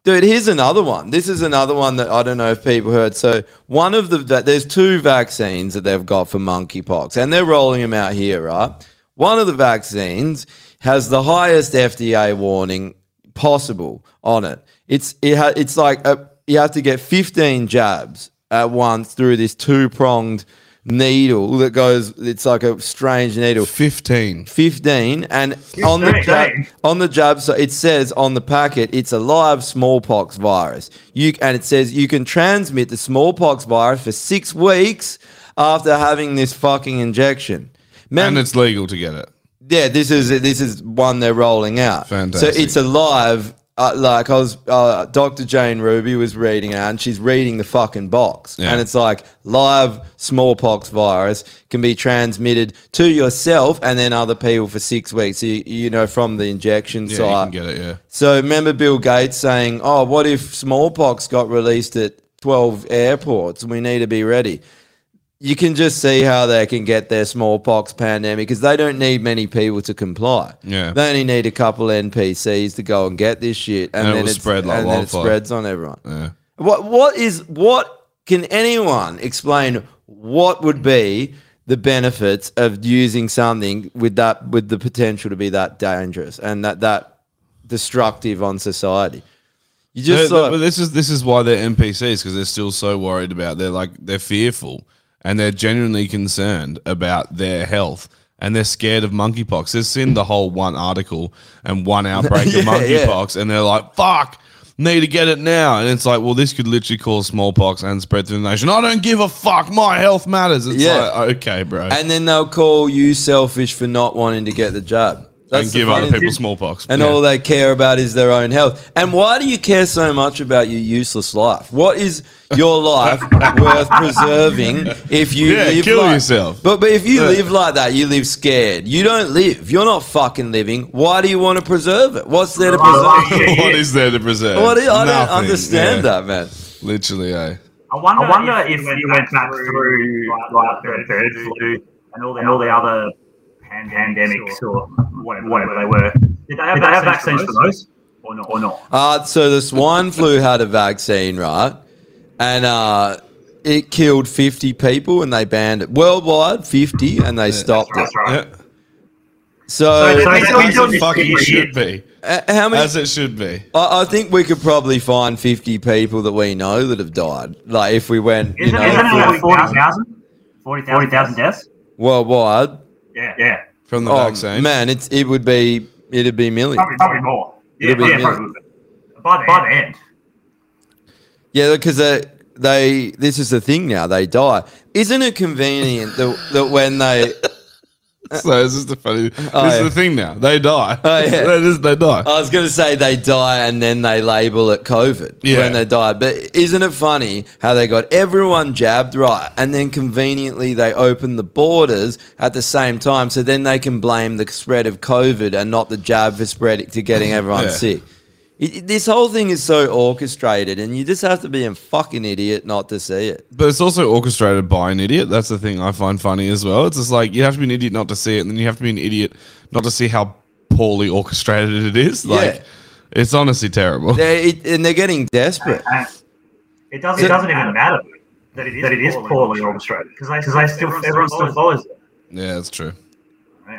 [SPEAKER 4] Dude, here's another one. This is another one that I don't know if people heard. So one of the that there's two vaccines that they've got for monkeypox, and they're rolling them out here, right? One of the vaccines has the highest FDA warning possible on it. It's it ha, it's like a, you have to get 15 jabs at once through this two pronged needle that goes. It's like a strange needle.
[SPEAKER 2] 15.
[SPEAKER 4] 15, and on the
[SPEAKER 6] 15.
[SPEAKER 4] jab, on the jab so it says on the packet it's a live smallpox virus you and it says you can transmit the smallpox virus for six weeks after having this fucking injection
[SPEAKER 2] and it's legal to get it.
[SPEAKER 4] yeah this is this is one they're rolling out
[SPEAKER 2] Fantastic.
[SPEAKER 4] so it's a live uh, like i was uh, dr jane ruby was reading it and she's reading the fucking box
[SPEAKER 2] Yeah.
[SPEAKER 4] and it's like live smallpox virus can be transmitted to yourself and then other people for six weeks you, you know from the injection
[SPEAKER 2] Yeah,
[SPEAKER 4] site
[SPEAKER 2] you can get it. Yeah.
[SPEAKER 4] so remember Bill Gates saying, "Oh, what if smallpox got released at 12 airports? We need to be ready." You can just see how they can get their smallpox pandemic because they don't need many people to comply.
[SPEAKER 2] Yeah.
[SPEAKER 4] They only need a couple NPCs to go and get this shit, and,
[SPEAKER 2] And it
[SPEAKER 4] then
[SPEAKER 2] will
[SPEAKER 4] it's-
[SPEAKER 2] spread like
[SPEAKER 4] and then it
[SPEAKER 2] wildfire.
[SPEAKER 4] spreads on everyone.
[SPEAKER 2] Yeah.
[SPEAKER 4] What what is what can anyone explain what would be the benefits of using something with that with the potential to be that dangerous and that that destructive on society? You just
[SPEAKER 2] They're-
[SPEAKER 4] like-
[SPEAKER 2] but this is this is why they're NPCs because they're still so worried about they're like they're fearful and they're genuinely concerned about their health and they're scared of monkeypox. They've seen the whole one article
[SPEAKER 4] <laughs>
[SPEAKER 2] and one outbreak
[SPEAKER 4] Yeah,
[SPEAKER 2] of
[SPEAKER 4] yeah.
[SPEAKER 2] monkeypox and they're like, "Fuck, need to get it now." And it's like, well, this could literally cause smallpox and spread through the nation. I don't give a fuck. My health matters. It's
[SPEAKER 4] Yeah.
[SPEAKER 2] like, uh, okay, bro.
[SPEAKER 4] and then they'll call you selfish for not wanting to get the jab.
[SPEAKER 2] And give
[SPEAKER 4] the
[SPEAKER 2] other
[SPEAKER 4] funny
[SPEAKER 2] people
[SPEAKER 4] thing.
[SPEAKER 2] smallpox.
[SPEAKER 4] And
[SPEAKER 2] Yeah.
[SPEAKER 4] all they care about is their own health. And why do you care so much about your useless life? What is
[SPEAKER 2] <laughs>
[SPEAKER 4] your life worth preserving if you
[SPEAKER 2] Yeah,
[SPEAKER 4] live
[SPEAKER 2] kill
[SPEAKER 4] like-
[SPEAKER 2] yourself.
[SPEAKER 4] But but if you
[SPEAKER 2] Yeah.
[SPEAKER 4] live like that, you live scared. You don't live. You're not fucking living. Why do you want to preserve it? What's there to
[SPEAKER 2] <laughs>
[SPEAKER 4] preserve?
[SPEAKER 2] <laughs> what is there to preserve?
[SPEAKER 4] What is- I don't
[SPEAKER 2] Nothing.
[SPEAKER 4] understand
[SPEAKER 2] Yeah.
[SPEAKER 4] that, man.
[SPEAKER 2] Literally, eh?
[SPEAKER 5] I wonder,
[SPEAKER 6] I wonder
[SPEAKER 5] if,
[SPEAKER 6] if
[SPEAKER 5] when
[SPEAKER 6] you
[SPEAKER 5] you went back through like, like the bird flu and all the, and all the other pandemics or whatever, whatever they were, did they have, vaccines for those or not? Or not?
[SPEAKER 4] Uh, so the swine flu had a vaccine, right? And uh, it killed 50 people and they banned it. Worldwide, 50, and they stopped
[SPEAKER 5] that's
[SPEAKER 4] it.
[SPEAKER 5] right.
[SPEAKER 4] So,
[SPEAKER 2] So that's as it fucking should be.
[SPEAKER 4] Uh, how many-
[SPEAKER 2] As it should be.
[SPEAKER 4] I, I think we could probably find 50 people that we know that have died. Like if we went, you
[SPEAKER 5] Isn't,
[SPEAKER 4] know,
[SPEAKER 5] isn't it
[SPEAKER 4] full-
[SPEAKER 5] like 40,000? 40,000 deaths?
[SPEAKER 4] worldwide
[SPEAKER 5] Yeah. Yeah.
[SPEAKER 2] from
[SPEAKER 5] the
[SPEAKER 4] vaccine. Oh, Man, it's it would be it'd be millions.
[SPEAKER 5] Probably, probably more. Yeah,
[SPEAKER 4] It'll be
[SPEAKER 5] yeah,
[SPEAKER 4] millions.
[SPEAKER 5] probably. By the, by the end.
[SPEAKER 4] Yeah, because they, they this is the thing now. They die. Isn't it convenient that, that when they
[SPEAKER 2] So this is the funny. This
[SPEAKER 4] Oh,
[SPEAKER 2] is
[SPEAKER 4] yeah.
[SPEAKER 2] the thing now. They die.
[SPEAKER 4] Oh, yeah.
[SPEAKER 2] <laughs>
[SPEAKER 4] Oh.
[SPEAKER 2] they, just, they die.
[SPEAKER 4] I was going to say they die and then they label it COVID
[SPEAKER 2] Yeah.
[SPEAKER 4] when they die. But isn't it funny how they got everyone jabbed right and then conveniently they open the borders at the same time so then they can blame the spread of COVID and not the jab for spreading to
[SPEAKER 2] <laughs>
[SPEAKER 4] getting everyone
[SPEAKER 2] Yeah.
[SPEAKER 4] sick. It, it- this whole thing is so orchestrated and you just have to be a fucking idiot not to see it.
[SPEAKER 2] But it's also orchestrated by an idiot. That's the thing I find funny as well. It's just like you have to be an idiot not to see it, and then you have to be an idiot not to see how poorly orchestrated it is. Like
[SPEAKER 4] Yeah.
[SPEAKER 2] it's honestly terrible.
[SPEAKER 4] They're, it and they're getting desperate.
[SPEAKER 5] It doesn't,
[SPEAKER 4] It-
[SPEAKER 5] it doesn't even matter that it is, poorly orchestrated because they, still, everyone still follows it.
[SPEAKER 2] Yeah, that's true.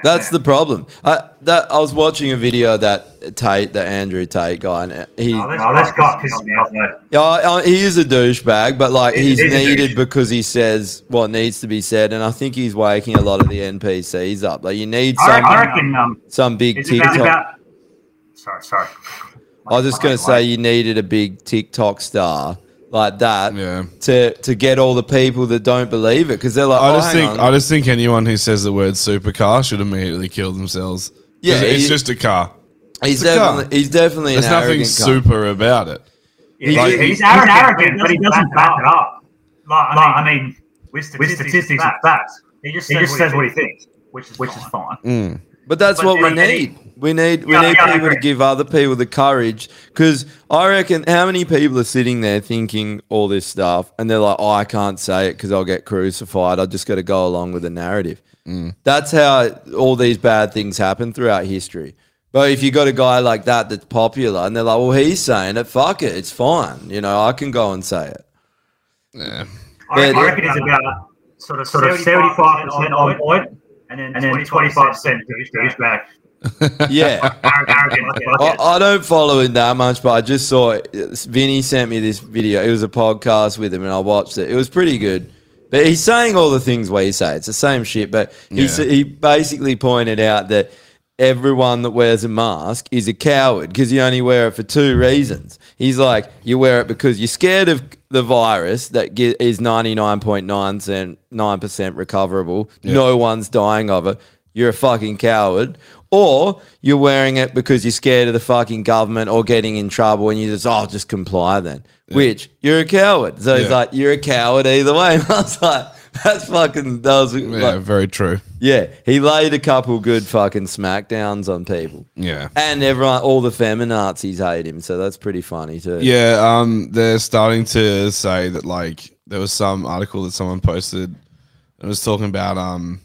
[SPEAKER 4] That's the problem. I that I was watching a video that Tate, the Andrew Tate guy, and he
[SPEAKER 5] No, Oh, that's got pissed me off, mate.
[SPEAKER 4] Yeah, I- I- he is a douchebag, but like
[SPEAKER 5] He-
[SPEAKER 4] he's
[SPEAKER 5] he's a
[SPEAKER 4] needed because he says what needs to be said, and I think he's waking a lot of the NPCs up. Like you need
[SPEAKER 5] I
[SPEAKER 4] some,
[SPEAKER 5] reckon- I reckon, um,
[SPEAKER 4] some big
[SPEAKER 5] It's about,
[SPEAKER 4] TikTok.
[SPEAKER 5] about. Sorry, sorry.
[SPEAKER 4] I was just going to say you needed a big TikTok star like that to to get all the people that don't believe it because they're like,
[SPEAKER 2] I
[SPEAKER 4] oh,
[SPEAKER 2] just
[SPEAKER 4] hang on.
[SPEAKER 2] think I just think anyone who says the word supercar should immediately kill themselves. 'Cause
[SPEAKER 4] Yeah,
[SPEAKER 2] it's
[SPEAKER 4] he-
[SPEAKER 2] just a car.
[SPEAKER 4] He's
[SPEAKER 2] It's a car.
[SPEAKER 4] definitely- he's definitely an
[SPEAKER 2] There's nothing
[SPEAKER 4] arrogant cunt.
[SPEAKER 2] super about it.
[SPEAKER 5] He's,
[SPEAKER 2] Like,
[SPEAKER 5] he's,
[SPEAKER 2] he-
[SPEAKER 5] arrogant, but he doesn't back it up. Like, I, mean, with statistics, and facts, he just,
[SPEAKER 1] says what he
[SPEAKER 5] says what he
[SPEAKER 1] thinks,
[SPEAKER 5] thinks, which is which is fine.
[SPEAKER 4] Mm. But that's
[SPEAKER 5] But
[SPEAKER 4] what we
[SPEAKER 5] then they-
[SPEAKER 4] need. We need we
[SPEAKER 5] Yeah,
[SPEAKER 4] need
[SPEAKER 5] yeah, I
[SPEAKER 4] people to
[SPEAKER 5] agree.
[SPEAKER 4] give other people the courage because I reckon how many people are sitting there thinking all this stuff and they're like, oh, I can't say it because I'll get crucified. I just got to go along with the narrative.
[SPEAKER 5] Mm.
[SPEAKER 4] That's how all these bad things happen throughout history. But if you got a guy like that that's popular and they're like, well, he's saying it, fuck it, it's fine. You know, I can go and say it.
[SPEAKER 2] Yeah.
[SPEAKER 5] I reckon,
[SPEAKER 4] But-
[SPEAKER 5] I reckon it's about sort of sort of seventy
[SPEAKER 1] 75%
[SPEAKER 5] five percent on
[SPEAKER 1] on
[SPEAKER 5] point, and then and then twenty five percent douchebag.
[SPEAKER 4] <laughs> yeah.
[SPEAKER 5] Arrogant.
[SPEAKER 4] I, I don't follow it that much, but I just saw it. It's- Vinny sent me this video. It was a podcast with him, and I watched it. It was pretty good. But he's saying all the things we say. It's the same shit. But he s
[SPEAKER 2] Yeah.
[SPEAKER 4] he basically pointed out that everyone that wears a mask is a coward because you only wear it for two reasons. He's like, you wear it because you're scared of the virus that ge- is 99.9% recoverable. No one's dying of it. You're a fucking coward. Or you're wearing it because you're scared of the fucking government or getting in trouble and you just, oh, just comply then. Which you're a coward. So he's
[SPEAKER 2] Yeah.
[SPEAKER 4] like, you're a coward either way. <laughs> And I was like, that's fucking, that was
[SPEAKER 2] Yeah,
[SPEAKER 4] like,
[SPEAKER 2] very true.
[SPEAKER 4] yeah, he laid a couple good fucking smackdowns on people.
[SPEAKER 2] Yeah.
[SPEAKER 4] And everyone, all the feminazis hate him, so that's pretty funny too.
[SPEAKER 2] Yeah, um, they're starting to say that like there was some article that someone posted that was talking about um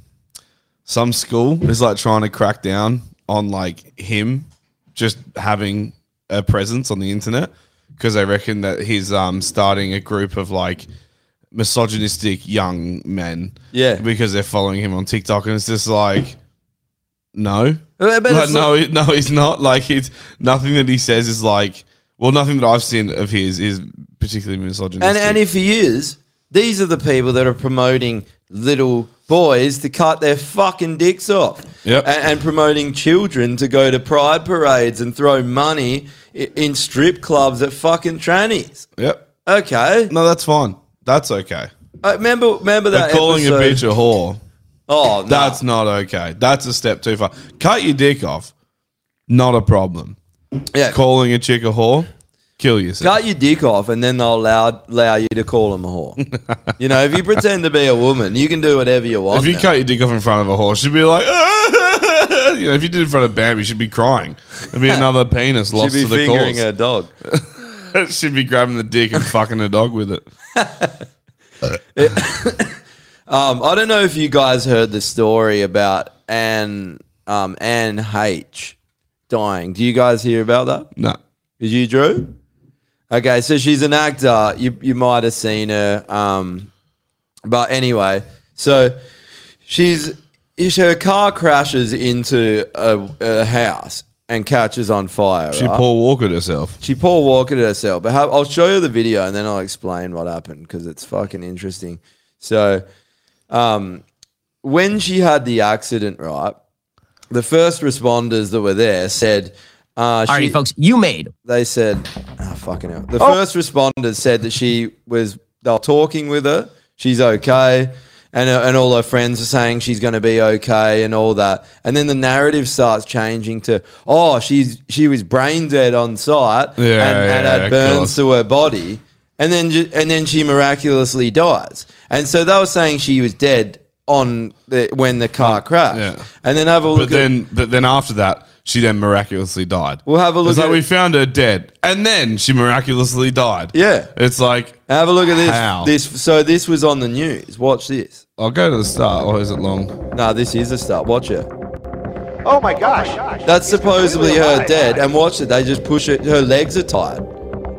[SPEAKER 2] some school is like trying to crack down on like him just having a presence on the internet because they reckon that he's um starting a group of like misogynistic young men.
[SPEAKER 4] Yeah.
[SPEAKER 2] Because they're following him on TikTok and it's just like no.
[SPEAKER 4] But- but
[SPEAKER 2] Like,
[SPEAKER 4] it's
[SPEAKER 2] no, it- no, he's not. Like it's nothing that he says is like. Well, nothing that I've seen of his is particularly misogynistic.
[SPEAKER 4] And and if he is, these are the people that are promoting little boys to cut their fucking dicks off.
[SPEAKER 2] Yep.
[SPEAKER 4] And, and promoting children to go to pride parades and throw money i- in strip clubs at fucking trannies.
[SPEAKER 2] Yep.
[SPEAKER 4] Okay.
[SPEAKER 2] No, that's fine. That's okay.
[SPEAKER 4] I remember remember
[SPEAKER 2] But
[SPEAKER 4] that
[SPEAKER 2] calling a
[SPEAKER 4] episode-
[SPEAKER 2] bitch a whore.
[SPEAKER 4] Oh,
[SPEAKER 2] that's not okay. That's a step too far. Cut your dick off. Not a problem.
[SPEAKER 4] Yeah.
[SPEAKER 2] Calling a chick a whore. Kill yourself.
[SPEAKER 4] Cut your dick off, and then they'll allow, allow you to call them a whore. you know, if you pretend to be a woman, you can do whatever you want.
[SPEAKER 2] If you
[SPEAKER 4] now.
[SPEAKER 2] cut your dick off in front of a horse, she'd be like, <laughs> you know, if you did it in front of Bambi, she'd be crying.
[SPEAKER 4] <laughs>
[SPEAKER 2] There'd be another penis lost
[SPEAKER 4] She'd be
[SPEAKER 2] to the
[SPEAKER 4] fingering
[SPEAKER 2] cause.
[SPEAKER 4] her dog.
[SPEAKER 2] <laughs> she'd be grabbing the
[SPEAKER 4] <laughs>
[SPEAKER 2] dick and fucking the dog with it.
[SPEAKER 4] Um, I don't know if you guys heard the story about Anne um, Anne H dying. Do you guys hear about that?
[SPEAKER 2] No.
[SPEAKER 4] Did you, Drew? Okay, so she's an actor. You you might have seen her. Um, but anyway, so she's is- her car crashes into a, a house and catches on fire.
[SPEAKER 2] She
[SPEAKER 4] right?
[SPEAKER 2] Paul Walkered herself.
[SPEAKER 4] She Paul Walkered herself. But have, I'll show you the video and then I'll explain what happened because it's fucking interesting. So, um, when she had the accident, right, the first responders that were there said, uh,
[SPEAKER 8] All right, folks, you made.
[SPEAKER 4] They said, oh, fucking hell. The
[SPEAKER 8] Oh.
[SPEAKER 4] first responders said that she was, they were talking with her. She's okay. And, uh, and all her friends are saying she's going to be okay and all that. And then the narrative starts changing to, oh, she's she was brain dead on site
[SPEAKER 2] Yeah,
[SPEAKER 4] and, and
[SPEAKER 2] yeah,
[SPEAKER 4] had
[SPEAKER 2] of
[SPEAKER 4] burns to her body. And then, ju- and then she miraculously dies. And so they were saying she was dead on the, when the car crashed. And then have a look
[SPEAKER 2] But
[SPEAKER 4] at
[SPEAKER 2] then, but then after that, she then miraculously died.
[SPEAKER 4] We'll have a look
[SPEAKER 2] It's like
[SPEAKER 4] at-
[SPEAKER 2] we found her dead, and then she miraculously died.
[SPEAKER 4] Yeah.
[SPEAKER 2] It's like
[SPEAKER 4] have a look at this.
[SPEAKER 2] How?
[SPEAKER 4] This so this was on the news. Watch this.
[SPEAKER 2] I'll go to the start, or is it long?
[SPEAKER 4] No, this is the start. Watch it.
[SPEAKER 6] Oh my gosh.
[SPEAKER 4] That's supposedly
[SPEAKER 6] completely
[SPEAKER 4] her
[SPEAKER 6] alive.
[SPEAKER 4] dead, and watch it. They just push it. Her legs are tied,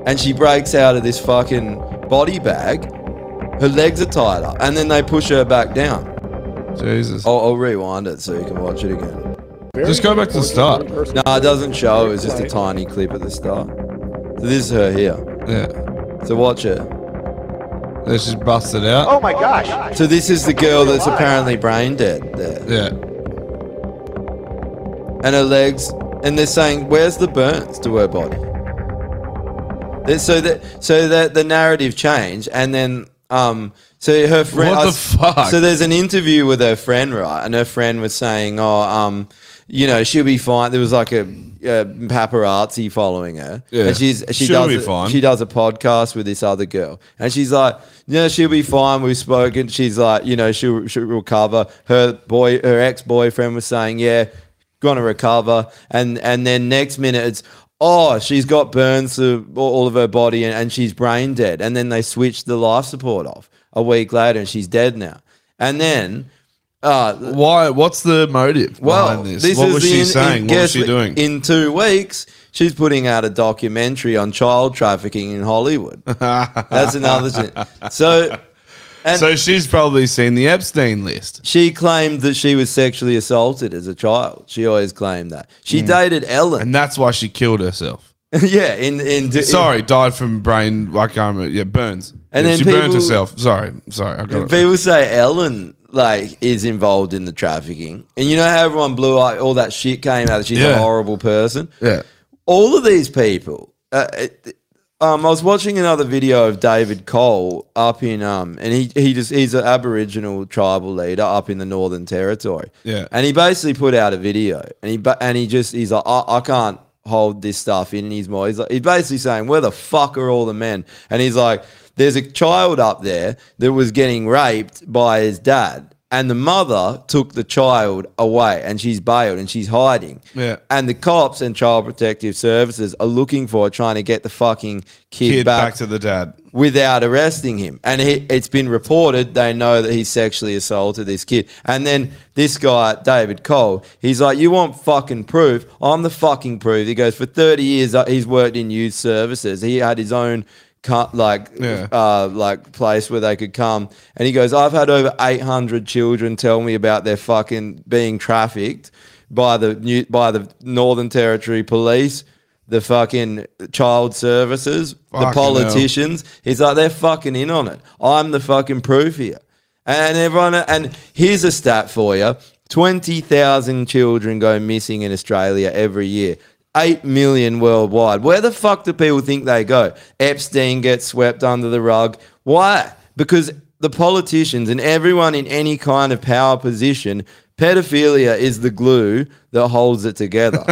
[SPEAKER 4] and she breaks out of this fucking body bag. Her legs are tied up, and then they push her back down.
[SPEAKER 2] Jesus.
[SPEAKER 4] I'll, I'll rewind it so you can watch it again.
[SPEAKER 2] Just go back to the start.
[SPEAKER 4] No, it doesn't show. It was just a tiny clip at the start. So this is her here.
[SPEAKER 2] Yeah.
[SPEAKER 4] So watch it.
[SPEAKER 2] Let's just bust it out.
[SPEAKER 6] Oh my gosh.
[SPEAKER 4] So this is the girl that's apparently brain dead there.
[SPEAKER 2] Yeah.
[SPEAKER 4] And her legs, and they're saying, "Where's the burns to her body?" They- So that so that the narrative changed, and then um, so her friend.
[SPEAKER 2] What the
[SPEAKER 4] I s-
[SPEAKER 2] fuck?
[SPEAKER 4] So there's an interview with her friend, right? And her friend was saying, "Oh, um, you know, she'll be fine." There was like a, a paparazzi following her,
[SPEAKER 2] Yeah.
[SPEAKER 4] and she's she
[SPEAKER 2] She'll
[SPEAKER 4] does
[SPEAKER 2] be
[SPEAKER 4] it-
[SPEAKER 2] fine.
[SPEAKER 4] she does a podcast with this other girl, and she's like, "Yeah, she'll be fine." We've spoken. She's like, you know, she'll she'll recover. Her boy, her ex boyfriend was saying, "Yeah, gonna recover," and and then next minute it's. Oh, she's got burns to all of her body and, and she's brain dead. And then they switched the life support off a week later and she's dead now. And then uh,
[SPEAKER 2] why? What's the motive
[SPEAKER 4] well,
[SPEAKER 2] behind this?
[SPEAKER 4] this
[SPEAKER 2] what
[SPEAKER 4] is
[SPEAKER 2] was
[SPEAKER 4] the
[SPEAKER 2] she
[SPEAKER 4] in- in-
[SPEAKER 2] saying? What was
[SPEAKER 4] guess
[SPEAKER 2] she doing?
[SPEAKER 4] In two weeks, she's putting out a documentary on child trafficking in
[SPEAKER 2] <laughs>
[SPEAKER 4] Hollywood. That's another thing. So,
[SPEAKER 2] so she's probably seen the Epstein list.
[SPEAKER 4] She claimed that she was sexually assaulted as a child. She always claimed that. She
[SPEAKER 2] Mm.
[SPEAKER 4] dated Ellen.
[SPEAKER 2] And that's why she killed herself.
[SPEAKER 4] <laughs> yeah, in in in-
[SPEAKER 2] Sorry, died from brain. I can't remember. Yeah, burns.
[SPEAKER 4] And
[SPEAKER 2] Yeah,
[SPEAKER 4] then
[SPEAKER 2] she burned
[SPEAKER 4] people-
[SPEAKER 2] herself. Sorry, sorry. I got it.
[SPEAKER 4] People say Ellen like is involved in the trafficking, and you know how everyone blew up, all that shit came out. that She's
[SPEAKER 2] Yeah.
[SPEAKER 4] a horrible person.
[SPEAKER 2] Yeah.
[SPEAKER 4] all of these people. Uh, it- um, I was watching another video of David Cole up in um, and he he just he's an Aboriginal tribal leader up in the Northern Territory.
[SPEAKER 2] Yeah.
[SPEAKER 4] And he basically put out a video, and he ba- and he just he's like, I, I can't hold this stuff in his mind. He's like, he's basically saying, where the fuck are all the men? And he's like, there's a child up there that was getting raped by his dad, and the mother took the child away, and she's bailed, and she's hiding.
[SPEAKER 2] Yeah.
[SPEAKER 4] And the cops and child protective services are looking for trying to get the fucking kid,
[SPEAKER 2] Kid
[SPEAKER 4] back,
[SPEAKER 2] back to the dad
[SPEAKER 4] without arresting him. And he, it's been reported they know that he sexually assaulted this kid. And then this guy, David Cole, he's like, You want fucking proof? I'm the fucking proof. He goes, For 30 years, uh, he's worked in youth services. He had his own. cu- Like,
[SPEAKER 2] Yeah.
[SPEAKER 4] uh, like place where they could come, and he goes, "I've had over eight hundred children tell me about their fucking being trafficked by the new by the Northern Territory Police, the fucking child services,
[SPEAKER 2] Fucking
[SPEAKER 4] the
[SPEAKER 2] hell.
[SPEAKER 4] politicians. He's like, they're fucking in on it. I'm the fucking proof here. And everyone, and here's a stat for you 20,000 children go missing in Australia every year. 8 million worldwide. Where the fuck do people think they go? Epstein gets swept under the rug. Why? Because the politicians and everyone in any kind of power position, pedophilia is the glue that holds it together.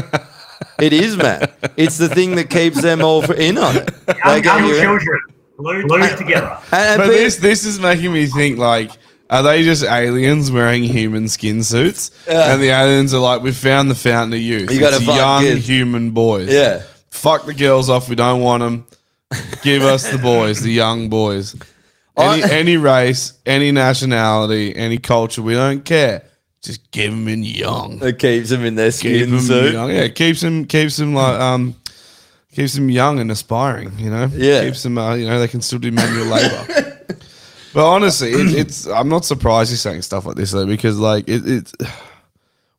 [SPEAKER 4] it is, man. It's the thing that keeps them all for, in on it. They
[SPEAKER 5] Young,
[SPEAKER 4] get you in.
[SPEAKER 5] children glued, glued together.
[SPEAKER 4] And-
[SPEAKER 2] but
[SPEAKER 4] but-
[SPEAKER 2] this this is making me think like are they just aliens wearing human skin suits?
[SPEAKER 4] Yeah.
[SPEAKER 2] And the aliens are like, we found the fountain of youth.
[SPEAKER 4] You gotta
[SPEAKER 2] It's
[SPEAKER 4] fuck
[SPEAKER 2] young
[SPEAKER 4] kids."
[SPEAKER 2] human boys.
[SPEAKER 4] Yeah.
[SPEAKER 2] Fuck the girls off. We don't want them. Give us the boys, the young boys. Any,
[SPEAKER 4] I-
[SPEAKER 2] any race, any nationality, any culture, we don't care. Just give them in
[SPEAKER 4] <laughs>
[SPEAKER 2] young.
[SPEAKER 4] It keeps them in their
[SPEAKER 2] Keep
[SPEAKER 4] skin
[SPEAKER 2] them
[SPEAKER 4] suit.
[SPEAKER 2] young. Yeah, keeps them keeps them like um keeps them young and aspiring, you know?
[SPEAKER 4] Yeah.
[SPEAKER 2] Keeps them uh, you know, they can still do manual labor. But honestly, it, it's I'm not surprised you're saying stuff like this though, because like it, it <sighs>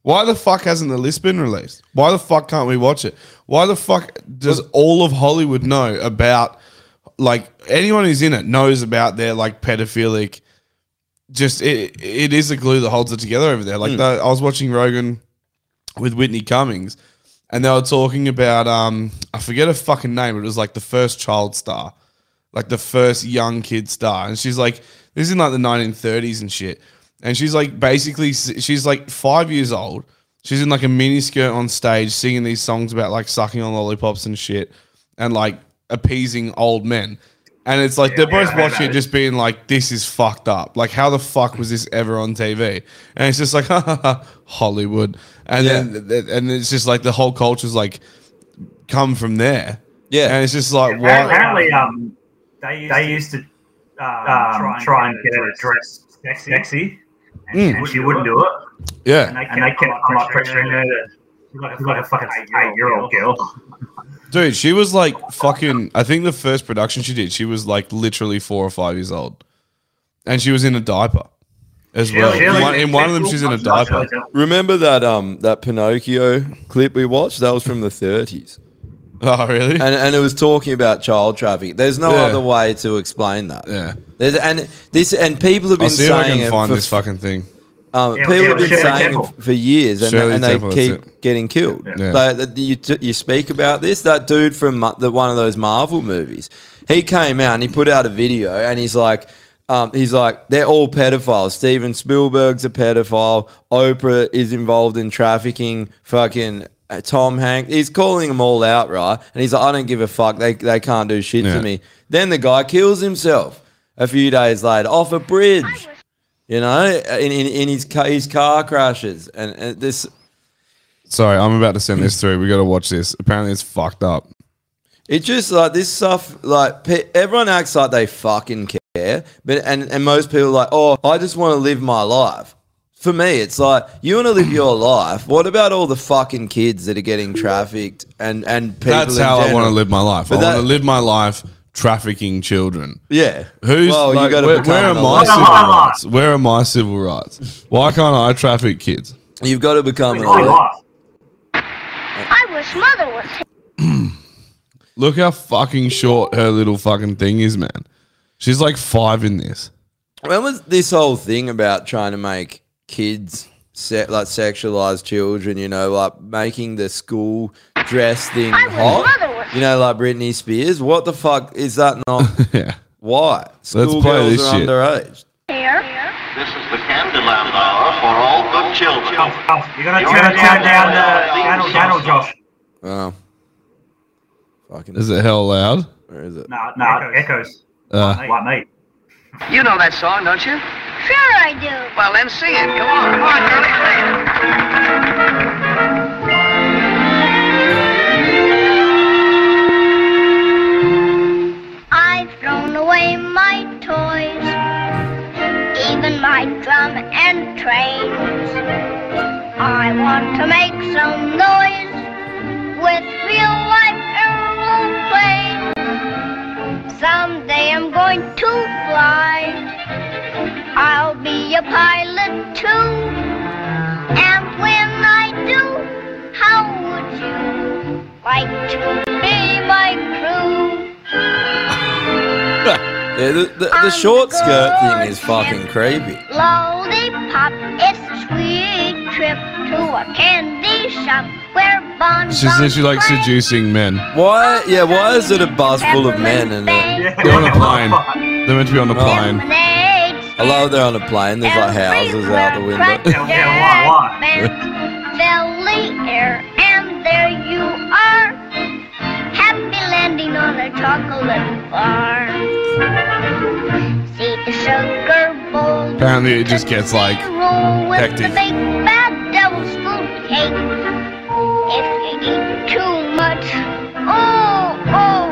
[SPEAKER 2] why the fuck hasn't the list been released? Why the fuck can't we watch it? Why the fuck does all of Hollywood know about like anyone who's in it knows about their like pedophilic just it it is a glue that holds it together over there. Like
[SPEAKER 4] Mm.
[SPEAKER 2] the, I was watching Rogan with Whitney Cummings and they were talking about um I forget her fucking name, but it was like the first child star like the first young kid star. And she's like, this is in like the 1930s and shit. And she's like, basically, she's like five years old. She's in like a miniskirt on stage singing these songs about like sucking on lollipops and shit and like appeasing old men. And it's like, they're both watching it just being like, this is fucked up. Like, how the fuck was this ever on TV? And it's just like, <laughs> ha ha ha, Hollywood. And then, and it's just like the whole culture's like, come from there.
[SPEAKER 4] Yeah.
[SPEAKER 2] And it's just like, why?
[SPEAKER 5] Apparently, um, they used, to, um, try and get her dressed sexy, and,
[SPEAKER 2] Mm.
[SPEAKER 5] and she wouldn't do it.
[SPEAKER 2] Yeah.
[SPEAKER 5] And they kept, and they kept come up pressuring her to look like, a fucking eight-year-old girl.
[SPEAKER 2] Dude, she was like fucking. I think the first production she did, she was like literally four or five years old, and she was in a diaper. as
[SPEAKER 4] Yeah,
[SPEAKER 2] well.
[SPEAKER 4] yeah,
[SPEAKER 2] In one-
[SPEAKER 4] like-
[SPEAKER 2] in one of them, she's in a diaper.
[SPEAKER 4] Remember that um that Pinocchio clip we watched? That was from the 30s.
[SPEAKER 2] <laughs> Oh, really?
[SPEAKER 4] And uh, and it was talking about child trafficking. There's no
[SPEAKER 2] Yeah.
[SPEAKER 4] other way to explain that.
[SPEAKER 2] Yeah.
[SPEAKER 4] There's, and this and people have been
[SPEAKER 2] I'll see if I
[SPEAKER 4] saying
[SPEAKER 2] can
[SPEAKER 4] it
[SPEAKER 2] find
[SPEAKER 4] for-
[SPEAKER 2] this fucking thing.
[SPEAKER 4] Um,
[SPEAKER 2] Yeah,
[SPEAKER 4] people
[SPEAKER 2] yeah,
[SPEAKER 4] have been
[SPEAKER 2] Shirley
[SPEAKER 4] saying
[SPEAKER 2] Temple.
[SPEAKER 4] it for years, and,
[SPEAKER 2] Shirley
[SPEAKER 4] and
[SPEAKER 2] Temple,
[SPEAKER 4] they
[SPEAKER 2] that's
[SPEAKER 4] keep getting killed.
[SPEAKER 2] Yeah.
[SPEAKER 4] Like, that you t- you speak about this. That dude from Ma- the, one of those Marvel movies, he came out and he put out a video, and he's like, um, he's like, they're all pedophiles. Steven Spielberg's a pedophile. Oprah is involved in trafficking. Fucking. uh, Tom Hanks, he's calling them all out, right? And he's like, I don't give a fuck. They, they can't do shit
[SPEAKER 2] Yeah.
[SPEAKER 4] to me. Then the guy kills himself a few days later off a bridge you know, in, in, in his car, his car crashes, and, and this
[SPEAKER 2] Sorry, I'm about to send this through. We got to watch this. Apparently, it's fucked up.
[SPEAKER 4] it just like this stuff. Like pe- everyone acts like they fucking care, but and and most people are like, oh, I just want to live my life. For me, it's like you want to live
[SPEAKER 2] <clears throat>
[SPEAKER 4] your life. What about all the fucking kids that are getting trafficked and and people?
[SPEAKER 2] That's
[SPEAKER 4] in
[SPEAKER 2] how I want to
[SPEAKER 4] general?
[SPEAKER 2] live my life.
[SPEAKER 4] But
[SPEAKER 2] I
[SPEAKER 4] that-
[SPEAKER 2] want to live my life trafficking children.
[SPEAKER 4] Yeah.
[SPEAKER 2] Who's
[SPEAKER 4] Well, you
[SPEAKER 2] like,
[SPEAKER 4] gotta
[SPEAKER 2] where,
[SPEAKER 4] become
[SPEAKER 2] where are
[SPEAKER 4] an
[SPEAKER 2] my
[SPEAKER 4] adult.
[SPEAKER 2] civil rights? Where are my civil rights? Why can't I traffic kids?
[SPEAKER 4] You've got to become an
[SPEAKER 2] Wait,
[SPEAKER 4] adult.
[SPEAKER 7] I wish mother was here.
[SPEAKER 2] Look how fucking short her little fucking thing is, man. She's like five in this.
[SPEAKER 4] When was this whole thing about trying to make kids se- like sexualized children? You know, like making the school dress thing hot. You know, like Britney Spears. What the fuck is that? Not
[SPEAKER 2] <laughs> yeah.
[SPEAKER 4] Why
[SPEAKER 2] play
[SPEAKER 4] school girls
[SPEAKER 2] this
[SPEAKER 4] are
[SPEAKER 2] shit.
[SPEAKER 4] underage?
[SPEAKER 9] This is the Candyland Hour for all good children.
[SPEAKER 5] You're gonna turn down, down the channel, channel, Josh.
[SPEAKER 4] Oh. Fucking
[SPEAKER 2] Is it hell loud?
[SPEAKER 4] Where is it?
[SPEAKER 5] Nah, nah, echoes.
[SPEAKER 2] Uh,
[SPEAKER 5] Like me.
[SPEAKER 7] You know that song, don't you? Sure I do. Well, then sing it. Come on, come on, girlie, sing it.
[SPEAKER 10] I've thrown away my toys, even my drum and trains. I want to make some noise with real life aeroplanes. Someday I'm going to fly. I'll be a pilot too. And when I do, how would you like to be my crew?
[SPEAKER 4] Yeah, the, the,
[SPEAKER 10] Oh
[SPEAKER 4] the short skirt thing is fucking creepy.
[SPEAKER 10] Lollipop, it's sweet trip to a candy shop where bonbons.
[SPEAKER 2] She's literally like seducing men.
[SPEAKER 4] Why? Yeah, why is it a bus full of men and uh,
[SPEAKER 2] They're on a plane. They're meant to be on a plane.
[SPEAKER 4] I love they're on a plane. There's like houses out the window.
[SPEAKER 10] Fill the air, and there you are. Happy landing on a chocolate bar. See the sugar bowl.
[SPEAKER 2] Apparently, it just gets like
[SPEAKER 10] roll with the
[SPEAKER 2] hectic.
[SPEAKER 10] big bad devil's food cake. If you eat too much, oh, oh,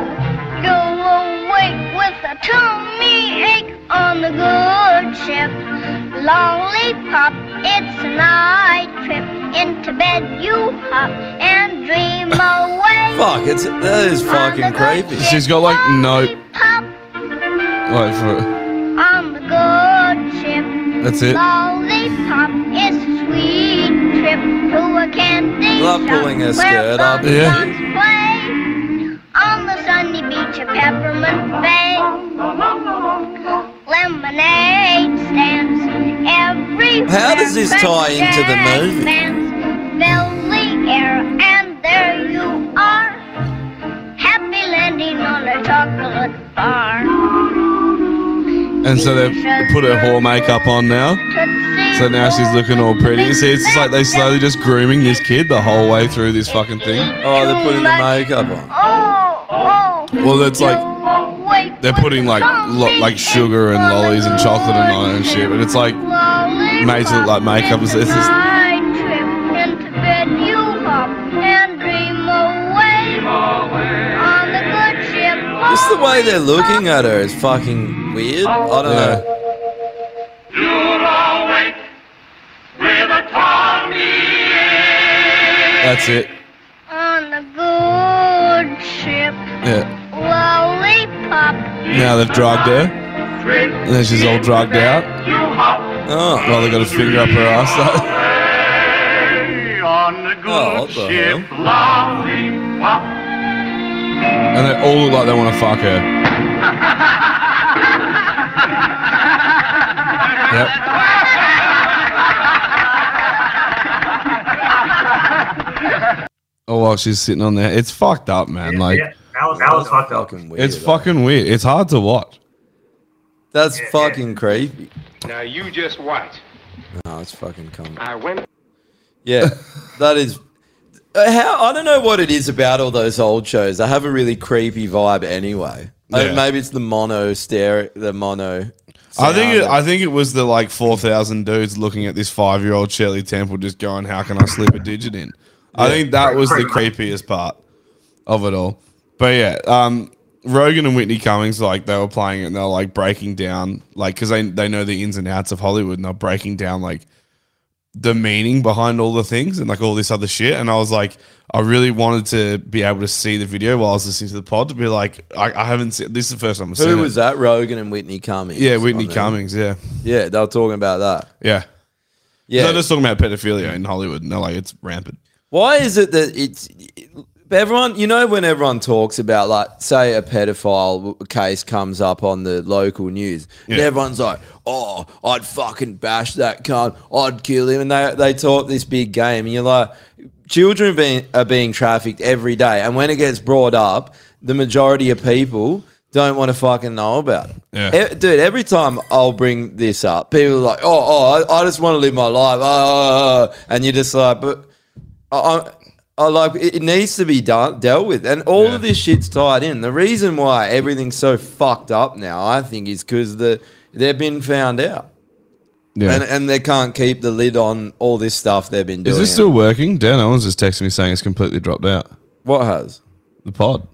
[SPEAKER 10] you'll awake with a tummy ache on the good ship. Lollipop, it's a night trip. Into bed you hop and dream away.
[SPEAKER 4] Fuck, it's that is fucking creepy.
[SPEAKER 2] She's got like no.
[SPEAKER 10] Pop
[SPEAKER 2] Like for,
[SPEAKER 10] on the good ship.
[SPEAKER 2] That's it.
[SPEAKER 10] Lollipop is a sweet trip to a candy
[SPEAKER 4] Love
[SPEAKER 10] shop
[SPEAKER 4] pulling
[SPEAKER 10] where
[SPEAKER 4] her skirt up.
[SPEAKER 10] bonbons
[SPEAKER 4] Yeah.
[SPEAKER 10] play on the sunny beach of Peppermint Bay. Lemonade stands everywhere.
[SPEAKER 4] How does this tie into the
[SPEAKER 10] Breakfast
[SPEAKER 4] movie?
[SPEAKER 10] bands Fill the air, and there you are. Happy landing on a chocolate bar.
[SPEAKER 2] and so they've put her whore makeup on now. So now she's looking all pretty. See, it's just like they slowly just grooming this kid the whole way through this fucking thing.
[SPEAKER 4] Oh, they're putting the makeup on.
[SPEAKER 10] oh,
[SPEAKER 2] Well, that's like they're putting like lo- like sugar and lollies and chocolate and all that shit, but it's like made to look like makeup. It's, it's just,
[SPEAKER 10] I trip into bed, you hop and dream away on the good ship.
[SPEAKER 4] Just the way they're looking at her is fucking weird. I don't know.
[SPEAKER 2] that's it.
[SPEAKER 10] On the good ship,
[SPEAKER 2] Yeah.
[SPEAKER 10] lollipop.
[SPEAKER 2] Now they've drugged her, and then she's all drugged out.
[SPEAKER 10] You hop
[SPEAKER 2] Oh, well, they got a finger up her ass. <laughs>
[SPEAKER 7] on the good
[SPEAKER 2] Oh, what the
[SPEAKER 7] ship Lollipop.
[SPEAKER 2] and they all look like they want to fuck her. Yep. Oh, while she's sitting on there, it's fucked up, man. like,
[SPEAKER 5] yeah, that was, that was fucked up.
[SPEAKER 2] it's fucking weird. It's hard to watch.
[SPEAKER 4] That's fucking creepy.
[SPEAKER 7] Now you just watch.
[SPEAKER 4] No, it's fucking cum.
[SPEAKER 7] I went.
[SPEAKER 4] Yeah, that is. uh, How I don't know what it is about all those old shows. They have a really creepy vibe anyway. I
[SPEAKER 2] Yeah.
[SPEAKER 4] mean, maybe it's the mono stare, the mono.
[SPEAKER 2] I think it,
[SPEAKER 4] sound.
[SPEAKER 2] I think it was the like four thousand dudes looking at this five year old Shirley Temple just going, "How can I slip a digit in?" I
[SPEAKER 4] Yeah.
[SPEAKER 2] think that was the creepiest part of it all. But yeah, um, Rogan and Whitney Cummings like they were playing it and they were like breaking down like because they they know the ins and outs of Hollywood and they're breaking down like the meaning behind all the things and like all this other shit. And I was like, I really wanted to be able to see the video while I was listening to the pod to be like, I, I haven't seen this is the first time I've seen
[SPEAKER 4] Who
[SPEAKER 2] it.
[SPEAKER 4] was that? Rogan and Whitney Cummings.
[SPEAKER 2] Yeah, Whitney
[SPEAKER 4] on there.
[SPEAKER 2] Cummings. Yeah,
[SPEAKER 4] Yeah, they were talking about that.
[SPEAKER 2] yeah.
[SPEAKER 4] Yeah.
[SPEAKER 2] They're just talking about pedophilia in Hollywood. and they're like, it's rampant.
[SPEAKER 4] Why is it that it's everyone? You know, when everyone talks about like, say, a pedophile w- case comes up on the local news, and
[SPEAKER 11] Yeah.
[SPEAKER 4] everyone's like, "Oh, I'd fucking bash that cunt. I'd kill him," and they they talk this big game, and you're like, children being are being trafficked every day, and when it gets brought up, the majority of people. Don't want to fucking know about it,
[SPEAKER 2] Yeah.
[SPEAKER 4] E- dude. Every time I'll bring this up, people are like, "Oh, oh, I, I just want to live my life," oh, oh, oh," and you're just like, "But I, I, I like it it needs to be done, dealt with, and all of this shit's tied in. The reason why everything's so fucked up now, I think, is because the they've been found out,
[SPEAKER 2] Yeah.
[SPEAKER 4] and and they can't keep the lid on all this stuff they've been doing.
[SPEAKER 2] Is this still working? Dan Owens just texted me saying it's completely dropped out.
[SPEAKER 4] What has?
[SPEAKER 2] The pod.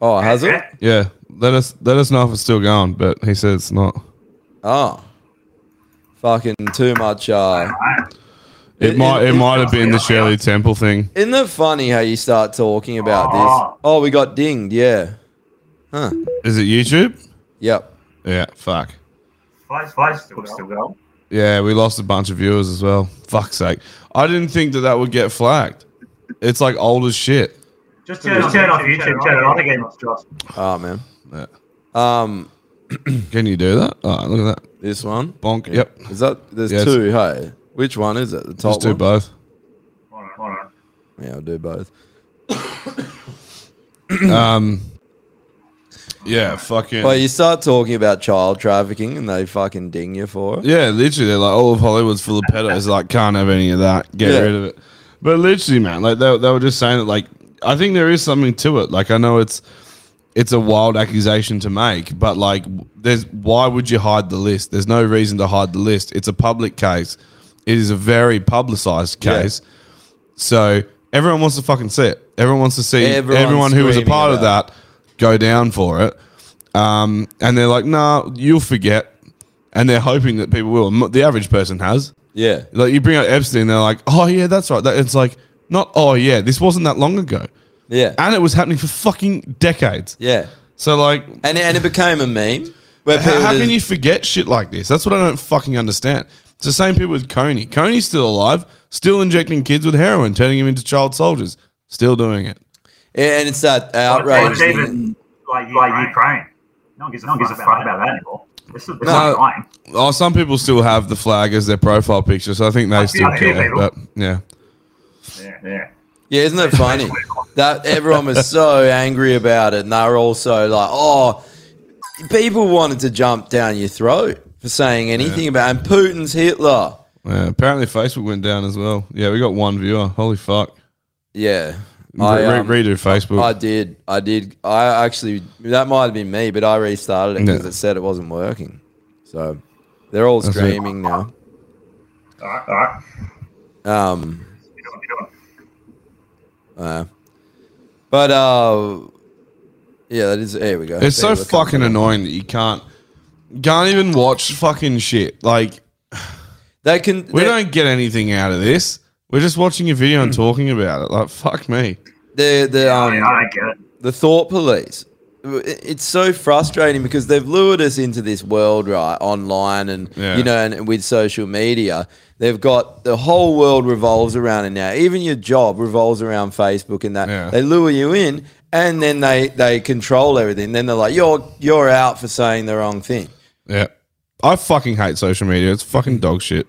[SPEAKER 4] Oh, has
[SPEAKER 5] <laughs>
[SPEAKER 4] it?
[SPEAKER 2] Yeah. Let us let us know if it's still going, but he said it's not.
[SPEAKER 4] Oh, fucking too much. Uh,
[SPEAKER 2] It, might it might have been the Shirley Temple thing.
[SPEAKER 4] Isn't it funny how you start talking about
[SPEAKER 2] Oh.
[SPEAKER 4] this? Oh, we got dinged. Yeah. Huh.
[SPEAKER 2] Is it YouTube?
[SPEAKER 4] Yep.
[SPEAKER 2] Yeah, fuck.
[SPEAKER 5] Five's, Five's still, still going.
[SPEAKER 2] Yeah, we lost a bunch of viewers as well. Fuck's sake. I didn't think that that would get flagged. It's like old as shit.
[SPEAKER 5] Just turn, just turn off YouTube, turn it on again, Josh.
[SPEAKER 4] Oh man.
[SPEAKER 2] Yeah.
[SPEAKER 4] Um,
[SPEAKER 2] Can you do that? Oh, look at that.
[SPEAKER 4] This one.
[SPEAKER 2] Bonk. Yep.
[SPEAKER 4] Is that there's
[SPEAKER 2] Yeah, it's-
[SPEAKER 4] two? Hey, which one is it? The top.
[SPEAKER 2] Just do
[SPEAKER 4] one?
[SPEAKER 2] both.
[SPEAKER 4] Yeah, I'll do both.
[SPEAKER 2] um. Yeah, fucking.
[SPEAKER 4] Well, you start talking about child trafficking, and they fucking ding you for it.
[SPEAKER 2] Yeah, literally, they're like all of Hollywood's full of pedos. Like, can't have any of that. Get
[SPEAKER 4] Yeah.
[SPEAKER 2] rid of it. But literally, man, like they, they were just saying that. Like, I think there is something to it. Like, I know it's it's a wild accusation to make, but like, there's why would you hide the list? There's no reason to hide the list. It's a public case. It is a very publicized
[SPEAKER 4] Yeah.
[SPEAKER 2] case. So everyone wants to fucking see it. Everyone wants to see
[SPEAKER 4] Everyone's
[SPEAKER 2] everyone who was a
[SPEAKER 4] screaming
[SPEAKER 2] part of
[SPEAKER 4] about
[SPEAKER 2] that go down for it. Um, and they're like, nah, you'll forget. And they're hoping that people will. M- The average person has.
[SPEAKER 4] Yeah.
[SPEAKER 2] Like you bring up Epstein, they're like, oh, yeah, that's right. That, it's like, not, oh, yeah, this wasn't that long ago.
[SPEAKER 4] Yeah.
[SPEAKER 2] And it was happening for fucking decades.
[SPEAKER 4] Yeah.
[SPEAKER 2] So, like,
[SPEAKER 4] and, and it became a meme. Where
[SPEAKER 2] how,
[SPEAKER 4] people
[SPEAKER 2] how
[SPEAKER 4] just-
[SPEAKER 2] can you forget shit like this? That's what I don't fucking understand. It's the same people with Coney. Coney's still alive, still injecting kids with heroin, turning them into child soldiers, still doing it.
[SPEAKER 4] And it's that
[SPEAKER 5] Or
[SPEAKER 4] outrage.
[SPEAKER 5] it's even like Ukraine. No one gives a, no one gives a fuck about that anymore. This is
[SPEAKER 2] No.
[SPEAKER 5] no. lying.
[SPEAKER 2] Oh, some people still have the flag as their profile picture, so I think they still
[SPEAKER 5] do
[SPEAKER 2] care.
[SPEAKER 5] people.
[SPEAKER 2] But yeah,
[SPEAKER 5] Yeah, yeah.
[SPEAKER 4] Yeah, isn't it funny that everyone was so angry about it, and they were also like, "Oh, people wanted to jump down your throat for saying anything about and Putin's Hitler."
[SPEAKER 2] yeah. Apparently, Facebook went down as well. Yeah, we got one viewer. Holy fuck!
[SPEAKER 4] Yeah, um,
[SPEAKER 2] Re- re- redo Facebook.
[SPEAKER 4] I did, I did. I actually that might have been me, but I restarted it because
[SPEAKER 2] Yeah.
[SPEAKER 4] it said it wasn't working. So they're all
[SPEAKER 2] That's it.
[SPEAKER 4] screaming now.
[SPEAKER 5] All right, all right.
[SPEAKER 4] Um,
[SPEAKER 5] You know what you're doing.
[SPEAKER 4] uh, but uh, yeah, that is. Here we go.
[SPEAKER 2] It's so
[SPEAKER 4] People are coming
[SPEAKER 2] fucking annoying that you can't can't even watch fucking shit. Like
[SPEAKER 4] they can.
[SPEAKER 2] We don't get anything out of this. We're just watching a video and talking about it. Like fuck me.
[SPEAKER 4] The the um
[SPEAKER 5] I get it.
[SPEAKER 4] the thought police. it's so frustrating because they've lured us into this world, right? Online and
[SPEAKER 2] Yeah.
[SPEAKER 4] you know, and with social media, they've got the whole world revolves around it now. Even your job revolves around Facebook and that. They lure you in, and then they they control everything. Then they're like, "You're you're out for saying the wrong thing."
[SPEAKER 2] Yeah. I fucking hate social media. It's fucking dog shit.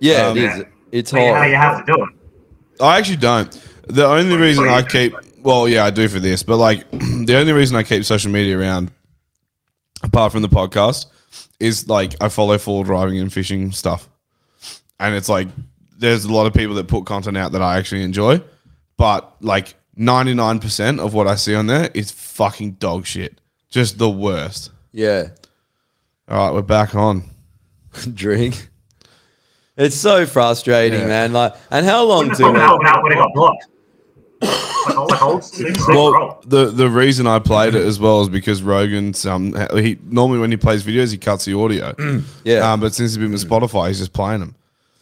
[SPEAKER 4] Yeah, it
[SPEAKER 2] Um,
[SPEAKER 4] is. It's
[SPEAKER 5] Well, you-
[SPEAKER 4] hard.
[SPEAKER 5] you have to do it.
[SPEAKER 2] I actually don't. The only reason I keep well, yeah, I do for this, but like <clears throat> the only reason I keep social media around, apart from the podcast, is like I follow full driving and fishing stuff, and it's like there's a lot of people that put content out that I actually enjoy, but like 99% of what I see on there is fucking dog shit, just the worst.
[SPEAKER 4] Yeah. <laughs>
[SPEAKER 2] All right, we're back on.
[SPEAKER 4] Drink. It's so frustrating,
[SPEAKER 2] Yeah.
[SPEAKER 4] man. Like, and how long
[SPEAKER 5] Wouldn't
[SPEAKER 4] do
[SPEAKER 5] have helped out when it got blocked. Like old, like old Sims, bro.
[SPEAKER 2] Well, the the reason I played it as well is because Rogan, um, he normally when he plays videos, he cuts the audio.
[SPEAKER 4] Yeah. Oh,
[SPEAKER 2] Um, but since he's been with Spotify, he's just playing them.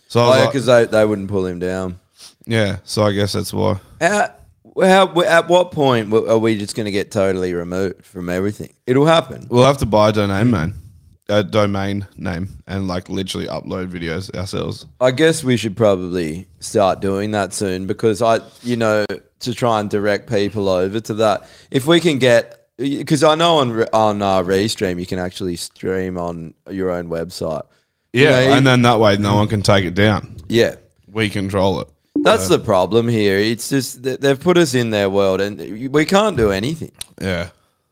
[SPEAKER 2] So I was like,
[SPEAKER 4] because they, they wouldn't pull him down.
[SPEAKER 2] yeah. So I guess that's why.
[SPEAKER 4] How, how, at what point w- are we just going to get totally removed from everything? It'll happen.
[SPEAKER 2] We'll have to buy a domain name, a domain name, and like literally upload videos ourselves.
[SPEAKER 4] I guess we should probably start doing that soon because I, you know, to try and direct people over to that. If we can get, because I know on re- on uh, Restream you can actually stream on your own website. You
[SPEAKER 2] Yeah,
[SPEAKER 4] know,
[SPEAKER 2] and then that way no one can take it down.
[SPEAKER 4] Yeah.
[SPEAKER 2] We control it.
[SPEAKER 4] That's
[SPEAKER 2] So-
[SPEAKER 4] the problem here. It's just that they've put us in their world and we can't do anything.
[SPEAKER 2] Yeah.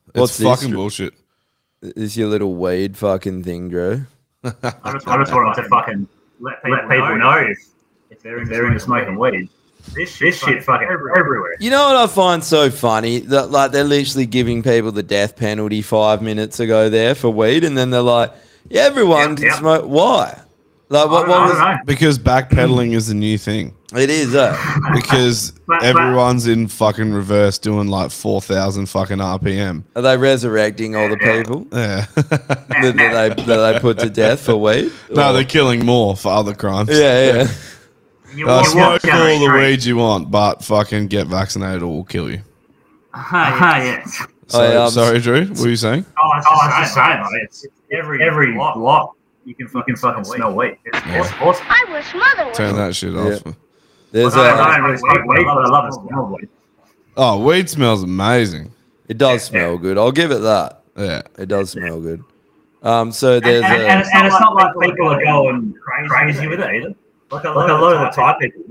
[SPEAKER 2] It's
[SPEAKER 4] What's this?
[SPEAKER 2] fucking bullshit.
[SPEAKER 4] Is your little weed fucking thing, Drew?
[SPEAKER 5] I just, I just want them to fucking let people, know if, if they're into, smoking weed. This, this shit fucking everywhere.
[SPEAKER 4] You know what I find so funny? That like they're literally giving people the death penalty five minutes ago there for weed, and then they're like, "Yeah, everyone can smoke. Why? Like what? What was?
[SPEAKER 2] Because backpedaling is the new thing.
[SPEAKER 4] It is, uh,
[SPEAKER 2] because everyone's in fucking reverse doing like 4,000 fucking RPM.
[SPEAKER 4] Are they resurrecting all the people <laughs>
[SPEAKER 2] Yeah. <laughs>
[SPEAKER 4] that, that they that they put to death for weed?
[SPEAKER 2] No,
[SPEAKER 4] Or-
[SPEAKER 2] they're killing more for other crimes.
[SPEAKER 4] Yeah, yeah.
[SPEAKER 5] You
[SPEAKER 2] Uh,
[SPEAKER 5] walk
[SPEAKER 2] smoke
[SPEAKER 5] down
[SPEAKER 2] all
[SPEAKER 5] the
[SPEAKER 2] the
[SPEAKER 5] street.
[SPEAKER 2] weed you want, but fucking get vaccinated or we'll kill you.
[SPEAKER 5] Ah, yes.
[SPEAKER 2] Sorry,
[SPEAKER 5] um,
[SPEAKER 2] sorry Drew. What were you saying?
[SPEAKER 5] Oh, it's, oh, it's the same. Like, it's every, every block, you can fucking, fucking smell weed. It's awesome. awesome.
[SPEAKER 10] I was smothered
[SPEAKER 2] Turn that shit off.
[SPEAKER 4] There's
[SPEAKER 5] I,
[SPEAKER 4] a-
[SPEAKER 5] don't- I don't really smoke weed, but I love the smell of weed.
[SPEAKER 2] Oh, weed smells amazing.
[SPEAKER 4] It does smell good. I'll give it that.
[SPEAKER 2] Yeah,
[SPEAKER 4] it does smell good. Um, so there's
[SPEAKER 5] And, and,
[SPEAKER 4] a,
[SPEAKER 5] and, it's- and it's not like people are going crazy, with it either. Like a lot, of the Thai people,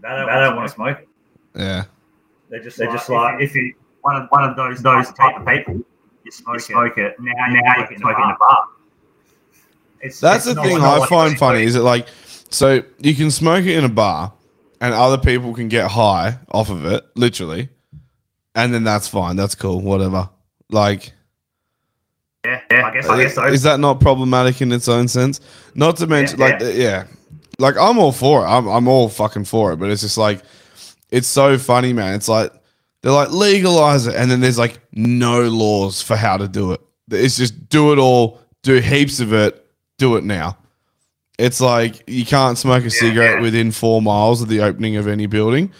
[SPEAKER 5] they don't, want to smoke. it.
[SPEAKER 2] Yeah.
[SPEAKER 5] They're just, they're just like, if you one of one of those those type of people, you smoke, it. Now, now you can smoke it in a bar. It's,
[SPEAKER 2] That's
[SPEAKER 5] it's
[SPEAKER 2] the
[SPEAKER 5] not-
[SPEAKER 2] thing
[SPEAKER 5] it's not
[SPEAKER 2] I
[SPEAKER 5] like-
[SPEAKER 2] find funny is it like, so you can smoke it in a bar and other people can get high off of it, literally. And then that's fine. That's cool. Whatever. Like,
[SPEAKER 5] Yeah, yeah, I guess, I guess so.
[SPEAKER 2] Is that not problematic in its own sense? Not to mention,
[SPEAKER 5] Yeah,
[SPEAKER 2] like,
[SPEAKER 5] yeah.
[SPEAKER 2] the- yeah. like I'm all for it. I'm, I'm all fucking for it. But it's just like, it's so funny, man. It's like they're like legalize it, and then there's like no laws for how to do it. It's just do it all, do heaps of it, do it now. It's like you can't smoke a cigarette within four miles of the opening of any building,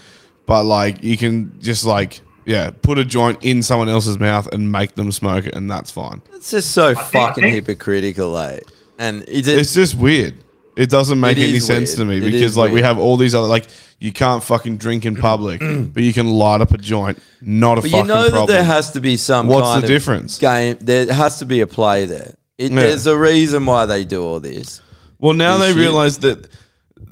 [SPEAKER 2] but like you can just like yeah, put a joint in someone else's mouth and make them smoke it, and that's fine.
[SPEAKER 4] it's just so fucking
[SPEAKER 2] think-
[SPEAKER 4] hypocritical, eh? And is it,
[SPEAKER 2] It's just weird. It doesn't make
[SPEAKER 4] It
[SPEAKER 2] any
[SPEAKER 4] is
[SPEAKER 2] sense
[SPEAKER 4] weird.
[SPEAKER 2] to me
[SPEAKER 4] It
[SPEAKER 2] because
[SPEAKER 4] is
[SPEAKER 2] like we
[SPEAKER 4] weird.
[SPEAKER 2] have all these other like you can't fucking drink in public, but you can light up a joint. Not a
[SPEAKER 4] But you
[SPEAKER 2] fucking
[SPEAKER 4] know that
[SPEAKER 2] problem.
[SPEAKER 4] there has to be some.
[SPEAKER 2] What's
[SPEAKER 4] kind
[SPEAKER 2] the
[SPEAKER 4] of
[SPEAKER 2] difference?
[SPEAKER 4] Game. There has to be a play there. It,
[SPEAKER 2] Yeah.
[SPEAKER 4] There's a reason why they do all this.
[SPEAKER 2] Well, now
[SPEAKER 4] This
[SPEAKER 2] they
[SPEAKER 4] shit.
[SPEAKER 2] realize that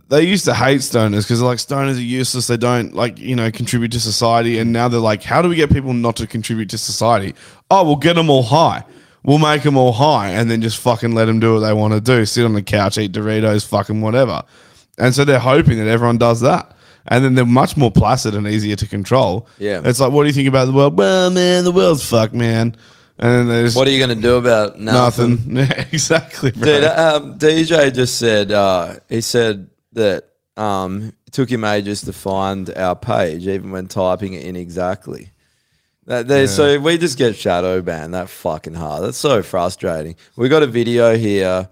[SPEAKER 2] they used to hate stoners because like stoners are useless. They don't like you know contribute to society, and now they're like, how do we get people not to contribute to society? Oh, we'll get them all high. We'll make them all high, and then just fucking let them do what they want to do. Sit on the couch, eat Doritos, fucking whatever. And so they're hoping that everyone does that. And then they're much more placid and easier to control.
[SPEAKER 4] Yeah.
[SPEAKER 2] It's like, what do you think about the world? Well, man, the world's fucked, man. And then there's
[SPEAKER 4] What are you going to do about it?
[SPEAKER 2] nothing? <laughs> Yeah, exactly. bro.
[SPEAKER 4] Dude, um, DJ just said uh, he said that um, it took him ages to find our page, even when typing it in exactly. That they,
[SPEAKER 1] Yeah.
[SPEAKER 4] So we just get shadow banned. That fucking hard. That's so frustrating. We got a video here.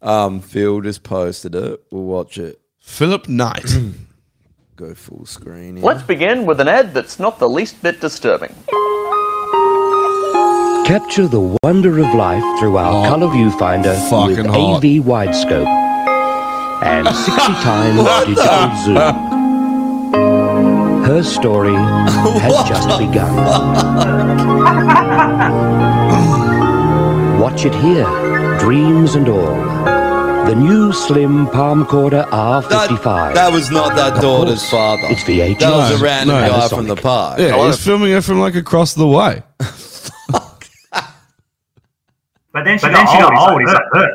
[SPEAKER 4] Um, Phil just posted it. We'll watch it. <clears throat>
[SPEAKER 2] Philip Knight.
[SPEAKER 4] Go full screen. here.
[SPEAKER 11] Let's begin with an ad that's not the least bit disturbing. Capture the wonder of life through
[SPEAKER 12] Oh.
[SPEAKER 11] our color viewfinder with
[SPEAKER 2] fucking hot.
[SPEAKER 11] AV widescope and 60 times digital zoom. Her story has just begun. Watch it here, dreams and all. The new slim Palmcorder R55.
[SPEAKER 4] That was not that daughter's father.
[SPEAKER 11] It's VHS.
[SPEAKER 4] That was a random
[SPEAKER 2] No.
[SPEAKER 4] guy from the park.
[SPEAKER 2] Yeah, he's filming it from like across the way.
[SPEAKER 5] But then she
[SPEAKER 4] But
[SPEAKER 5] got,
[SPEAKER 4] then she got
[SPEAKER 5] old.
[SPEAKER 4] old.
[SPEAKER 5] He's like, "Ugh,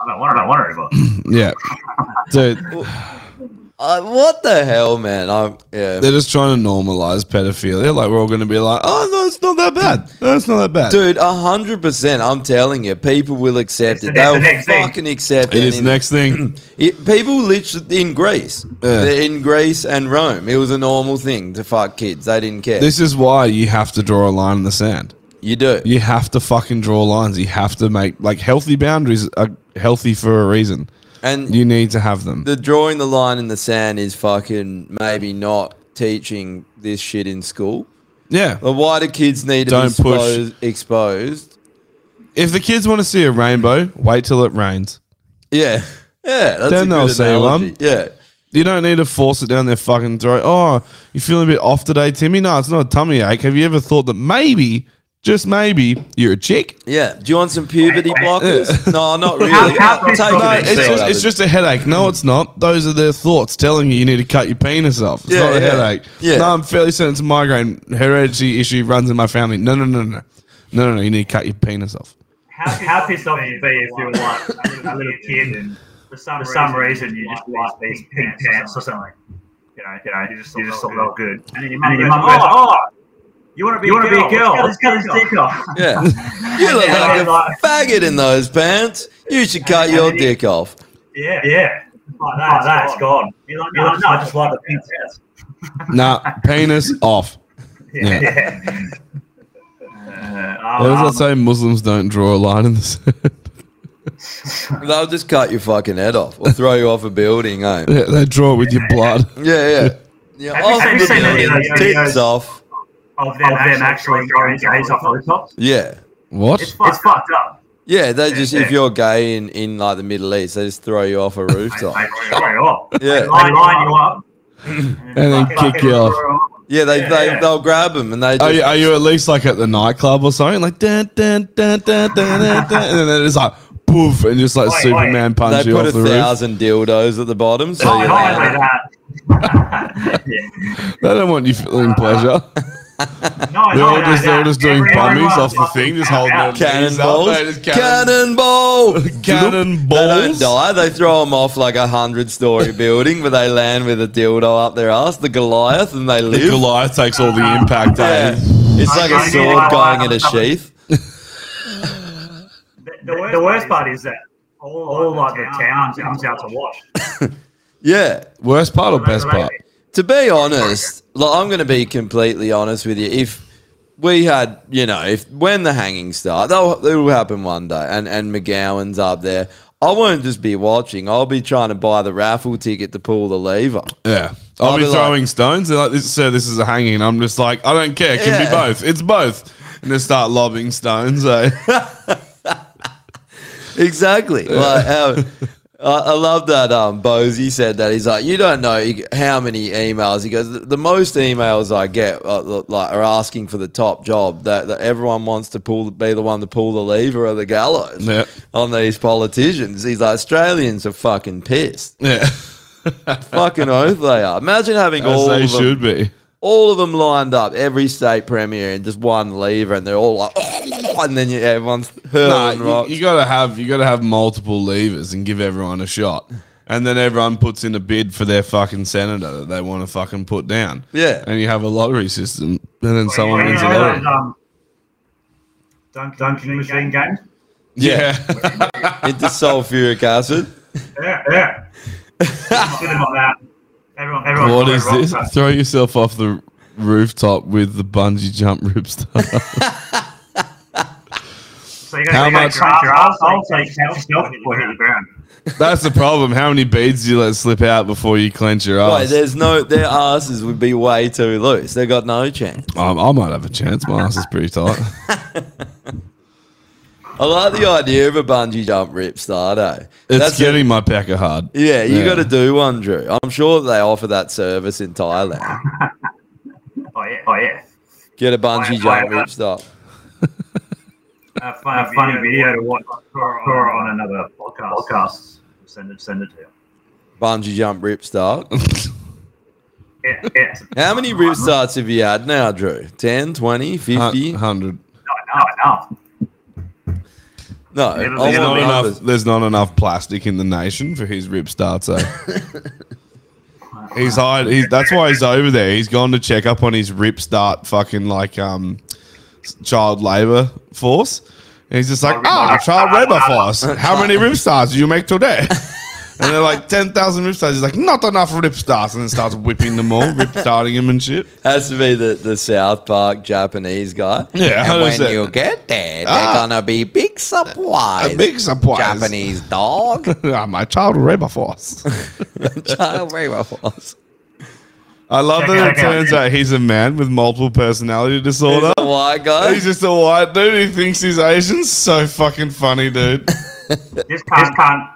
[SPEAKER 5] I don't want her. I don't want her anymore.
[SPEAKER 2] Yeah, dude,
[SPEAKER 4] Uh, what the hell, man? I'm yeah.
[SPEAKER 2] they're just trying to normalize pedophilia. Like we're all going to be like, oh no, it's not that bad. No, it's not that bad.
[SPEAKER 4] Dude, hundred percent. I'm telling you, people will accept it.
[SPEAKER 2] the- it's
[SPEAKER 4] They'll
[SPEAKER 2] the next thing.
[SPEAKER 4] fucking accept
[SPEAKER 2] It
[SPEAKER 4] it.
[SPEAKER 2] is the next
[SPEAKER 4] <clears throat>
[SPEAKER 2] thing.
[SPEAKER 4] It, people literally in Greece, They're in Greece and Rome, it was a normal thing to fuck kids. They didn't care.
[SPEAKER 2] This is why you have to draw a line in the sand.
[SPEAKER 4] You do.
[SPEAKER 2] You have to fucking draw lines. You have to make like healthy boundaries are healthy for a reason.
[SPEAKER 4] And
[SPEAKER 2] you need to have them.
[SPEAKER 4] the drawing the line in the sand is fucking maybe not teaching this shit in school.
[SPEAKER 2] Yeah.
[SPEAKER 4] But why do kids need to
[SPEAKER 2] Don't
[SPEAKER 4] be
[SPEAKER 2] push.
[SPEAKER 4] exposed, exposed?
[SPEAKER 2] If the kids want to see a rainbow, wait till it rains.
[SPEAKER 4] Yeah. Yeah. That's
[SPEAKER 2] then
[SPEAKER 4] a
[SPEAKER 2] they'll
[SPEAKER 4] good
[SPEAKER 2] see
[SPEAKER 4] analogy.
[SPEAKER 2] one.
[SPEAKER 4] Yeah.
[SPEAKER 2] You don't need to force it down their fucking throat. Oh, you feeling a bit off today, Timmy? No, it's not a tummy ache. Have you ever thought that maybe, just maybe, you're a chick?
[SPEAKER 4] Yeah. Do you want some puberty blockers? no, not really. I'll take
[SPEAKER 2] No,
[SPEAKER 4] it.
[SPEAKER 2] it's, just, it's just a headache. No, it's not. Those are their thoughts telling you you need to cut your penis off. It's
[SPEAKER 4] Yeah,
[SPEAKER 2] not a
[SPEAKER 4] yeah.
[SPEAKER 2] headache.
[SPEAKER 4] Yeah.
[SPEAKER 2] No, I'm fairly certain it's a migraine. Hereditary issue runs in my family. No, no, no, no. No, no, no. You need to cut your penis off.
[SPEAKER 5] How, how pissed off would you be if you were like a little kid and for some, reason, you just like these pink pants or something? You know, you know, you just, you just thought they were good. And then your mum
[SPEAKER 6] And your
[SPEAKER 5] goes,
[SPEAKER 6] mum
[SPEAKER 5] oh,
[SPEAKER 6] goes,
[SPEAKER 5] oh, you want to be,
[SPEAKER 6] you wanna
[SPEAKER 5] a girl? Let's cut his dick off.
[SPEAKER 4] Yeah. You look like a faggot in those pants. You should cut your dick off.
[SPEAKER 5] Yeah, yeah. Like that, like that, it's gone. You're like, no, no, I just like the pink pants.
[SPEAKER 4] <laughs>
[SPEAKER 2] Nah, penis off. Yeah.
[SPEAKER 4] Uh,
[SPEAKER 5] Yeah.
[SPEAKER 2] What
[SPEAKER 4] um,
[SPEAKER 2] does that say? Muslims don't draw a line in the <laughs> sand.
[SPEAKER 4] They'll just cut your fucking head off or throw you off a
[SPEAKER 5] <laughs>
[SPEAKER 4] building, eh?
[SPEAKER 2] Yeah, they draw with your blood.
[SPEAKER 4] Yeah, yeah. Yeah,
[SPEAKER 5] Have you
[SPEAKER 4] off
[SPEAKER 5] seen- have you
[SPEAKER 4] the
[SPEAKER 5] seen any of
[SPEAKER 4] building,
[SPEAKER 5] those
[SPEAKER 4] tits
[SPEAKER 5] videos?
[SPEAKER 4] off.
[SPEAKER 5] Of them, actually throwing gays off rooftops.
[SPEAKER 4] Yeah.
[SPEAKER 2] What?
[SPEAKER 5] It's fucked, it's fucked up.
[SPEAKER 4] Yeah, they just
[SPEAKER 5] yeah.
[SPEAKER 4] if you're gay in, in like the Middle East, they just throw you
[SPEAKER 5] <laughs>
[SPEAKER 4] off a rooftop.
[SPEAKER 5] Sorry, what?
[SPEAKER 4] <laughs> Yeah.
[SPEAKER 5] They line, line you up.
[SPEAKER 2] and then kick you off. Oh,
[SPEAKER 4] Yeah, they,
[SPEAKER 2] Yeah,
[SPEAKER 4] they
[SPEAKER 2] yeah.
[SPEAKER 4] they'll grab them and they
[SPEAKER 2] Are
[SPEAKER 4] just
[SPEAKER 2] you, are you at least like at the nightclub or something? Like, dun, dun, dun, dun, dun, dun, dun, and then it's like, poof, and just like Superman punch
[SPEAKER 4] they
[SPEAKER 2] you
[SPEAKER 4] put
[SPEAKER 2] off
[SPEAKER 4] a
[SPEAKER 2] the roof.
[SPEAKER 4] thousand dildos at the bottom. So
[SPEAKER 5] Don't
[SPEAKER 4] you're
[SPEAKER 5] lie
[SPEAKER 4] like,
[SPEAKER 5] Oh, like that.
[SPEAKER 4] <laughs>
[SPEAKER 2] They don't want
[SPEAKER 5] <laughs>
[SPEAKER 2] you feeling pleasure.
[SPEAKER 5] No,
[SPEAKER 2] <laughs> they're,
[SPEAKER 5] no,
[SPEAKER 2] all
[SPEAKER 5] no,
[SPEAKER 2] just, they're all
[SPEAKER 5] no.
[SPEAKER 2] just doing
[SPEAKER 5] Everyone-
[SPEAKER 2] bummies off the thing, just holding their knees up.
[SPEAKER 4] Cannonballs.
[SPEAKER 2] They just cannon- <laughs>
[SPEAKER 4] Cannonball.
[SPEAKER 2] Cannonballs.
[SPEAKER 4] They don't die. They throw them off like a hundred
[SPEAKER 2] <laughs>
[SPEAKER 4] story building, but they land with a dildo up their ass, the Goliath, and they live.
[SPEAKER 2] The Goliath takes all the impact.
[SPEAKER 4] Yeah.
[SPEAKER 2] eh?
[SPEAKER 4] It's like a sword going in a sheath.
[SPEAKER 5] The worst, the worst part is that all, like the town comes out to watch.
[SPEAKER 4] <laughs> Yeah.
[SPEAKER 2] Worst part or best part?
[SPEAKER 4] To be honest, like I'm going to be completely honest with you. If we had, you know, if when the hangings start, that'll, that'll happen one day, and and McGowan's up there. I won't just be watching. I'll be trying to buy the raffle ticket to pull the lever.
[SPEAKER 2] Yeah. I'll,
[SPEAKER 4] I'll
[SPEAKER 2] be,
[SPEAKER 4] be like-
[SPEAKER 2] throwing stones. They're like, this, sir, this is a hanging. And I'm just like, I don't care. It can
[SPEAKER 4] Yeah.
[SPEAKER 2] be both. It's both. And they start lobbing
[SPEAKER 4] <laughs>
[SPEAKER 2] stones. Eh?
[SPEAKER 4] Exactly. Like how, I, I love that um, Bozy said that. He's like, you don't know you- how many emails. He goes, the, the most emails I get uh, look, like are asking for the top job that, that everyone wants to pull, be the one to pull the lever of the gallows
[SPEAKER 2] Yeah.
[SPEAKER 4] on these politicians. He's like, Australians are fucking pissed.
[SPEAKER 2] Yeah.
[SPEAKER 4] fucking oath they are. Imagine having
[SPEAKER 2] As
[SPEAKER 4] all
[SPEAKER 2] they
[SPEAKER 4] of them-
[SPEAKER 2] should be.
[SPEAKER 4] all of them lined up, every state premier, and just one lever, and they're all like, <laughs> and then you, everyone's
[SPEAKER 2] Nah,
[SPEAKER 4] hurling
[SPEAKER 2] you,
[SPEAKER 4] rocks.
[SPEAKER 2] you gotta have you gotta have multiple levers and give everyone a shot, and then everyone puts in a bid for their fucking senator that they want to fucking put down.
[SPEAKER 4] Yeah.
[SPEAKER 2] and you have a lottery system, and then someone wins a lottery.
[SPEAKER 5] Dungeon, um, Dungeon, Dungeon Machine Games.
[SPEAKER 2] Yeah,
[SPEAKER 4] into sulfuric acid.
[SPEAKER 5] Yeah, yeah. Sit them on that. Everyone, everyone
[SPEAKER 2] what
[SPEAKER 5] got it
[SPEAKER 2] is
[SPEAKER 5] wrong,
[SPEAKER 2] this?
[SPEAKER 5] so-
[SPEAKER 2] Throw yourself off the rooftop with the bungee jump ripstar.
[SPEAKER 5] So you gotta,
[SPEAKER 2] How
[SPEAKER 5] you gotta
[SPEAKER 2] much-
[SPEAKER 5] crank your asshole so you can help yourself before you hit the ground.
[SPEAKER 2] That's the problem. How many beads do you let slip out before you clench your
[SPEAKER 4] Wait,
[SPEAKER 2] eyes?
[SPEAKER 4] there's no their asses would be way too loose. They got no chance. <laughs>
[SPEAKER 2] Um, I might have a chance. My ass is pretty tight.
[SPEAKER 4] I like the idea of a bungee jump rip start, eh?
[SPEAKER 2] It's
[SPEAKER 4] That's a-
[SPEAKER 2] getting my pecker hard.
[SPEAKER 4] yeah, you
[SPEAKER 2] Yeah.
[SPEAKER 4] got to do one, Drew. I'm sure they offer that service in Thailand.
[SPEAKER 5] <laughs> Oh yeah. Oh yeah.
[SPEAKER 4] Get a bungee
[SPEAKER 5] Why- why
[SPEAKER 4] jump
[SPEAKER 5] not?
[SPEAKER 4] rip start.
[SPEAKER 5] <laughs> A funny, funny video, to watch or, or on another podcast. podcast. Send it. Send it to you.
[SPEAKER 4] Bungee jump rip start.
[SPEAKER 5] <laughs> Yeah. Yeah.
[SPEAKER 4] How many rip starts have you had now, Drew? 10, 20, 50?
[SPEAKER 2] 100.
[SPEAKER 5] No. No.
[SPEAKER 4] No, I
[SPEAKER 2] there's
[SPEAKER 4] want
[SPEAKER 2] not,
[SPEAKER 4] numbers.
[SPEAKER 2] enough, there's not enough plastic in the nation for his rip starts. eh? he's hired. He's, that's why he's over there. He's gone to check up on his rip start fucking like um child labor force. And he's just like, ah, child labor force. How many rip starts do you make today? <laughs> And they're like ten thousand rip starts. He's like, not enough rip starts, and then starts whipping them all, rip starting them and shit. <laughs>
[SPEAKER 4] Has to be the, the South Park Japanese guy.
[SPEAKER 2] Yeah,
[SPEAKER 4] and when
[SPEAKER 2] 100%.
[SPEAKER 4] you get there, they're
[SPEAKER 2] Ah.
[SPEAKER 4] gonna be big supplies.
[SPEAKER 2] A big surprise.
[SPEAKER 4] Japanese
[SPEAKER 2] <laughs>
[SPEAKER 4] dog.
[SPEAKER 2] Ah, My child labor force.
[SPEAKER 4] Child labor force.
[SPEAKER 2] I love
[SPEAKER 4] Check it
[SPEAKER 2] that it
[SPEAKER 4] out.
[SPEAKER 2] turns out he's a man with multiple personality disorder.
[SPEAKER 4] He's a white guy.
[SPEAKER 2] He's just a white dude. He thinks he's Asian. So fucking
[SPEAKER 4] <laughs>
[SPEAKER 2] funny, dude.
[SPEAKER 5] This cunt, this cunt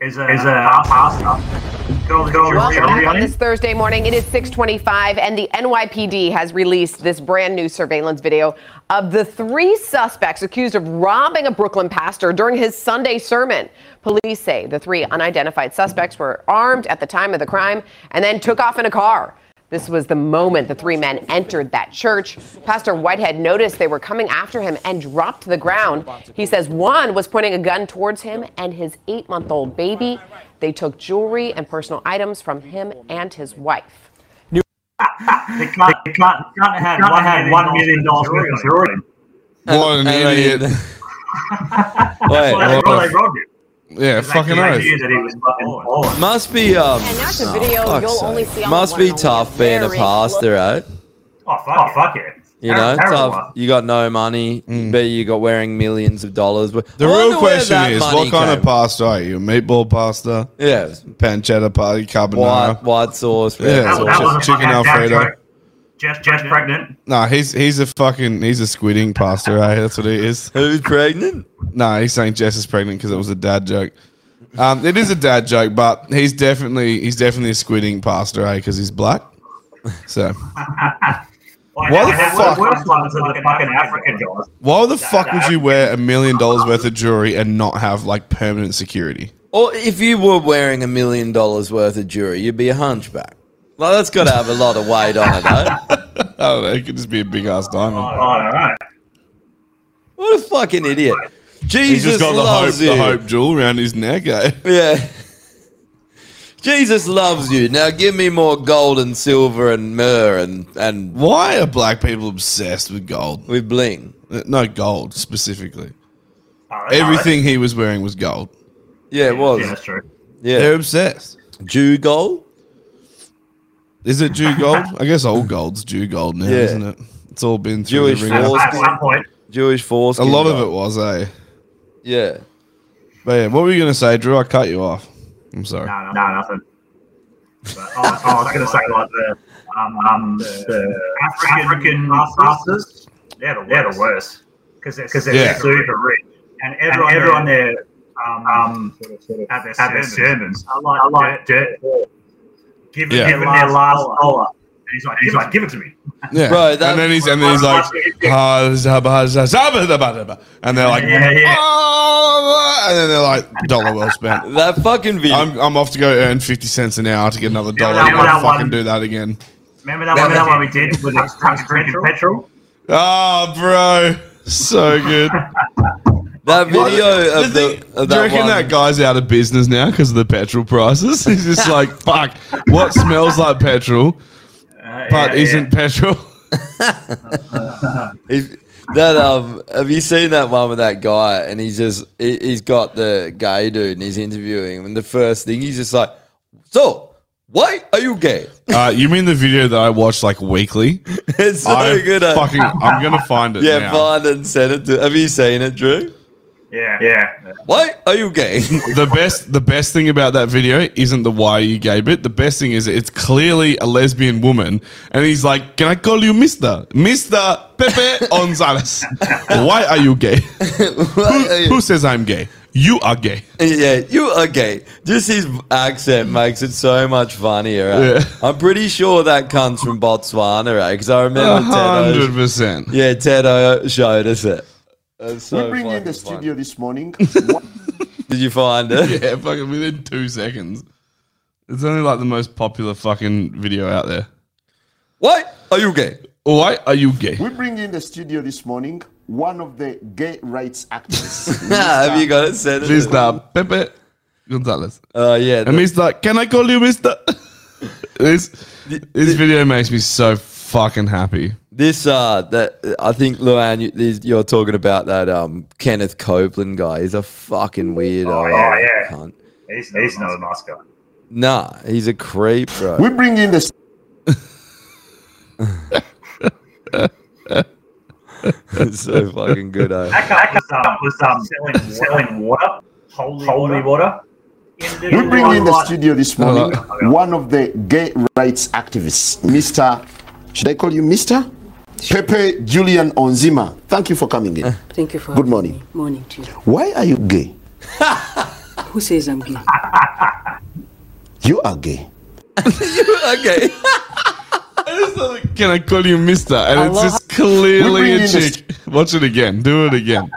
[SPEAKER 5] is a, is a pastor. Girl, girl,
[SPEAKER 13] Welcome back on this Thursday morning. It is 6:25, and the NYPD has released this brand new surveillance video of the three suspects accused of robbing a Brooklyn pastor during his Sunday sermon. Police say the three unidentified suspects were armed at the time of the crime and then took off in a car. This was the moment the three men entered that church. Pastor Whitehead noticed they were coming after him and dropped to the ground. He says one was pointing a gun towards him and his eight month old baby. They took jewelry and personal items from him and his wife.
[SPEAKER 5] They can't, they can't, can't have one, had one million dollars worth of jewelry.
[SPEAKER 2] What an idiot.
[SPEAKER 4] <laughs> Wait,
[SPEAKER 5] Well, they robbed- they robbed him.
[SPEAKER 2] yeah, fucking
[SPEAKER 5] They
[SPEAKER 2] oath.
[SPEAKER 5] knew that he was fucking poor.
[SPEAKER 4] Must be um.
[SPEAKER 5] And that's a
[SPEAKER 4] oh,
[SPEAKER 5] video
[SPEAKER 4] fuck's
[SPEAKER 5] you'll only
[SPEAKER 4] sake.
[SPEAKER 5] see on
[SPEAKER 4] Must
[SPEAKER 5] the
[SPEAKER 4] be
[SPEAKER 5] one-on-one.
[SPEAKER 4] tough being a
[SPEAKER 5] Very
[SPEAKER 4] pastor, eh?
[SPEAKER 5] Oh, fuck, oh, fuck it.
[SPEAKER 4] You know,
[SPEAKER 5] Terrible
[SPEAKER 4] tough.
[SPEAKER 5] one.
[SPEAKER 4] You got no money, but you got wearing millions of dollars. The
[SPEAKER 2] Mm. The real question is, what kind of pasta are you? Meatball pasta?
[SPEAKER 4] Yeah.
[SPEAKER 2] Pancetta pasta,
[SPEAKER 4] white,
[SPEAKER 2] carbonara.
[SPEAKER 4] white sauce?
[SPEAKER 2] Yeah,
[SPEAKER 4] red
[SPEAKER 2] so
[SPEAKER 4] sauce.
[SPEAKER 2] chi- chicken alfredo.
[SPEAKER 5] Just, just pregnant.
[SPEAKER 2] Nah, he's he's a fucking he's a squidding pastor, right? That's what he is.
[SPEAKER 4] Who's pregnant?
[SPEAKER 2] Nah, he's saying Jess is pregnant because it was a dad joke. Um, it is a dad joke, but he's definitely he's definitely a squidding pastor, right? Because he's black. So
[SPEAKER 5] Like,
[SPEAKER 2] What
[SPEAKER 5] they
[SPEAKER 2] the
[SPEAKER 5] had
[SPEAKER 2] fuck?
[SPEAKER 5] The worst ones are the fucking African guys.
[SPEAKER 2] why the fuck would you wear a million dollars worth of jewelry and not have like permanent security?
[SPEAKER 4] Or if you were wearing a million dollars worth of jewelry, you'd be a hunchback. Like that's got to have a lot of weight on it,
[SPEAKER 5] <laughs>
[SPEAKER 4] eh?
[SPEAKER 2] oh, it could just be a big ass diamond.
[SPEAKER 5] Oh, all right.
[SPEAKER 4] What a fucking idiot! Jesus
[SPEAKER 2] he's just got the hope,
[SPEAKER 4] loves
[SPEAKER 2] the
[SPEAKER 4] you.
[SPEAKER 2] hope jewel around his neck. Eh?
[SPEAKER 4] Yeah. Jesus loves you. Now give me more gold and silver and myrrh and and
[SPEAKER 2] why are black people obsessed with gold? Uh,
[SPEAKER 4] With bling?
[SPEAKER 2] No gold specifically.
[SPEAKER 5] that's
[SPEAKER 2] Everything he was wearing was gold.
[SPEAKER 4] Yeah, it was.
[SPEAKER 5] Yeah, that's true.
[SPEAKER 4] Yeah.
[SPEAKER 2] They're obsessed.
[SPEAKER 4] Jew gold?
[SPEAKER 2] Is it Jew gold? <laughs> I guess old gold's Jew gold now,
[SPEAKER 4] Yeah.
[SPEAKER 2] isn't it? It's all been through
[SPEAKER 4] Jewish
[SPEAKER 2] the ringer.
[SPEAKER 4] foreskin. At one
[SPEAKER 5] point.
[SPEAKER 4] Jewish
[SPEAKER 2] A
[SPEAKER 4] foreskin.
[SPEAKER 2] lot of it was, eh?
[SPEAKER 4] Yeah.
[SPEAKER 2] But yeah, what were you going to say, Drew? I cut you off. I'm sorry.
[SPEAKER 5] No, no, nothing. But, oh, I was- I was going to say, like, the, um, um, the African masters, they're the worst. They're the worst. Because they're,
[SPEAKER 14] they're
[SPEAKER 5] super rich. And everyone, everyone there, um, um, at their sermons, I like, I like dirt. Give
[SPEAKER 2] Yeah.
[SPEAKER 5] them their last dollar. And he's like, he's like, give it to me.
[SPEAKER 2] Yeah.
[SPEAKER 4] Bro, that-
[SPEAKER 2] and then he's and then he's like, "Ah, zaba, za- zaba, zaba, zaba." and they're like,
[SPEAKER 5] <laughs> Yeah, yeah.
[SPEAKER 2] "Ah," and then they're like, dollar well spent.
[SPEAKER 4] That fucking video.
[SPEAKER 2] I'm, I'm off to go earn 50 cents an hour to get another dollar.
[SPEAKER 5] that
[SPEAKER 2] I'm
[SPEAKER 5] one-
[SPEAKER 2] gonna
[SPEAKER 5] that
[SPEAKER 2] fucking
[SPEAKER 5] one-
[SPEAKER 2] do that again.
[SPEAKER 5] Remember that one, that one we did with us drinking petrol?
[SPEAKER 2] Oh, bro. So
[SPEAKER 5] <laughs>
[SPEAKER 2] good.
[SPEAKER 4] That video of the, of
[SPEAKER 2] Do you
[SPEAKER 4] that
[SPEAKER 2] reckon
[SPEAKER 4] one.
[SPEAKER 2] that guy's out of business now because of the petrol prices? <laughs> He's just like, fuck, what smells like petrol but isn't petrol?
[SPEAKER 4] If- that um, have you seen that one with that guy? And he's just he, he's got the gay dude, and he's interviewing him. And the first thing he's just like, "So, why are you gay?" <laughs>
[SPEAKER 2] Uh, you mean the video that I watch like weekly?
[SPEAKER 4] It's so
[SPEAKER 2] <laughs> I
[SPEAKER 4] good. eh?
[SPEAKER 2] Fucking, I'm gonna find it.
[SPEAKER 4] yeah,
[SPEAKER 2] now.
[SPEAKER 4] find it and send it to. Have you seen it, Drew?
[SPEAKER 5] Yeah. Yeah.
[SPEAKER 2] What? Are you gay? the best the best thing about that video isn't the why are you gay bit. The best thing is it's clearly a lesbian woman and he's like, Can I call you Mr. Mr. Pepe
[SPEAKER 4] <laughs>
[SPEAKER 2] Gonzalez? why are you gay? who, who says I'm gay? You are gay.
[SPEAKER 4] <laughs> Yeah, you are gay. Just his accent makes it so much funnier. Right?
[SPEAKER 2] Yeah.
[SPEAKER 4] I'm pretty sure that comes from Botswana, right? Because I remember
[SPEAKER 2] A hundred percent.
[SPEAKER 4] Yeah, Tedo showed us it. That's
[SPEAKER 6] we
[SPEAKER 4] so
[SPEAKER 6] bring
[SPEAKER 4] funny.
[SPEAKER 6] in the studio this
[SPEAKER 4] <laughs>
[SPEAKER 6] morning.
[SPEAKER 4] Did you find it?
[SPEAKER 2] yeah, fucking within two seconds. It's only like the most popular fucking video out there.
[SPEAKER 4] Why are you gay?
[SPEAKER 2] Why are you gay?
[SPEAKER 6] we bring in the studio this morning one of the gay rights actors.
[SPEAKER 4] <laughs> Have you got it set?
[SPEAKER 2] Mr. Pepe Gonzalez.
[SPEAKER 4] Oh yeah.
[SPEAKER 2] And Mr. Can I call you Mr. <laughs> this this video makes me so fucking happy.
[SPEAKER 4] This uh, that I think, Luann, you, these- you're talking about that um Kenneth Copeland guy. He's a fucking weirdo.
[SPEAKER 5] Oh, yeah. yeah.
[SPEAKER 4] cunt.
[SPEAKER 5] He's, he's not a nice guy.
[SPEAKER 4] Nah, he's a creep, bro. <laughs>
[SPEAKER 6] We bring in the
[SPEAKER 4] it's so fucking good. Eh?
[SPEAKER 5] That guy was, um, was um, selling, selling water, holy, water.
[SPEAKER 6] we bring in the studio this morning one of the gay rights activists, Mr. Should I call you Mr. Pepe Julian Onzima? Thank you for coming in.
[SPEAKER 15] Thank you for
[SPEAKER 6] Good morning.
[SPEAKER 15] morning to you.
[SPEAKER 6] Why are you gay?
[SPEAKER 15] Who says I'm gay?
[SPEAKER 6] You are gay.
[SPEAKER 2] <laughs>
[SPEAKER 4] okay.
[SPEAKER 2] Can I call you Mister? And it's
[SPEAKER 6] Aloha.
[SPEAKER 2] just
[SPEAKER 6] We
[SPEAKER 2] clearly
[SPEAKER 6] bring
[SPEAKER 2] a
[SPEAKER 6] in the
[SPEAKER 2] chick. Watch it again. Do
[SPEAKER 5] <laughs>
[SPEAKER 2] it again.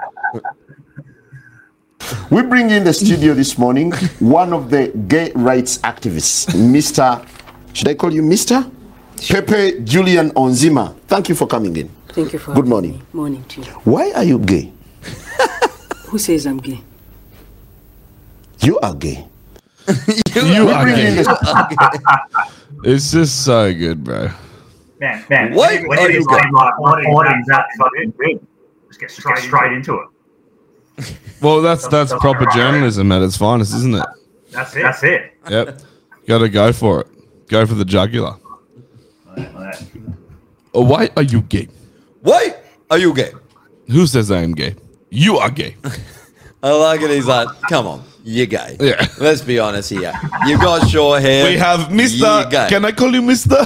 [SPEAKER 6] We bring in the studio this morning one of the gay rights activists, Mr. Should I call you Mr. Pepe Julian Onzima? Thank you for coming in.
[SPEAKER 15] Thank you for
[SPEAKER 6] Good morning.
[SPEAKER 15] morning to you.
[SPEAKER 6] Why are you gay?
[SPEAKER 15] <laughs> Who says I'm gay?
[SPEAKER 6] You are gay.
[SPEAKER 4] you,
[SPEAKER 2] are
[SPEAKER 6] bring in
[SPEAKER 2] gay.
[SPEAKER 6] the-
[SPEAKER 2] It's just so good, bro.
[SPEAKER 5] Man, man.
[SPEAKER 4] What
[SPEAKER 5] When
[SPEAKER 4] are
[SPEAKER 5] he
[SPEAKER 4] you
[SPEAKER 5] was like,
[SPEAKER 4] gay?
[SPEAKER 5] like, what is that? fucking thing? Just get straight, get straight into it.
[SPEAKER 2] Well, that's that's proper journalism at its finest, isn't it?
[SPEAKER 5] That's it. That's it.
[SPEAKER 2] Yep. Got to go for it. Go for the jugular. Oh, why are you gay?
[SPEAKER 4] Why are you gay?
[SPEAKER 2] Who says I am gay? You
[SPEAKER 4] <laughs>
[SPEAKER 2] are gay.
[SPEAKER 4] I like it. He's like, come on, you're gay.
[SPEAKER 2] Yeah.
[SPEAKER 4] Let's be honest here. You've got short hair.
[SPEAKER 2] We have Mister. Can I call
[SPEAKER 4] <laughs>
[SPEAKER 2] you Mister?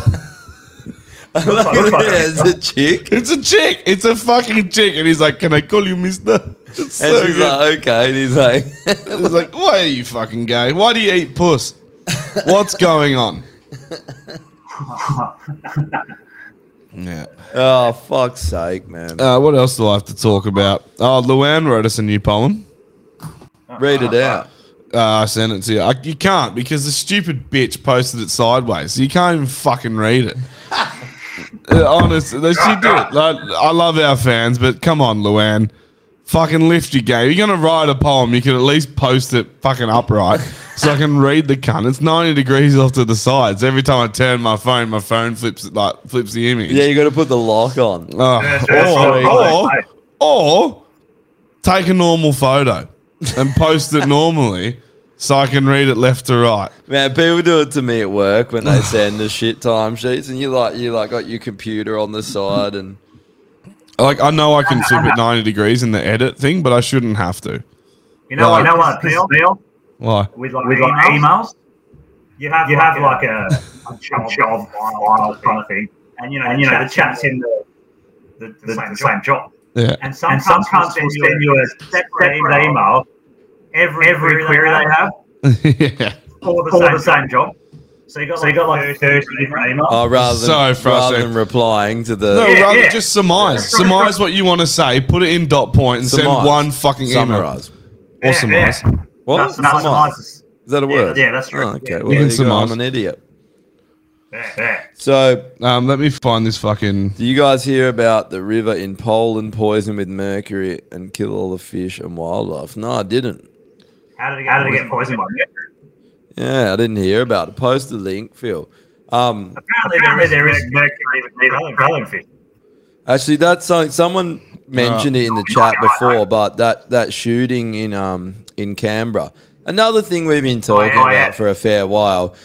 [SPEAKER 4] Look at this, it's a chick.
[SPEAKER 2] It's a chick. It's a fucking chick. And he's like, "Can I call you Mister?" <laughs> It's
[SPEAKER 4] And
[SPEAKER 2] <laughs> so
[SPEAKER 4] she's
[SPEAKER 2] good.
[SPEAKER 4] like, okay. And he's like, <laughs>
[SPEAKER 2] He's like, why are you fucking gay? Why do you eat
[SPEAKER 4] <laughs>
[SPEAKER 2] puss? What's going on? Yeah.
[SPEAKER 4] oh, fuck's sake, man.
[SPEAKER 2] Uh, what else do I have to talk about? Oh, Luann wrote us a new poem.
[SPEAKER 4] Read it out.
[SPEAKER 2] Uh, I sent it to you. I, you can't because the stupid bitch posted it sideways. So you can't even fucking read it. uh, honestly, they should do it. Like, I love our fans, but come on, Luann. Fucking lift your game. You're going to write a poem. You could at least post it fucking upright so I can read the cunt. It's 90 degrees off to the sides. Every time I turn my phone, my phone flips it like flips the image.
[SPEAKER 4] Yeah, you got to put the lock on.
[SPEAKER 2] Oh, or, or, or take a normal photo and post it normally so I can read it left to right.
[SPEAKER 4] Man, people do it to me at work when
[SPEAKER 2] <sighs>
[SPEAKER 4] they send the shit timesheets, and you like you like got your computer on the side, and
[SPEAKER 2] Like, I know I can flip it 90 degrees in the edit thing, but I shouldn't have to.
[SPEAKER 5] You know,
[SPEAKER 2] Right.
[SPEAKER 5] like, you know what? Pisses me off?
[SPEAKER 2] Why?
[SPEAKER 5] With like, with like emails, you have you have like a, a job, job final kind of thing, and you know, and, you know the chat's in the the, the, same, job.
[SPEAKER 2] Yeah. <laughs>
[SPEAKER 5] And sometimes, and sometimes we'll send you a separate email every, every query they have
[SPEAKER 2] yeah.
[SPEAKER 5] for the, same, job. So you got so you got like thirty different emails.
[SPEAKER 4] oh, rather
[SPEAKER 2] So
[SPEAKER 4] than, rather
[SPEAKER 2] frustrating.
[SPEAKER 4] than replying to the
[SPEAKER 2] No, rather just surmise. Surmise what you want to say, put it in dot point, and
[SPEAKER 4] Surmise.
[SPEAKER 2] send one fucking
[SPEAKER 4] Summarize.
[SPEAKER 2] email. Or surmise.
[SPEAKER 4] What?
[SPEAKER 5] That's- that's
[SPEAKER 4] Surmise.
[SPEAKER 5] nice.
[SPEAKER 4] Is that a
[SPEAKER 5] Yeah,
[SPEAKER 4] word?
[SPEAKER 5] yeah, that's
[SPEAKER 4] right.
[SPEAKER 5] right.
[SPEAKER 4] okay,
[SPEAKER 5] Yeah.
[SPEAKER 4] well,
[SPEAKER 2] You can
[SPEAKER 4] there you go. I'm
[SPEAKER 2] surmise.
[SPEAKER 4] an idiot.
[SPEAKER 5] yeah.
[SPEAKER 4] So,
[SPEAKER 2] um, let me find this fucking.
[SPEAKER 4] Do you guys hear about the river in Poland poisoned with mercury and kill all the fish and wildlife? No, I didn't.
[SPEAKER 5] How did it get, How did it get poisoned by mercury?
[SPEAKER 4] Yeah, I didn't hear about it. Post the link, Phil. Um,
[SPEAKER 5] Apparently, there is mercury in the growing fish.
[SPEAKER 4] Actually, that's something someone mentioned it in the chat before, but that that shooting in um in Canberra, another thing we've been talking
[SPEAKER 5] Oh, yeah.
[SPEAKER 4] about for a fair while.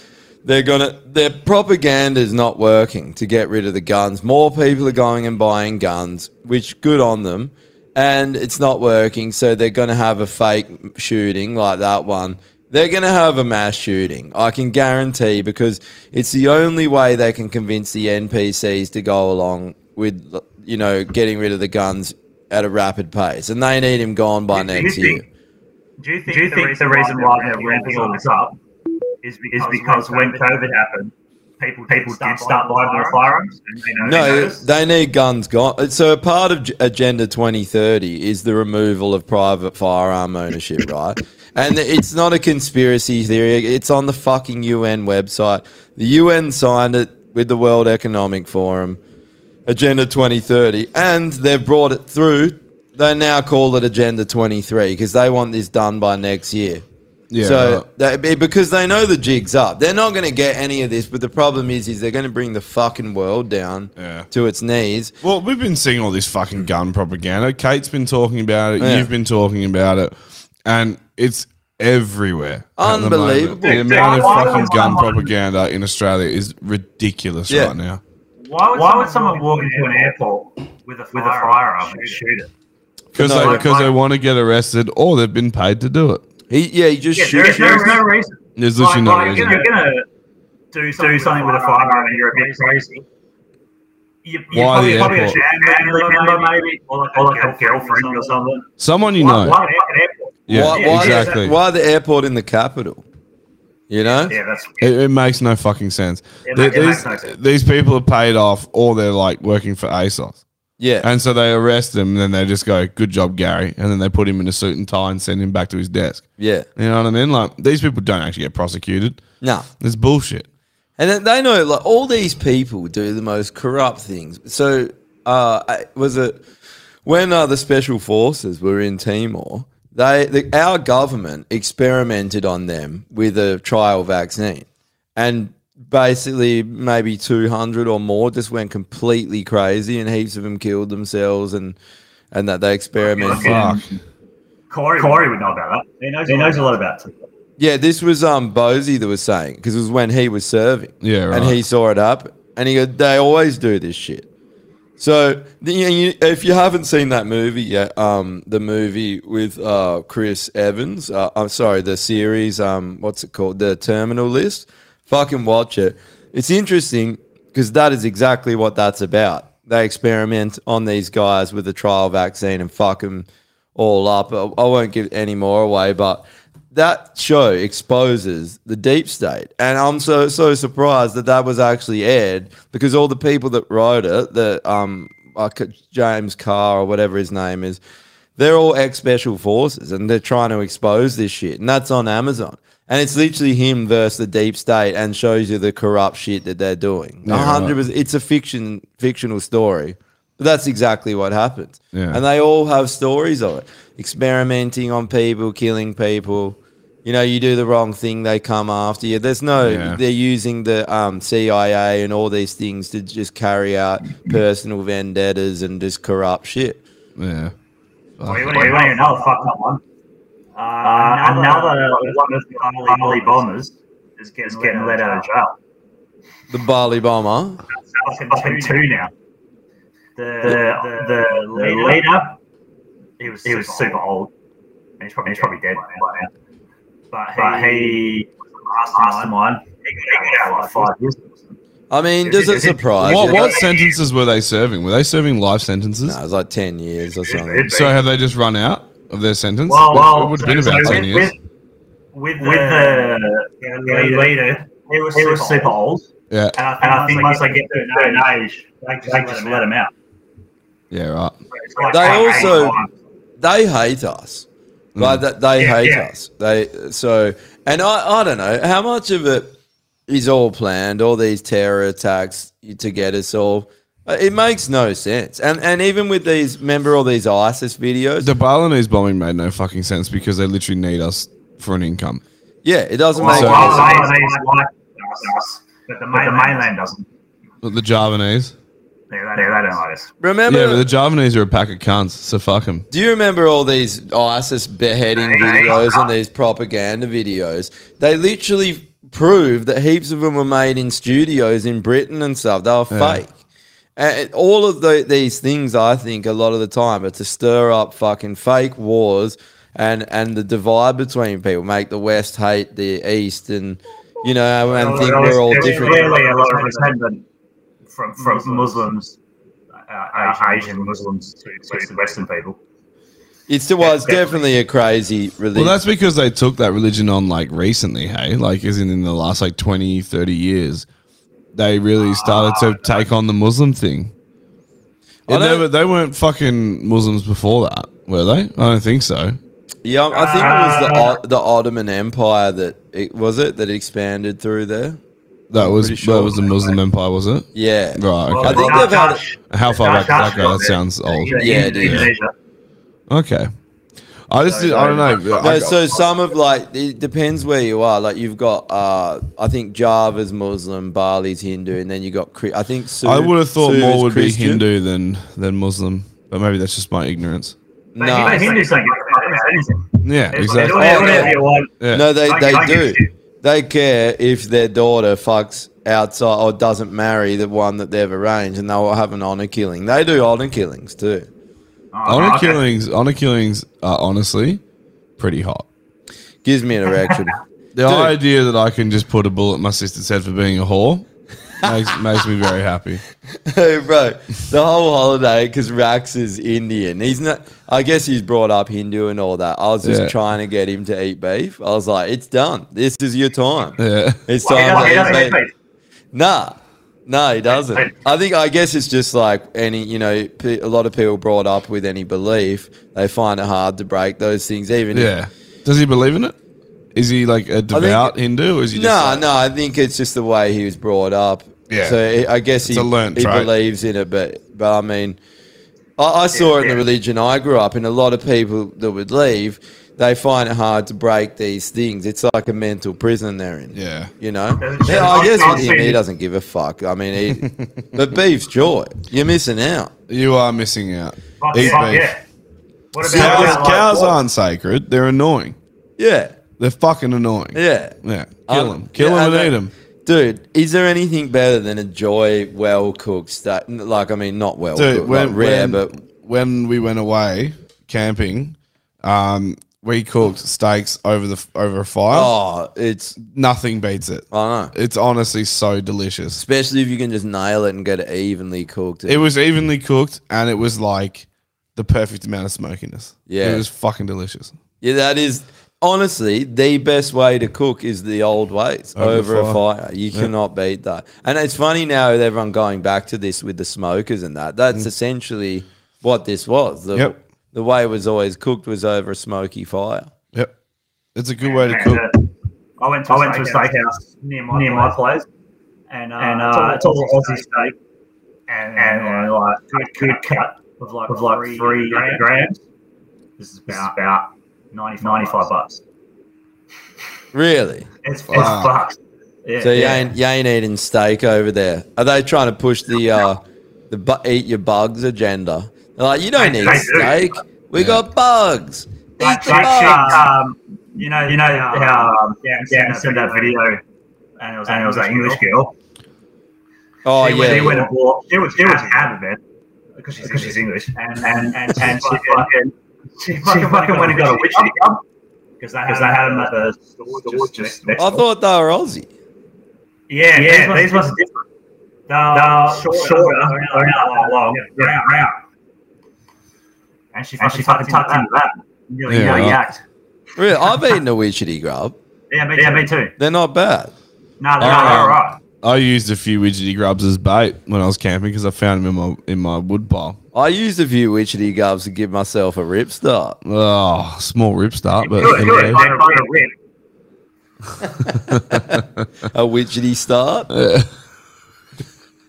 [SPEAKER 4] They're gonna their propaganda is not working to get rid of the guns. More people are going and buying guns, which good on them. and it's not working. So they're going to have a fake shooting like that one. They're going to have a mass shooting. I can guarantee because it's the only way they can convince the NPCs to go along with, you know, getting rid of the guns at a rapid pace. And they need him gone by
[SPEAKER 5] Do you
[SPEAKER 4] next year.
[SPEAKER 5] think- Do you think, the, reason why they're ramping all this up is because, when COVID happened, people, people did start buying their firearms? And, you know, they
[SPEAKER 4] No,
[SPEAKER 5] noticed.
[SPEAKER 4] they need guns gone. So a part of G- Agenda 2030 is the removal of private firearm ownership, right? And it's not a conspiracy theory. It's on the fucking UN website. The UN signed it with the World Economic Forum, Agenda 2030, and they've brought it through. They now call it Agenda 23 because they want this done by next year.
[SPEAKER 2] Yeah,
[SPEAKER 4] so
[SPEAKER 2] right.
[SPEAKER 4] they, be- because they know the jig's up. They're not going to get any of this, but the problem is, is they're going to bring the fucking world down to its knees.
[SPEAKER 2] Well, we've been seeing all this fucking gun propaganda. Kate's been talking about it.
[SPEAKER 4] Yeah.
[SPEAKER 2] You've been talking about it, and it's everywhere. at the moment.
[SPEAKER 4] Unbelievable.
[SPEAKER 2] The, amount of
[SPEAKER 5] Why would
[SPEAKER 2] fucking gun
[SPEAKER 5] someone-
[SPEAKER 2] propaganda in Australia is ridiculous
[SPEAKER 5] Yeah.
[SPEAKER 2] right now.
[SPEAKER 5] Why would, someone walk into an airport with a with a firearm and shoot it?
[SPEAKER 2] Because
[SPEAKER 5] No,
[SPEAKER 2] they,
[SPEAKER 5] like-
[SPEAKER 2] because they want to get arrested or they've been paid to do it.
[SPEAKER 4] He, yeah, he just
[SPEAKER 5] Yeah, there is no, no reason.
[SPEAKER 2] There's literally no
[SPEAKER 5] if
[SPEAKER 2] reason.
[SPEAKER 5] You're gonna do something, with a firearm and you're a bit crazy. You, you
[SPEAKER 2] Why
[SPEAKER 5] probably,
[SPEAKER 2] the
[SPEAKER 5] probably a
[SPEAKER 2] airport?
[SPEAKER 5] family member maybe, or like, a, girlfriend or something.
[SPEAKER 2] Someone you
[SPEAKER 5] Why-
[SPEAKER 2] know.
[SPEAKER 5] why an airport?
[SPEAKER 2] Yeah,
[SPEAKER 4] why, why,
[SPEAKER 2] exactly.
[SPEAKER 4] Why the airport in the capital? You know?
[SPEAKER 5] Yeah, that's
[SPEAKER 2] It, it makes no fucking sense.
[SPEAKER 4] It
[SPEAKER 2] Th-
[SPEAKER 4] ma- it
[SPEAKER 2] these,
[SPEAKER 4] makes no sense.
[SPEAKER 2] these people are paid off or they're like working for ASOS.
[SPEAKER 4] Yeah.
[SPEAKER 2] And so they arrest him and then they just go, good job, Gary. And then they put him in a suit and tie and send him back to his desk.
[SPEAKER 4] Yeah.
[SPEAKER 2] You know what I mean? Like these people don't actually get prosecuted.
[SPEAKER 4] No.
[SPEAKER 2] It's bullshit.
[SPEAKER 4] And then they know, like, all these people do the most corrupt things. So, uh, I- was it when uh, the special forces were in Timor? They, the, our government experimented on them with a trial vaccine, and basically maybe two hundred or more just went completely crazy, and heaps of them killed themselves, and and that they experimented.
[SPEAKER 5] Fuck. Corey, Corey would know about that. He knows, he knows a lot about it.
[SPEAKER 4] Yeah, this was um Bozy that was saying because it was when he was serving.
[SPEAKER 2] Yeah, right.
[SPEAKER 4] and he saw it up, and he goes, "They always do this shit." So the, you, you- if you haven't seen that movie yet, um, the movie with uh Chris Evans, uh, I'm sorry, the series, um, what's it called, The Terminal List? Fucking watch it. It's interesting because that is exactly what that's about. They experiment on these guys with a trial vaccine and fuck them all up. I, I won't give any more away, but that show exposes the deep state, and I'm so so surprised that that was actually aired because all the people that wrote it, the um, like James Carr or whatever his name is, they're all ex special forces, and they're trying to expose this shit, and that's on Amazon. And it's literally him versus the deep state, and shows you the corrupt shit that they're doing.
[SPEAKER 2] Yeah,
[SPEAKER 4] A hundred
[SPEAKER 2] right.
[SPEAKER 4] percent. It's a fiction, fictional story, but that's exactly what happens.
[SPEAKER 2] Yeah.
[SPEAKER 4] And they all have stories of it. Experimenting on people, killing people. You know, you do the wrong thing, they come after you. There's no,
[SPEAKER 2] Yeah.
[SPEAKER 4] they're using the um, CIA and all these things to just carry out personal vendettas and just corrupt shit.
[SPEAKER 2] Yeah.
[SPEAKER 5] Well, you want to know a fucked up one? Uh, another, one of the Harley bombers is getting, let out of jail.
[SPEAKER 4] The Bali bomber.
[SPEAKER 5] Up in, up in two now. The, the, the, leader, he was, he was super old. And he's probably, he's probably dead by now. But he, was a mastermind. He got out like five years.
[SPEAKER 4] I mean, does it surprise
[SPEAKER 2] What,
[SPEAKER 4] you?
[SPEAKER 2] what sentences were they serving? Were they serving life sentences?
[SPEAKER 4] No, it was like 10 years or something.
[SPEAKER 2] So have they just run out of their sentence?
[SPEAKER 5] Well, well,
[SPEAKER 2] it would have been
[SPEAKER 5] so-
[SPEAKER 2] about
[SPEAKER 5] so
[SPEAKER 2] 10
[SPEAKER 5] with-
[SPEAKER 2] years.
[SPEAKER 5] With the, leader, he was, super, old.
[SPEAKER 2] Yeah.
[SPEAKER 5] And I think, once they get to a certain age, they just, let him out.
[SPEAKER 2] Yeah, right.
[SPEAKER 4] they also they hate us
[SPEAKER 2] Mm.
[SPEAKER 4] like that they
[SPEAKER 2] Yeah,
[SPEAKER 4] hate
[SPEAKER 2] yeah.
[SPEAKER 4] us they so and i i don't know how much of it is all planned all these terror attacks to get us all Uh, it makes no sense and and even with these remember all these isis videos
[SPEAKER 2] The Balinese bombing made no fucking sense because they literally need us for an income.
[SPEAKER 4] yeah it doesn't
[SPEAKER 5] Well,
[SPEAKER 4] make
[SPEAKER 5] well,
[SPEAKER 4] any sense.
[SPEAKER 5] Malaysia is like us, but the mainland, doesn't.
[SPEAKER 2] But the Javanese.
[SPEAKER 5] They, they, they don't like us.
[SPEAKER 4] remember
[SPEAKER 2] Yeah, but the Javanese are a pack of cunts, so fuck them.
[SPEAKER 4] Do you remember all these ISIS beheading videos and these propaganda videos? They literally proved that heaps of them were made in studios in Britain and stuff. They were
[SPEAKER 2] Yeah.
[SPEAKER 4] fake. And all of the, these things, I think, a lot of the time, are to stir up fucking fake wars and and the divide between people, make the West hate the East, and you know, and think
[SPEAKER 5] There's-
[SPEAKER 4] we're all
[SPEAKER 5] there's
[SPEAKER 4] different.
[SPEAKER 5] Clearly, a lot of resentment from from Muslims, uh, Asian Muslims to to Western people.
[SPEAKER 4] It's the well, it's definitely a crazy
[SPEAKER 2] Well,
[SPEAKER 4] religion.
[SPEAKER 2] that's because they took that religion on like recently, hey? Like, as in, in the last like 20, 30 years, they really started to take on the Muslim thing. And they, were, they weren't fucking Muslims before that, were they? I don't think so.
[SPEAKER 4] yeah, I think it was the O- the Ottoman Empire that it was it that expanded through there.
[SPEAKER 2] That
[SPEAKER 4] I'm
[SPEAKER 2] was
[SPEAKER 4] pretty sure.
[SPEAKER 2] that was the Muslim Empire, was it?
[SPEAKER 4] Yeah.
[SPEAKER 2] Right.
[SPEAKER 4] Well,
[SPEAKER 2] Okay.
[SPEAKER 4] I think they've had
[SPEAKER 2] How far back does that go? That
[SPEAKER 4] Yeah.
[SPEAKER 2] sounds old.
[SPEAKER 4] Yeah, it is.
[SPEAKER 2] Okay. I just did, I don't know.
[SPEAKER 4] No,
[SPEAKER 2] I-
[SPEAKER 4] so some of like it depends where you are. Like you've got, uh, I think Java's Muslim, Bali's Hindu, and then you got. Chri- I think Su-
[SPEAKER 2] I would have thought
[SPEAKER 4] Su
[SPEAKER 2] more
[SPEAKER 4] is
[SPEAKER 2] would
[SPEAKER 4] Christian.
[SPEAKER 2] be Hindu than than Muslim, but maybe that's just my ignorance.
[SPEAKER 4] No,
[SPEAKER 5] But Hindus don't give a fuck about anything.
[SPEAKER 2] Yeah,
[SPEAKER 5] It's-
[SPEAKER 2] exactly.
[SPEAKER 5] it's whatever you want.
[SPEAKER 2] Yeah.
[SPEAKER 4] Oh, No, they,
[SPEAKER 5] Don't-
[SPEAKER 4] they
[SPEAKER 5] don't give a
[SPEAKER 4] do. They care if their daughter fucks outside or doesn't marry the one that they've arranged, and they'll have an honor killing. They do honor killings too.
[SPEAKER 2] honor killings, honor killings are honestly pretty hot.
[SPEAKER 4] Gives me an erection. <laughs>
[SPEAKER 2] The idea that I can just put a bullet in my sister's head for being a whore
[SPEAKER 4] <laughs>
[SPEAKER 2] makes, makes me very happy.
[SPEAKER 4] hey, bro, the whole holiday because Rax is Indian. He's not. I guess he's brought up Hindu and all that. I was just
[SPEAKER 2] Yeah.
[SPEAKER 4] trying to get him to eat beef. I was like, it's done. This is your time.
[SPEAKER 2] Yeah.
[SPEAKER 4] It's
[SPEAKER 5] Well, he
[SPEAKER 4] time.
[SPEAKER 5] doesn't- he
[SPEAKER 4] to
[SPEAKER 5] doesn't
[SPEAKER 4] eat
[SPEAKER 5] eat
[SPEAKER 4] beef. Nah. No, he doesn't. I think, I guess it's just like any, you know, pe- a lot of people brought up with any belief, they find it hard to break those things, even if
[SPEAKER 2] Yeah. Does he believe in it? Is he like a devout Hindu? Or is he
[SPEAKER 4] no,
[SPEAKER 2] just like-
[SPEAKER 4] no. I think it's just the way he was brought up.
[SPEAKER 2] Yeah.
[SPEAKER 4] So he- I guess
[SPEAKER 2] It's
[SPEAKER 4] he,
[SPEAKER 2] a learned
[SPEAKER 4] he
[SPEAKER 2] trait.
[SPEAKER 4] believes in it, but but I mean, I, I saw it in the religion I grew up in. A lot of people that would leave, they find it hard to break these things. It's like a mental prison they're in.
[SPEAKER 2] Yeah.
[SPEAKER 4] You know.
[SPEAKER 2] Doesn't-
[SPEAKER 4] Yeah, I guess with him, he
[SPEAKER 2] doesn't-
[SPEAKER 4] doesn't give a fuck. I mean,
[SPEAKER 2] <laughs>
[SPEAKER 4] he, but beef's joy. You're missing out.
[SPEAKER 2] You are missing out.
[SPEAKER 4] Fuck
[SPEAKER 2] Eat
[SPEAKER 4] yeah,
[SPEAKER 2] beef.
[SPEAKER 4] yeah. What
[SPEAKER 2] Cows,
[SPEAKER 4] about, like,
[SPEAKER 2] cows
[SPEAKER 4] what-
[SPEAKER 2] aren't sacred. They're annoying.
[SPEAKER 4] Yeah.
[SPEAKER 2] They're fucking annoying.
[SPEAKER 4] Yeah.
[SPEAKER 2] Yeah.
[SPEAKER 4] Um,
[SPEAKER 2] Kill them. Kill
[SPEAKER 4] yeah,
[SPEAKER 2] them
[SPEAKER 4] I
[SPEAKER 2] and eat
[SPEAKER 4] know.
[SPEAKER 2] them.
[SPEAKER 4] Dude, is there anything better than a joy well cooked steak? Like, I mean, not well
[SPEAKER 2] Dude,
[SPEAKER 4] cooked,
[SPEAKER 2] when,
[SPEAKER 4] like rare,
[SPEAKER 2] when,
[SPEAKER 4] but
[SPEAKER 2] when we went away camping, um, we cooked steaks over the over a fire.
[SPEAKER 4] Oh, it's
[SPEAKER 2] nothing beats it.
[SPEAKER 4] I know.
[SPEAKER 2] It's honestly so delicious.
[SPEAKER 4] especially if you can just nail it and get it evenly cooked.
[SPEAKER 2] It was evenly cooked and it was like the perfect amount of smokiness.
[SPEAKER 4] Yeah.
[SPEAKER 2] It was fucking delicious.
[SPEAKER 4] yeah, that is honestly the best way to cook is the old ways
[SPEAKER 2] Over
[SPEAKER 4] over, a
[SPEAKER 2] fire.
[SPEAKER 4] fire. You
[SPEAKER 2] Yeah.
[SPEAKER 4] cannot beat that. And it's funny now with everyone going back to this with the smokers and that. That's essentially what this was. The,
[SPEAKER 2] Mm. Yep.
[SPEAKER 4] the way it was always cooked was over a smoky fire.
[SPEAKER 2] Yep. It's a good way to
[SPEAKER 5] And,
[SPEAKER 2] cook.
[SPEAKER 5] uh, I went to
[SPEAKER 4] I went to a
[SPEAKER 5] steakhouse near my, near my place, and uh,
[SPEAKER 16] and,
[SPEAKER 5] uh, it's all Aussie
[SPEAKER 16] steak.
[SPEAKER 5] steak, and, and, uh, like good, good cut
[SPEAKER 16] Of like,
[SPEAKER 5] of like three grams. This is about,
[SPEAKER 16] $95
[SPEAKER 5] ninety-five bucks.
[SPEAKER 4] Really?
[SPEAKER 5] It's, it's
[SPEAKER 4] Wow.
[SPEAKER 5] fucked. Yeah,
[SPEAKER 4] so you
[SPEAKER 5] yeah.
[SPEAKER 4] ain't you ain't eating steak over there. Are they trying to push the uh the bu- eat your bugs agenda? They're like you don't
[SPEAKER 5] They-
[SPEAKER 4] eat
[SPEAKER 5] they do.
[SPEAKER 4] steak. We got bugs. Eat
[SPEAKER 5] Like,
[SPEAKER 4] the
[SPEAKER 5] like,
[SPEAKER 4] bugs.
[SPEAKER 5] um, you know, you know
[SPEAKER 16] um,
[SPEAKER 5] how um,
[SPEAKER 16] Dan
[SPEAKER 5] Dan,
[SPEAKER 16] sent that
[SPEAKER 5] sent that video, and it was and it was that English girl.
[SPEAKER 4] Oh
[SPEAKER 5] He
[SPEAKER 4] yeah.
[SPEAKER 5] went- he went and bought. It was it was out of it because she's, because she's English, and and and she
[SPEAKER 16] and she
[SPEAKER 5] fucking she fucking, went and got a witch hunt <laughs> because they had them at the store just
[SPEAKER 4] I thought they were Aussie.
[SPEAKER 16] Yeah,
[SPEAKER 5] Yeah, yeah, these
[SPEAKER 16] these
[SPEAKER 5] ones are different. They're shorter, shorter, they're not like long, they're round, round. And she, and she fucking tucked into that. Nearly,
[SPEAKER 4] Yeah.
[SPEAKER 5] nearly yacked.
[SPEAKER 4] Really, I've eaten a widgety grub.
[SPEAKER 5] Yeah, me too. Yeah, me too.
[SPEAKER 4] They're not bad.
[SPEAKER 5] No, they're
[SPEAKER 2] Um,
[SPEAKER 5] all right.
[SPEAKER 2] I used a few widgety grubs as bait when I was camping because I found them in my in my wood pile.
[SPEAKER 4] I used a few widgety grubs to give myself a rip start.
[SPEAKER 2] Oh, small rip start, but
[SPEAKER 4] Good, good.
[SPEAKER 2] anyway.
[SPEAKER 5] They're quite a rib.
[SPEAKER 4] <laughs> a widgety start.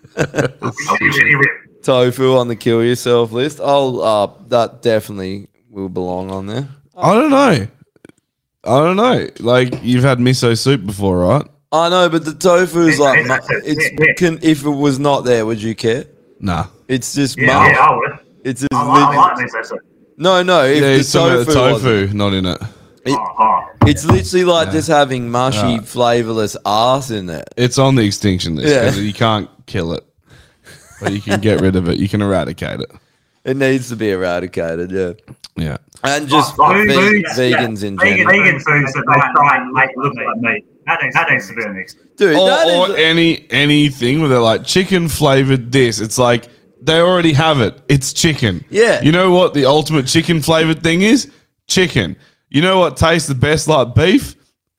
[SPEAKER 5] Widgety rip.
[SPEAKER 4] Tofu on the kill yourself list. I'll uh that definitely will belong on there.
[SPEAKER 2] I don't know. I don't know. Like you've had miso soup before, right?
[SPEAKER 4] I know, but the tofu is like mu-
[SPEAKER 5] yeah.
[SPEAKER 4] it's can, if it was not there, would you care?
[SPEAKER 2] Nah.
[SPEAKER 4] It's just
[SPEAKER 5] Yeah,
[SPEAKER 4] mush.
[SPEAKER 5] yeah, I would.
[SPEAKER 4] It's just
[SPEAKER 5] I like, I like
[SPEAKER 4] lit-
[SPEAKER 5] these, that's it.
[SPEAKER 4] no, no. If
[SPEAKER 2] yeah,
[SPEAKER 4] the
[SPEAKER 2] it's talking about
[SPEAKER 4] tofu,
[SPEAKER 2] the
[SPEAKER 4] wasn't-
[SPEAKER 2] tofu, not in it.
[SPEAKER 4] it-
[SPEAKER 5] Oh,
[SPEAKER 4] it's literally like just having mushy,
[SPEAKER 2] Nah.
[SPEAKER 4] flavorless ass in there.
[SPEAKER 2] It's on the extinction list.
[SPEAKER 4] Yeah.
[SPEAKER 2] 'cause You can't kill it. But you can get rid of it. You can eradicate it.
[SPEAKER 4] It needs to be eradicated, yeah.
[SPEAKER 2] Yeah.
[SPEAKER 4] And just
[SPEAKER 5] Oh,
[SPEAKER 4] ve-
[SPEAKER 5] food-
[SPEAKER 4] vegans
[SPEAKER 5] yeah,
[SPEAKER 4] in
[SPEAKER 5] vegan,
[SPEAKER 4] general.
[SPEAKER 5] Vegan foods that they try and make look like meat. That ain't, that ain't to be an excellent.
[SPEAKER 4] Dude,
[SPEAKER 2] or, or any anything where they're like chicken flavored this. It's like they already have it. It's chicken.
[SPEAKER 4] Yeah.
[SPEAKER 2] You know what the ultimate chicken flavored thing is? Chicken. You know what tastes the best like beef?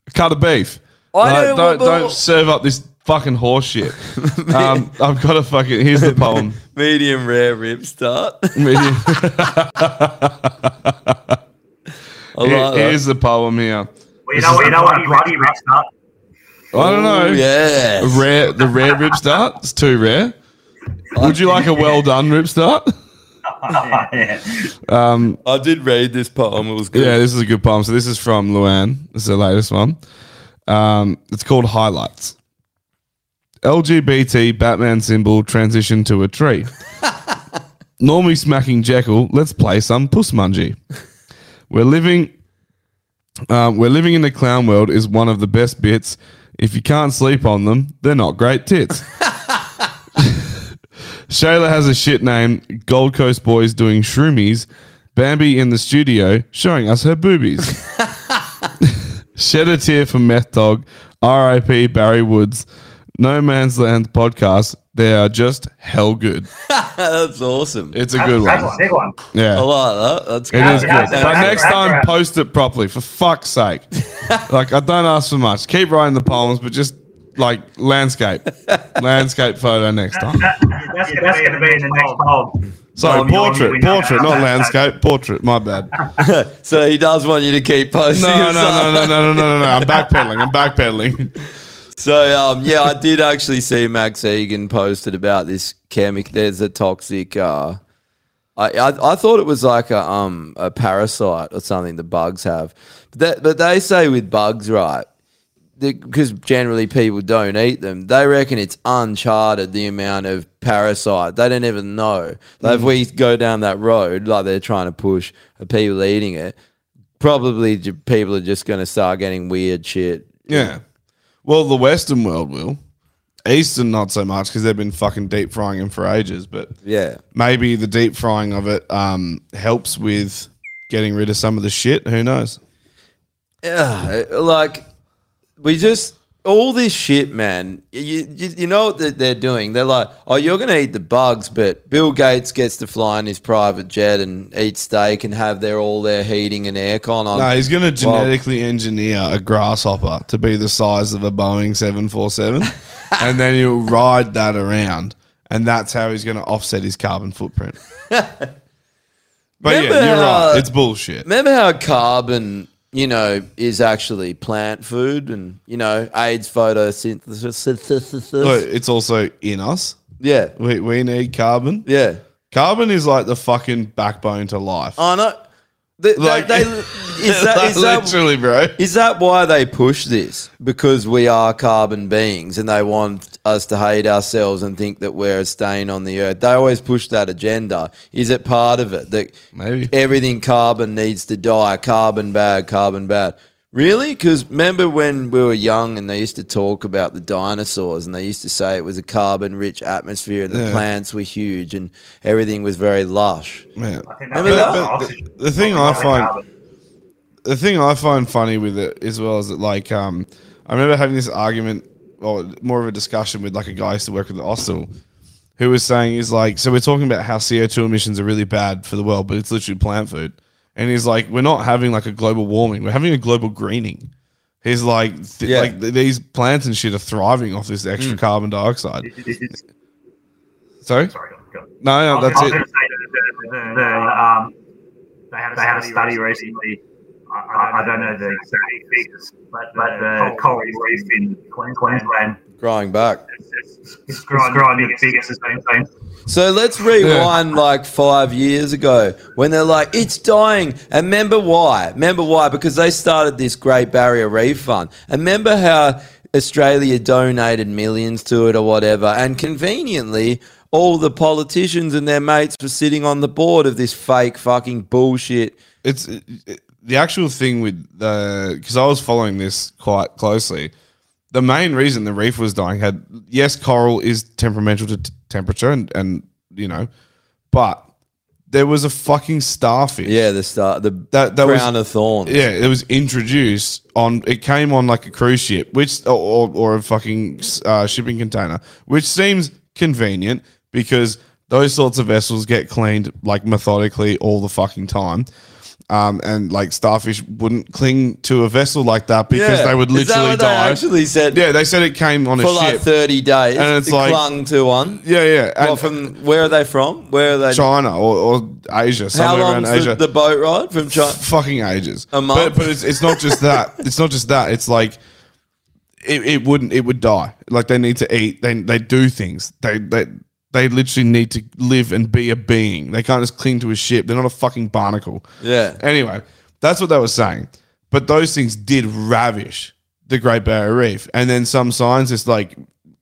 [SPEAKER 2] A cut of beef.
[SPEAKER 4] I
[SPEAKER 2] Like,
[SPEAKER 4] know,
[SPEAKER 2] don't
[SPEAKER 4] but-
[SPEAKER 2] don't serve up this fucking
[SPEAKER 4] <laughs>
[SPEAKER 2] horse shit. um, I've got a fucking here's the poem.
[SPEAKER 4] Medium rare rib start. <laughs>
[SPEAKER 2] Medium.
[SPEAKER 4] I
[SPEAKER 2] Here-
[SPEAKER 4] like that.
[SPEAKER 2] here's the poem here.
[SPEAKER 5] Well, you
[SPEAKER 2] This
[SPEAKER 5] know
[SPEAKER 2] is
[SPEAKER 5] what?
[SPEAKER 2] the-
[SPEAKER 5] You know what? A bloody ribs start.
[SPEAKER 2] I don't know.
[SPEAKER 5] Ooh,
[SPEAKER 4] yes.
[SPEAKER 2] A Rare the rare rib start. It's too rare. Would you like a well done rib start? Um,
[SPEAKER 4] I did read this poem. It was good.
[SPEAKER 2] yeah, this is a good poem. So this is from Luann. This is the latest one. Um, it's called Highlights. LGBT Batman symbol transition to a <laughs> tree. Normie smacking Jekyll. Let's play some puss mungy. We're living. Um, we're living in the clown world is one of the best bits. If you can't sleep on them, they're not great tits. Shayla has a shit name. Gold Coast Boys doing shroomies. Bambi in the studio showing us her boobies. <laughs> Shed a tear for Meth Dog. R.I.P. Barry Woods. No Man's Land podcast. They are just hell good.
[SPEAKER 4] That's awesome.
[SPEAKER 2] It's a good
[SPEAKER 4] That's-
[SPEAKER 2] one.
[SPEAKER 4] that's a big one.
[SPEAKER 2] Yeah.
[SPEAKER 4] I like that. That's
[SPEAKER 2] It is good.
[SPEAKER 4] That's-
[SPEAKER 2] But next
[SPEAKER 4] that's-
[SPEAKER 2] time, post it properly, for fuck's <laughs> sake. like, I don't ask for much. Keep writing the poems, but just like <laughs> landscape, landscape photo next time.
[SPEAKER 5] That's, that's going to be in the next poll.
[SPEAKER 2] Sorry,
[SPEAKER 5] Well, we- we
[SPEAKER 2] portrait,
[SPEAKER 5] know
[SPEAKER 2] portrait,
[SPEAKER 5] about
[SPEAKER 4] <laughs>
[SPEAKER 2] not
[SPEAKER 5] that.
[SPEAKER 2] landscape, portrait. My bad.
[SPEAKER 4] so he does want you to keep
[SPEAKER 2] No,
[SPEAKER 4] posting.
[SPEAKER 2] no, no,
[SPEAKER 4] us up.
[SPEAKER 2] no, no, no, no, no, no. I'm backpedaling. I'm backpedaling. <laughs>
[SPEAKER 4] So um, yeah, I did actually see Max Egan posted about this chemic. There's a toxic. Uh, I, I I thought it was like a um a parasite or something the bugs have, but that, but they say with bugs right, because generally people don't eat them. They reckon it's uncharted the amount of parasite. They don't even know. Like if
[SPEAKER 2] Mm.
[SPEAKER 4] we go down that road, like they're trying to push, are people eating it? Probably j- people are just going to start getting weird shit.
[SPEAKER 2] Yeah. Well, the Western world will. Eastern, not so much because they've been fucking deep frying them for ages. But
[SPEAKER 4] Yeah.
[SPEAKER 2] maybe the deep frying of it um, helps with getting rid of some of the shit. Who knows?
[SPEAKER 4] Yeah, like we just all this shit, man. You you, you know what that they're doing? They're like, oh, you're gonna eat the bugs, but Bill Gates gets to fly in his private jet and eat steak and have their all their heating and aircon on.
[SPEAKER 2] No, he's going to
[SPEAKER 4] Well,
[SPEAKER 2] genetically engineer a grasshopper to be the size of a Boeing 747, and then he'll ride that around, and that's how he's going to offset his carbon footprint. But yeah,
[SPEAKER 4] Remember uh,
[SPEAKER 2] you're
[SPEAKER 4] how-
[SPEAKER 2] right. It's bullshit.
[SPEAKER 4] Remember how carbon, you know, is actually plant food and you know aids photosynthesis.
[SPEAKER 2] Look, it's also in us.
[SPEAKER 4] Yeah.
[SPEAKER 2] We, we need carbon.
[SPEAKER 4] Yeah.
[SPEAKER 2] Carbon is like the fucking backbone to life.
[SPEAKER 4] I know. They, they-
[SPEAKER 2] Like-
[SPEAKER 4] Uh,
[SPEAKER 2] <laughs>
[SPEAKER 4] they- is that, is that-
[SPEAKER 2] Literally, bro.
[SPEAKER 4] <laughs> Is that why they push this? Because we are carbon beings and they want us to hate ourselves and think that we're a stain on the earth. They always push that agenda. Is it part of it that
[SPEAKER 2] Maybe.
[SPEAKER 4] everything carbon needs to die? Carbon bad, carbon bad. Really? Because remember when we were young and they used to talk about the dinosaurs and they used to say it was a carbon rich atmosphere and the
[SPEAKER 2] Yeah.
[SPEAKER 4] plants were huge and everything was very lush.
[SPEAKER 2] Man.
[SPEAKER 4] think that's Remember that?
[SPEAKER 2] But- but the- the thing I find the thing I find funny with it as well is that like um I remember having this argument or more of a discussion with like a guy I used to work with at the hostel who was saying is like so we're talking about how CO2 emissions are really bad for the world but it's literally plant food and he's like we're not having like a global warming we're having a global greening he's like th-
[SPEAKER 4] Yeah. Mm.
[SPEAKER 2] like th- these plants and shit are thriving off this extra carbon dioxide sorry no no
[SPEAKER 5] I was
[SPEAKER 2] that's
[SPEAKER 5] gonna- I was
[SPEAKER 2] it
[SPEAKER 5] gonna say that the, the, the, um, they had a study, recently. I, I, I don't know the exact figures, but, but the coral reef in Queensland
[SPEAKER 4] Growing back.
[SPEAKER 5] is growing the biggest as been.
[SPEAKER 4] So let's rewind like five years ago when they're like, it's dying. And remember why? Remember why? Because they started this Great Barrier Reef Fund. And remember how Australia donated millions to it or whatever. And conveniently, all the politicians and their mates were sitting on the board of this fake fucking bullshit.
[SPEAKER 2] it's it, it- the actual thing with the because I was following this quite closely. The main reason the reef was dying had yes, coral is temperamental to, temperature and, and you know, but there was a fucking starfish.
[SPEAKER 4] Yeah, the star, the
[SPEAKER 2] that, that
[SPEAKER 4] crown
[SPEAKER 2] was,
[SPEAKER 4] of thorns.
[SPEAKER 2] Yeah, it was introduced on. It came on like a cruise ship, which or or, or a fucking uh, shipping container, which seems convenient because those sorts of vessels get cleaned like methodically all the fucking time. Um, and like starfish wouldn't cling to a vessel like that because
[SPEAKER 4] Yeah.
[SPEAKER 2] they would
[SPEAKER 4] Is that
[SPEAKER 2] literally
[SPEAKER 4] what they
[SPEAKER 2] die.
[SPEAKER 4] actually said,
[SPEAKER 2] yeah, they said it came on a
[SPEAKER 4] for
[SPEAKER 2] ship
[SPEAKER 4] like thirty days,
[SPEAKER 2] and it's
[SPEAKER 4] it
[SPEAKER 2] like
[SPEAKER 4] clung to one.
[SPEAKER 2] Yeah, yeah.
[SPEAKER 4] well, from where are they from? Where are they?
[SPEAKER 2] China or, or Asia,
[SPEAKER 4] How
[SPEAKER 2] somewhere
[SPEAKER 4] long
[SPEAKER 2] around Asia.
[SPEAKER 4] the, the boat ride from China?
[SPEAKER 2] fucking ages.
[SPEAKER 4] A month?
[SPEAKER 2] But, but it's, it's not just
[SPEAKER 4] <laughs>
[SPEAKER 2] that. it's not just that. It's like it, it wouldn't. It would die. Like they need to eat. They they do things. They they they literally need to live and be a being. They can't just cling to a ship. They're not a fucking barnacle.
[SPEAKER 4] Yeah.
[SPEAKER 2] Anyway, that's what they were saying. But those things did ravish the Great Barrier Reef. And then some scientists, like,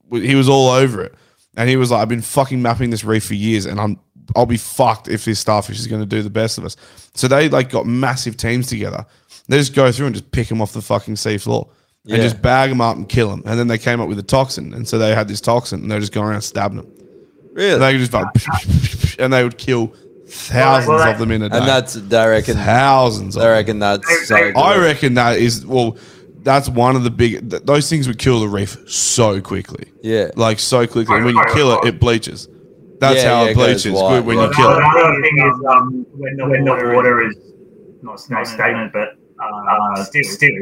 [SPEAKER 2] w- he was all over it. And he was like, I've been fucking mapping this reef for years and I'm I'll be fucked if this starfish is going to do the best of us. So they like got massive teams together. They just go through and just pick them off the fucking seafloor and
[SPEAKER 4] Yeah.
[SPEAKER 2] just bag them up and kill them. And then they came up with a toxin. And so they had this toxin and they're just going around stabbing them.
[SPEAKER 4] Really?
[SPEAKER 2] they could just like, <laughs> and they would kill thousands
[SPEAKER 4] Well, they-
[SPEAKER 2] of them in a day.
[SPEAKER 4] And that's they reckon
[SPEAKER 2] thousands.
[SPEAKER 4] They reckon that's so good.
[SPEAKER 2] I reckon that is well. That's one of the big. Th- those things would kill the reef so quickly.
[SPEAKER 4] Yeah.
[SPEAKER 2] like so quickly. And when you kill it, it bleaches. That's
[SPEAKER 4] Yeah,
[SPEAKER 2] how
[SPEAKER 4] yeah,
[SPEAKER 2] it
[SPEAKER 4] it goes
[SPEAKER 2] bleaches
[SPEAKER 4] wide.
[SPEAKER 2] when
[SPEAKER 5] Well,
[SPEAKER 2] you kill
[SPEAKER 5] the
[SPEAKER 2] it.
[SPEAKER 5] other thing is um, when, the, when water the water is not not stagnant, but uh, still, still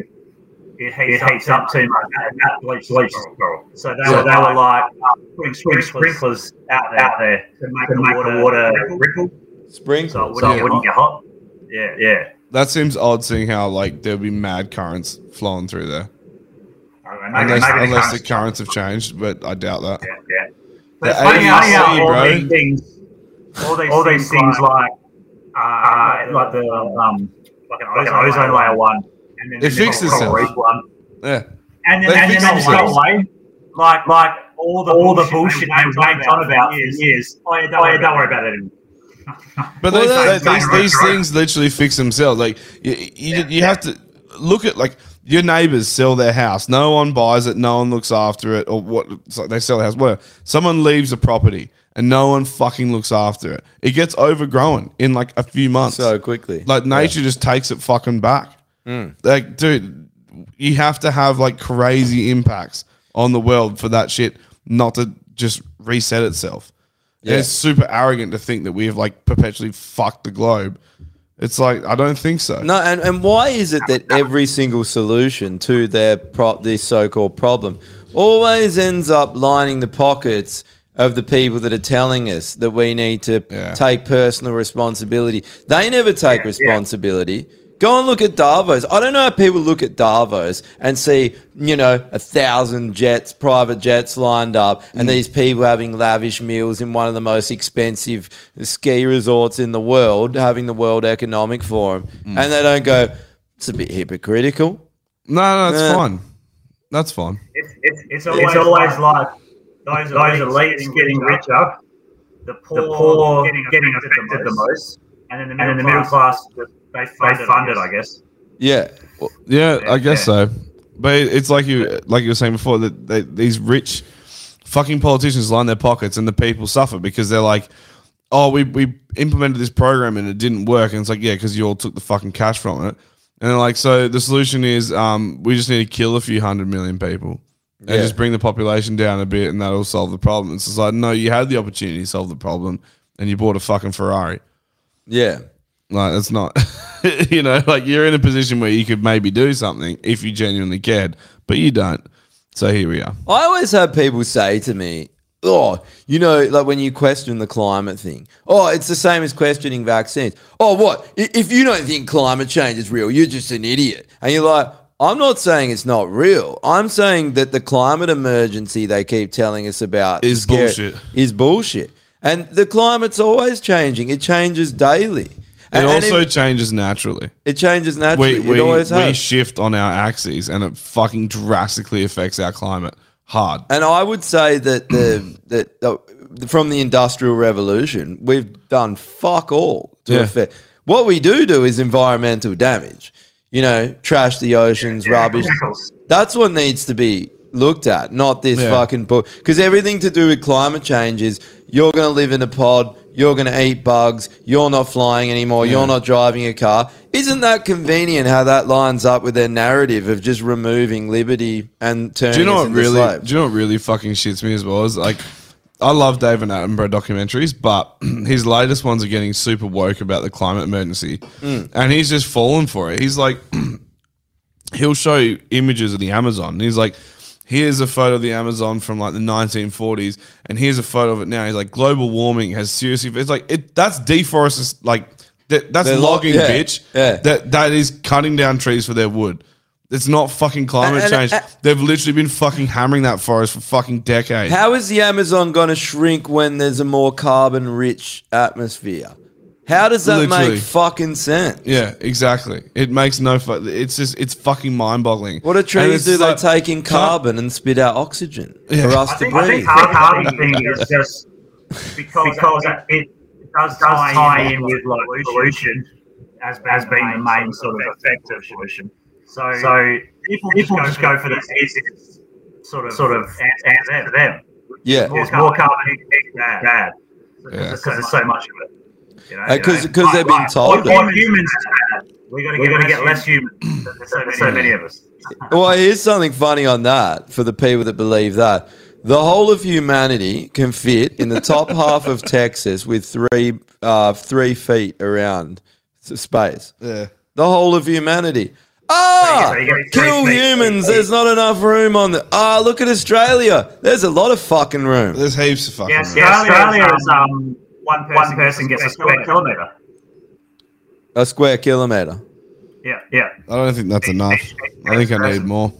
[SPEAKER 5] it heats, up, too much, Oh, and that bleaches the coral. So they, were,
[SPEAKER 4] So
[SPEAKER 5] they
[SPEAKER 4] that-
[SPEAKER 5] were like uh, putting sprinklers, out there, out there to make, the, water, ripple,
[SPEAKER 4] sprinkle,
[SPEAKER 5] so it wouldn't, it wouldn't get hot. Yeah, yeah.
[SPEAKER 2] That seems odd, seeing how like there'll be mad currents flowing through there.
[SPEAKER 5] Maybe-
[SPEAKER 2] unless
[SPEAKER 5] maybe
[SPEAKER 2] unless
[SPEAKER 5] currents-
[SPEAKER 2] the currents have changed, but I doubt that.
[SPEAKER 5] yeah.
[SPEAKER 2] The
[SPEAKER 5] But it's funny how
[SPEAKER 2] AEC,
[SPEAKER 5] all
[SPEAKER 2] bro.
[SPEAKER 5] these things, all these, things like, uh, like the um, like an ozone, layer one, and
[SPEAKER 2] It fixed
[SPEAKER 5] coral
[SPEAKER 2] itself.
[SPEAKER 5] reef one,
[SPEAKER 2] Yeah.
[SPEAKER 5] and then and
[SPEAKER 2] They
[SPEAKER 5] then
[SPEAKER 2] fixed
[SPEAKER 5] they just got
[SPEAKER 2] themselves.
[SPEAKER 5] away, like like all the all the bullshit they went on about for years. Oh yeah, don't, worry, don't worry about it anymore. Well,
[SPEAKER 2] But they-
[SPEAKER 5] that's-
[SPEAKER 2] they- these,
[SPEAKER 5] that's
[SPEAKER 2] these
[SPEAKER 5] right.
[SPEAKER 2] things literally fix themselves. Like you, you, you have to look at like your neighbors sell their house. No one buys it. No one looks after it, or what it's like they sell the house. Whatever. Someone leaves a property and no one fucking looks after it. It gets overgrown in like a few months. So
[SPEAKER 4] quickly,
[SPEAKER 2] like nature just takes it fucking back.
[SPEAKER 4] Mm.
[SPEAKER 2] Like, dude, you have to have like crazy impacts on the world for that shit not to just reset itself. And
[SPEAKER 4] Yeah.
[SPEAKER 2] It's super arrogant to think that we have like perpetually fucked the globe. It's like I don't think so.
[SPEAKER 4] No, and, and why is it that every single solution to their pro- this so-called problem always ends up lining the pockets of the people that are telling us that we need to take personal responsibility? They never take responsibility. Go and look at Davos. I don't know how people look at Davos and see, you know, a thousand jets, private jets lined up, and these people having lavish meals in one of the most expensive ski resorts in the world, having the World Economic Forum, and they don't go, it's a bit hypocritical.
[SPEAKER 2] No, no, it's
[SPEAKER 4] Yeah.
[SPEAKER 2] fine. That's fine.
[SPEAKER 5] It's it's it's
[SPEAKER 4] always
[SPEAKER 5] always, like, those, elites, getting richer, the poor, getting, affected, the most, and then the middle, class, they fund, it, I guess.
[SPEAKER 4] Yeah.
[SPEAKER 2] Yeah, I guess so. But it- it's like you like you were saying before that they, these rich fucking politicians line their pockets and the people suffer because they're like, oh, we, we implemented this program and it didn't work. And it's like, yeah, because you all took the fucking cash from it. And they're like, so the solution is um, we just need to kill a few hundred million people and
[SPEAKER 4] Yeah.
[SPEAKER 2] just bring the population down a bit and that'll solve the problem. It's just like, no, you had the opportunity to solve the problem and you bought a fucking Ferrari.
[SPEAKER 4] Yeah.
[SPEAKER 2] Like that's not, <laughs> you know, like you're in a position where you could maybe do something if you genuinely cared, but you don't. So here we are.
[SPEAKER 4] I always have people say to me, Oh, you know, like when you question the climate thing, oh, it's the same as questioning vaccines. Oh, what? I- If you don't think climate change is real, you're just an idiot. And you're like, I'm not saying it's not real. I'm saying that the climate emergency they keep telling us about
[SPEAKER 2] Is
[SPEAKER 4] scary-
[SPEAKER 2] bullshit.
[SPEAKER 4] Is bullshit. And the climate's always changing, it changes daily.
[SPEAKER 2] It
[SPEAKER 4] And, and
[SPEAKER 2] also
[SPEAKER 4] it,
[SPEAKER 2] changes naturally.
[SPEAKER 4] it changes naturally.
[SPEAKER 2] We we,
[SPEAKER 4] it always
[SPEAKER 2] we
[SPEAKER 4] has.
[SPEAKER 2] shift on our axes, and it fucking drastically affects our climate hard.
[SPEAKER 4] And I would say that the <clears throat> that uh, from the industrial revolution, we've done fuck all to
[SPEAKER 2] Yeah.
[SPEAKER 4] affect. What we do do is environmental damage. You know, trash the oceans, rubbish. That's what needs to be looked at, not this
[SPEAKER 2] Yeah.
[SPEAKER 4] fucking book. Because everything to do with climate change is you're going to live in a pod, you're going to eat bugs, you're not flying anymore,
[SPEAKER 2] Yeah.
[SPEAKER 4] you're not driving a car. Isn't that convenient how that lines up with their narrative of just removing liberty and turning
[SPEAKER 2] Do you know
[SPEAKER 4] us
[SPEAKER 2] what
[SPEAKER 4] into
[SPEAKER 2] really?
[SPEAKER 4] slaves?
[SPEAKER 2] Do you know what really fucking shits me as well is like, I love David Attenborough documentaries, but <clears throat> his latest ones are getting super woke about the climate emergency,
[SPEAKER 4] Mm.
[SPEAKER 2] and he's just fallen for it. He's like, <clears throat> he'll show images of the Amazon. And he's like, here's a photo of the Amazon from like the 1940s, and here's a photo of it now. He's like, global warming has seriously. It's like it. That's deforestation. Like that, that's
[SPEAKER 4] They're lo-
[SPEAKER 2] logging,
[SPEAKER 4] yeah,
[SPEAKER 2] bitch.
[SPEAKER 4] yeah.
[SPEAKER 2] That that is cutting down trees for their wood. It's not fucking climate
[SPEAKER 4] And- and-
[SPEAKER 2] change. They've literally been fucking hammering that forest for fucking decades.
[SPEAKER 4] How is the Amazon going to shrink when there's a more carbon rich atmosphere? How does that
[SPEAKER 2] Literally.
[SPEAKER 4] make fucking sense?
[SPEAKER 2] yeah, exactly. It makes no. Fu- it's just it's fucking mind boggling.
[SPEAKER 4] What do trees do? They take in
[SPEAKER 2] can't-
[SPEAKER 4] carbon and spit out oxygen
[SPEAKER 2] Yeah.
[SPEAKER 4] for us
[SPEAKER 5] I
[SPEAKER 4] to
[SPEAKER 5] think, I
[SPEAKER 4] breathe.
[SPEAKER 5] think the hard thing is just because, it, it does, tie, in, with like pollution as, as being the main sort of effect of pollution. So, so people, just go, for the easiest sort of sort of answer for them.
[SPEAKER 4] Yeah.
[SPEAKER 5] There's more carbon in it than bad
[SPEAKER 4] Yeah.
[SPEAKER 5] because there's so much of it. you know,
[SPEAKER 4] Uh, 'cause-
[SPEAKER 5] you know.
[SPEAKER 4] 'cause they've been told
[SPEAKER 5] what-
[SPEAKER 4] that.
[SPEAKER 5] what humans we got to
[SPEAKER 4] We're
[SPEAKER 5] get,
[SPEAKER 4] gonna
[SPEAKER 5] less
[SPEAKER 4] get less
[SPEAKER 5] humans. There's so, so many of us.
[SPEAKER 4] well, here's something funny on that for the people that believe that. The whole of humanity can fit in the top <laughs> half of Texas with three uh, three feet around s- space.
[SPEAKER 2] Yeah.
[SPEAKER 4] The whole of humanity.
[SPEAKER 2] Ah,
[SPEAKER 4] Kill humans. There's not enough room on the. Ah, look at Australia. There's a lot of fucking room.
[SPEAKER 2] There's heaps of fucking
[SPEAKER 5] Yeah, Australia, is um, one person, gets a square kilometre.
[SPEAKER 4] A square kilometer.
[SPEAKER 5] Yeah, yeah.
[SPEAKER 2] I don't think that's enough. I think I need more.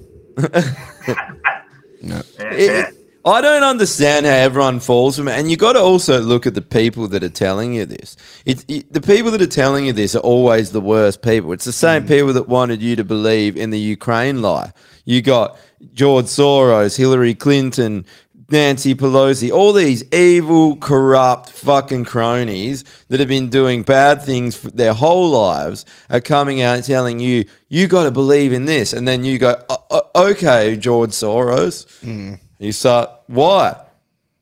[SPEAKER 2] no.
[SPEAKER 4] It- I don't understand how everyone falls from it. And you got to also look at the people that are telling you this. It, it- the people that are telling you this are always the worst people. It's the same
[SPEAKER 5] Mm.
[SPEAKER 4] people that wanted you to believe in the Ukraine lie. You got George Soros, Hillary Clinton, Nancy Pelosi, all these evil, corrupt fucking cronies that have been doing bad things for their whole lives are coming out and telling you, you got to believe in this. And then you go, "O- o- okay, George Soros. You start, why?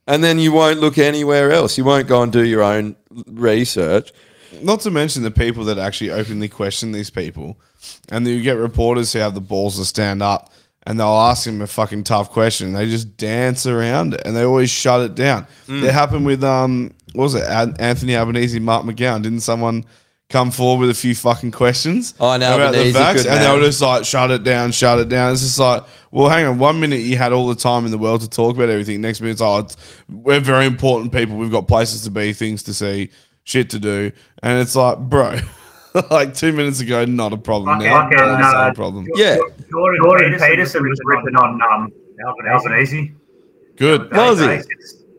[SPEAKER 4] And then you won't look anywhere else. You won't go and do your own research.
[SPEAKER 2] Not to mention the people that actually openly question these people, and then you get reporters who have the balls to stand up and they'll ask him a fucking tough question. They just dance around it and they always shut it down.
[SPEAKER 4] Hmm.
[SPEAKER 14] Mm.
[SPEAKER 2] It happened with um, what was it An- Anthony Albanese, Mark McGowan? Didn't someone come forward with a few fucking questions?
[SPEAKER 4] Oh, no,
[SPEAKER 2] about the
[SPEAKER 4] Albanese,
[SPEAKER 2] vax?
[SPEAKER 4] good
[SPEAKER 2] and they
[SPEAKER 4] man.
[SPEAKER 2] were just like, shut it down, shut it down. It's just like, well, hang on, one minute you had all the time in the world to talk about everything. Next minute, it's oh, it's, we're very important people. We've got places to be, things to see, shit to do, and it's like, bro, <laughs> like two minutes ago, not a problem.
[SPEAKER 5] Fucking-
[SPEAKER 2] now,
[SPEAKER 5] fucking,
[SPEAKER 2] all of a
[SPEAKER 5] uh,
[SPEAKER 2] sudden, problem.
[SPEAKER 4] Yeah.
[SPEAKER 5] Jordan, Peterson, was ripping on um, Albanese.
[SPEAKER 2] Good.
[SPEAKER 5] Was he?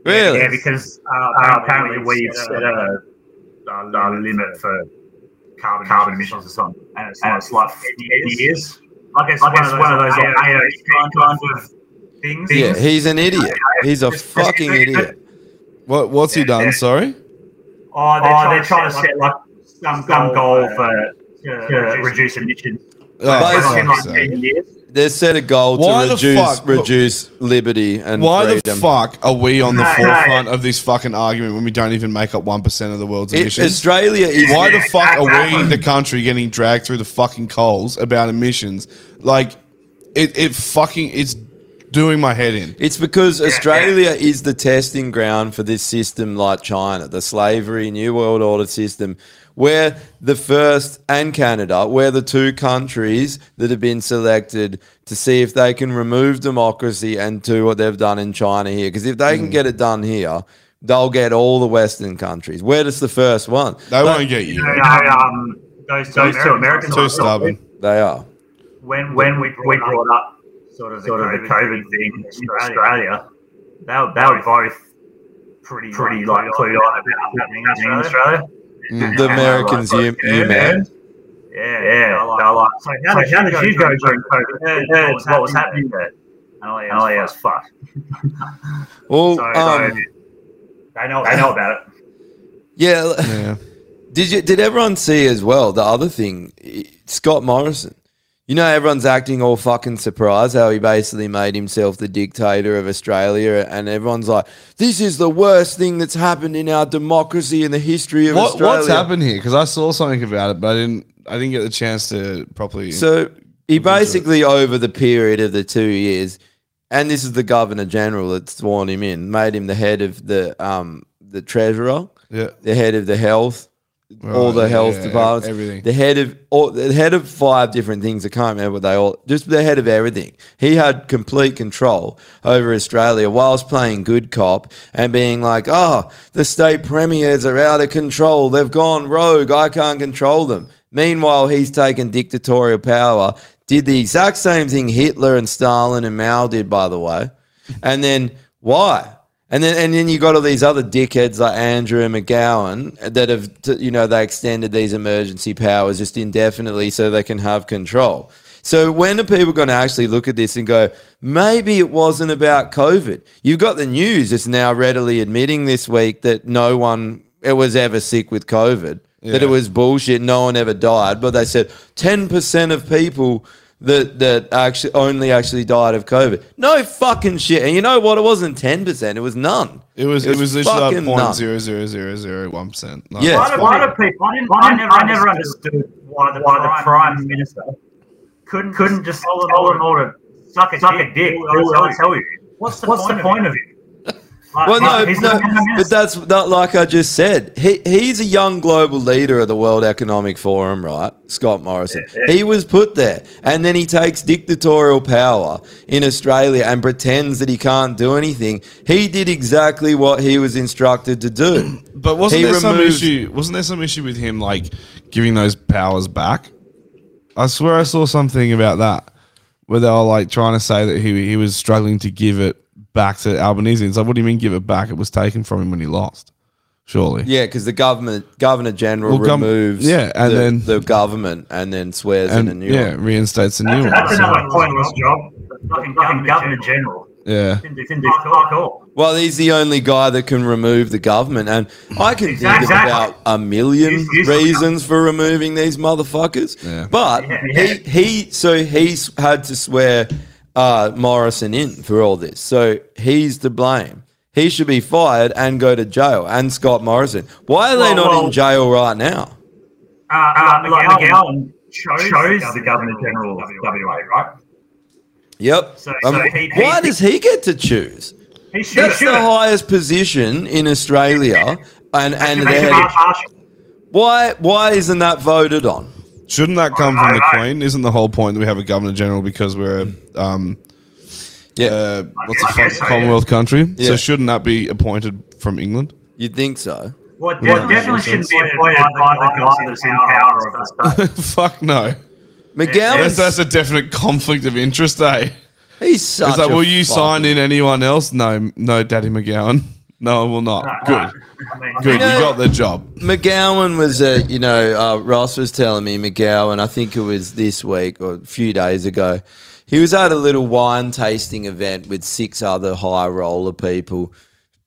[SPEAKER 4] Really?
[SPEAKER 5] Yeah, because uh, apparently we've set a, a limit for carbon, carbon emissions or something. And it's, like, it's like 50 years. Like it's, one, of those like, AOC kind of things.
[SPEAKER 4] Yeah, he's an idiot. He's a fucking idiot.
[SPEAKER 2] What what's he done?
[SPEAKER 5] Oh,
[SPEAKER 2] Sorry.
[SPEAKER 5] they're,
[SPEAKER 1] Oh,
[SPEAKER 5] trying,
[SPEAKER 1] they're
[SPEAKER 5] to
[SPEAKER 1] trying
[SPEAKER 5] set like, some, some goal for to, reduce emissions.
[SPEAKER 4] Basically,
[SPEAKER 5] in like 10 years.
[SPEAKER 4] They set a goal
[SPEAKER 2] Oh, Why
[SPEAKER 4] to
[SPEAKER 2] the
[SPEAKER 4] reduce
[SPEAKER 2] fuck-
[SPEAKER 4] reduce liberty and
[SPEAKER 2] Why the
[SPEAKER 4] freedom.
[SPEAKER 2] fuck are we on the
[SPEAKER 4] No, no.
[SPEAKER 2] forefront of this fucking argument when we don't even make up one percent of the world's
[SPEAKER 4] It-
[SPEAKER 2] emissions?
[SPEAKER 4] Australia is-
[SPEAKER 2] Why the fuck
[SPEAKER 5] <laughs>
[SPEAKER 2] are we,
[SPEAKER 4] Exactly.
[SPEAKER 2] the country, getting dragged through the fucking coals about emissions? Like, it, it fucking it's doing my head in.
[SPEAKER 4] It's because Australia is the testing ground for this system like China, the slavery New World Order system. We're the first, and Canada, we're the two countries that have been selected to see if they can remove democracy and do what they've done in China here. Because if they can get it done here, they'll get all the Western countries. We're just the first one.
[SPEAKER 2] They won't get you.
[SPEAKER 5] No, um, those two,
[SPEAKER 4] Those two
[SPEAKER 5] Americans,
[SPEAKER 4] Americans- Too stubborn. They are.
[SPEAKER 5] When when we we brought up sort of the, sort of the COVID thing in Australia, they were, they were both pretty pretty like clued on about happening in Australia.
[SPEAKER 4] Mm. The Americans, you, you man.
[SPEAKER 5] Yeah, yeah. They're like, so how, did, you go during COVID? Yeah, what was happening there? And all yeah, it's fucked. <laughs>
[SPEAKER 4] Well,
[SPEAKER 5] So,
[SPEAKER 4] um,
[SPEAKER 5] so they know they know about it.
[SPEAKER 4] Yeah. l- Did you? Did everyone see as well the other thing? i- Scott Morrison. You know, everyone's acting all fucking surprised how he basically made himself the dictator of Australia, and everyone's like, "This is the worst thing that's happened in our democracy in the history of
[SPEAKER 2] What,
[SPEAKER 4] Australia."
[SPEAKER 2] what's happened here? Because I saw something about it, but I didn't. I didn't get the chance to properly.
[SPEAKER 4] So he basically, over the period of the two years, and this is the governor general that sworn him in, made him the head of the um the treasurer,
[SPEAKER 2] Yeah.
[SPEAKER 4] the head of the health, all
[SPEAKER 2] Right,
[SPEAKER 4] the health
[SPEAKER 2] yeah, e-
[SPEAKER 4] departments,
[SPEAKER 2] everything.
[SPEAKER 4] the head of all the head of five different things. I can't remember what they all just the head of everything. He had complete control over Australia whilst playing good cop and being like, oh, the state premiers are out of control. They've gone rogue. I can't control them. Meanwhile, he's taken dictatorial power. Did the exact same thing Hitler and Stalin and Mao did, by the way. And then why? And then and then you got all these other dickheads like Andrew and McGowan that have t- you know they extended these emergency powers just indefinitely so they can have control. So when are people going to actually look at this and go, maybe it wasn't about COVID? You've got the news that's now readily admitting this week that no one it was ever sick with COVID. That it
[SPEAKER 2] Yeah.
[SPEAKER 4] was bullshit. No one ever died, but they said ten percent of people that that actually only actually died of COVID. No fucking shit. And you know what? It wasn't ten percent. It was none.
[SPEAKER 2] It was it was literally like
[SPEAKER 4] fucking none.
[SPEAKER 2] point zero zero zero zero one percent. Like,
[SPEAKER 5] A
[SPEAKER 4] Yeah.
[SPEAKER 5] lot of- a lot of people. I, didn't, I, never, I never understood why the, why the prime minister couldn't couldn't just tell them all, to suck a dick. do what I tell you. What's the point, of it? Like,
[SPEAKER 4] Well, no,
[SPEAKER 5] like, he's
[SPEAKER 4] no
[SPEAKER 5] the prime
[SPEAKER 4] but
[SPEAKER 5] minister.
[SPEAKER 4] that's not like I just said. He, he's a young global leader of the World Economic Forum, right? Scott Morrison.
[SPEAKER 5] yeah.
[SPEAKER 4] He was put there, and then he takes dictatorial power in Australia and pretends that he can't do anything. He did exactly what he was instructed to do.
[SPEAKER 2] But wasn't
[SPEAKER 4] He
[SPEAKER 2] there some
[SPEAKER 4] removed-
[SPEAKER 2] issue? Wasn't there some issue with him like giving those powers back? I swear I saw something about that where they were like trying to say that he he was struggling to give it back to Albanese. It's like, what do you mean give it back? It was taken from him when he lost. Surely.
[SPEAKER 4] Yeah, because the government governor general
[SPEAKER 2] Well, gov-
[SPEAKER 4] removes
[SPEAKER 2] yeah, and
[SPEAKER 4] the,
[SPEAKER 2] then-
[SPEAKER 4] the government and then swears in
[SPEAKER 2] And
[SPEAKER 4] a new
[SPEAKER 2] yeah,
[SPEAKER 4] one.
[SPEAKER 2] reinstates a new one.
[SPEAKER 5] that's
[SPEAKER 2] so-
[SPEAKER 5] another pointless job. The fucking governor, general.
[SPEAKER 2] yeah.
[SPEAKER 5] Didn't do fuck fuck all.
[SPEAKER 4] Well, he's the only guy that can remove the government, and I can think of
[SPEAKER 5] Exactly.
[SPEAKER 4] about a million
[SPEAKER 5] He's- he's-
[SPEAKER 4] reasons for removing these motherfuckers. But
[SPEAKER 5] Yeah.
[SPEAKER 4] he he so he's had to swear uh, Morrison in for all this, so he's to blame. He should be fired and go to jail. And Scott Morrison, why are they
[SPEAKER 5] Well,
[SPEAKER 4] not
[SPEAKER 5] well-
[SPEAKER 4] in jail right now?
[SPEAKER 5] Uh, uh, like McGowan chose, the governor general of WA, right?
[SPEAKER 4] Yep.
[SPEAKER 5] So-
[SPEAKER 4] Um,
[SPEAKER 5] so he- he-
[SPEAKER 4] why does he get to choose?
[SPEAKER 5] He should-
[SPEAKER 4] That's
[SPEAKER 5] he
[SPEAKER 4] the
[SPEAKER 5] should.
[SPEAKER 4] highest position in Australia, and and the
[SPEAKER 5] They should
[SPEAKER 4] head
[SPEAKER 5] be
[SPEAKER 4] of-
[SPEAKER 5] impartial.
[SPEAKER 4] why why isn't that voted on?
[SPEAKER 2] Shouldn't that come from the Queen? Isn't the whole point that we have a Governor General because we're um,
[SPEAKER 4] yeah,
[SPEAKER 2] uh, what's the
[SPEAKER 5] I
[SPEAKER 2] fuck,
[SPEAKER 5] guess so, yeah.
[SPEAKER 2] Commonwealth country?
[SPEAKER 4] Yeah.
[SPEAKER 2] So shouldn't that be appointed from England? <laughs>
[SPEAKER 4] You'd think so.
[SPEAKER 5] Well, de-
[SPEAKER 2] Yeah,
[SPEAKER 5] definitely
[SPEAKER 2] makes
[SPEAKER 5] shouldn't
[SPEAKER 2] sense.
[SPEAKER 5] be appointed by the guy that's in power of the state.
[SPEAKER 2] Fuck no.
[SPEAKER 4] McGowan's-
[SPEAKER 2] That's, that's a definite conflict of interest, eh?
[SPEAKER 4] He's
[SPEAKER 5] such
[SPEAKER 2] It's like,
[SPEAKER 5] a
[SPEAKER 2] will you sign
[SPEAKER 5] fucking-
[SPEAKER 2] in anyone else? No, no, Daddy McGowan. <laughs> No, I will not. Good, good. You
[SPEAKER 4] Yeah.
[SPEAKER 2] got the job.
[SPEAKER 4] McGowan was a, you know, uh, Ross was telling me McGowan, I think it was this week or a few days ago, he was at a little wine tasting event with six other high roller people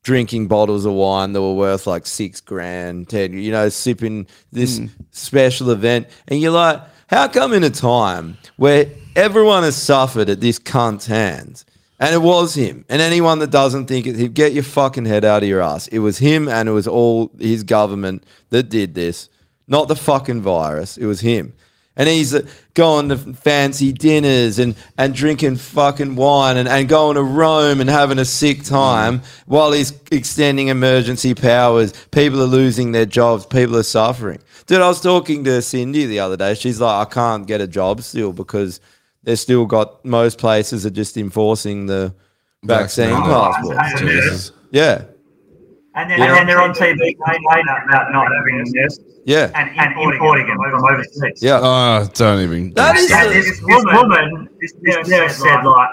[SPEAKER 4] drinking bottles of wine that were worth like six grand, 10, you know, sipping this special event. And you're like, how come in a time where everyone has suffered at this cunt's hands? And it was him. And anyone that doesn't think it's him, get your fucking head out of your ass. It was him and it was all his government that did this, not the fucking virus. It was him. And he's uh, going to fancy dinners and, and drinking fucking wine and, and going to Rome and having a sick time while he's extending emergency powers. People are losing their jobs. People are suffering. Dude, I was talking to Cindy the other day. She's like, I can't get a job still because they're still got most places are just enforcing the vaccine,
[SPEAKER 2] Vaccine.
[SPEAKER 4] passport.
[SPEAKER 5] Vaccine. Jesus.
[SPEAKER 4] Yeah,
[SPEAKER 5] And then,
[SPEAKER 4] Yeah.
[SPEAKER 5] and then they're on TV complaining about not having a test
[SPEAKER 4] yeah,
[SPEAKER 5] and importing it from overseas.
[SPEAKER 4] yeah.
[SPEAKER 2] Uh, don't even.
[SPEAKER 4] That is
[SPEAKER 5] And
[SPEAKER 4] a-
[SPEAKER 5] this, this woman this nurse said, like,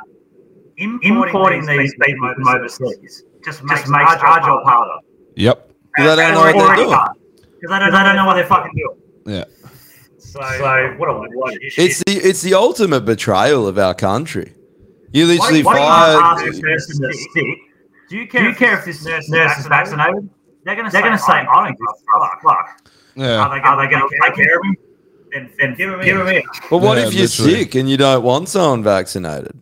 [SPEAKER 5] importing these people from overseas just makes, our, our job harder.
[SPEAKER 2] Yep.
[SPEAKER 4] Because I don't know what they're doing.
[SPEAKER 5] Because I don't, I don't know what they're fucking doing.
[SPEAKER 2] Yeah.
[SPEAKER 5] So, so what a what a shit.
[SPEAKER 4] It's the it's the ultimate betrayal of our country. You
[SPEAKER 5] Why-
[SPEAKER 4] literally
[SPEAKER 5] why do you ask
[SPEAKER 4] fired.
[SPEAKER 5] this person that's sick? Do you care, if, this nurse, nurse is vaccinated? They're going to say, I don't give a fuck.
[SPEAKER 2] Yeah.
[SPEAKER 5] Are they going to take care of him? then, then give him here.
[SPEAKER 4] But what
[SPEAKER 5] Yeah,
[SPEAKER 4] if you're
[SPEAKER 5] literally.
[SPEAKER 4] sick and you don't want someone vaccinated?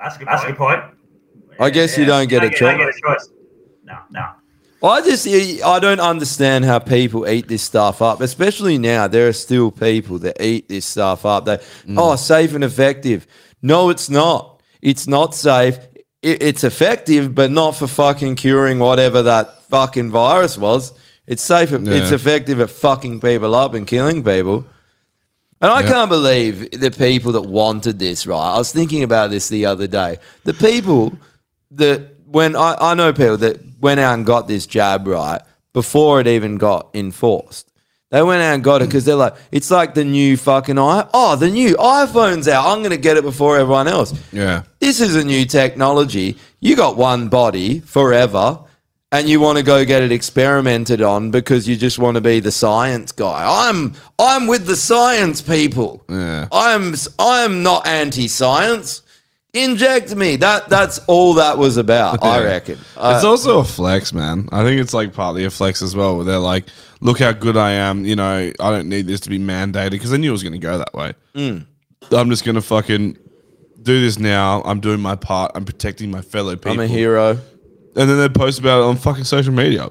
[SPEAKER 5] That's a good, That's a good point.
[SPEAKER 4] I guess you
[SPEAKER 5] Yeah.
[SPEAKER 4] don't get a
[SPEAKER 5] don't
[SPEAKER 4] choice.
[SPEAKER 5] get a choice. No, no.
[SPEAKER 4] I just I don't understand how people eat this stuff up, especially now. There are still people that eat this stuff up. They oh safe and effective. No, it's not. It's not safe. It, it's effective, but not for fucking curing whatever that fucking virus was. It's safe. It's
[SPEAKER 14] Yeah.
[SPEAKER 4] effective at fucking people up and killing people. And I
[SPEAKER 14] Yeah.
[SPEAKER 4] can't believe the people that wanted this, right? I was thinking about this the other day. The people that when I, I know people that went out and got this jab, right, before it even got enforced. They went out and got it because they're like, it's like the new fucking i oh, the new iPhone's out. I'm gonna get it before everyone else.
[SPEAKER 2] Yeah.
[SPEAKER 4] This is a new technology. You got one body forever, and you want to go get it experimented on because you just want to be the science guy. I'm I'm with the science people.
[SPEAKER 2] Yeah.
[SPEAKER 4] I'm I'm not anti-science. Inject me. That that's all that was about. I
[SPEAKER 2] Yeah.
[SPEAKER 4] reckon.
[SPEAKER 2] it's also a flex, man. I think it's like partly a flex as well, where they're like, look how good I am. You know, I don't need this to be mandated because I knew it was going to go that way.
[SPEAKER 4] Mm.
[SPEAKER 2] I'm just going to fucking do this now. I'm doing my part. I'm protecting my fellow people.
[SPEAKER 4] I'm a hero.
[SPEAKER 2] And then they post about it on fucking social media.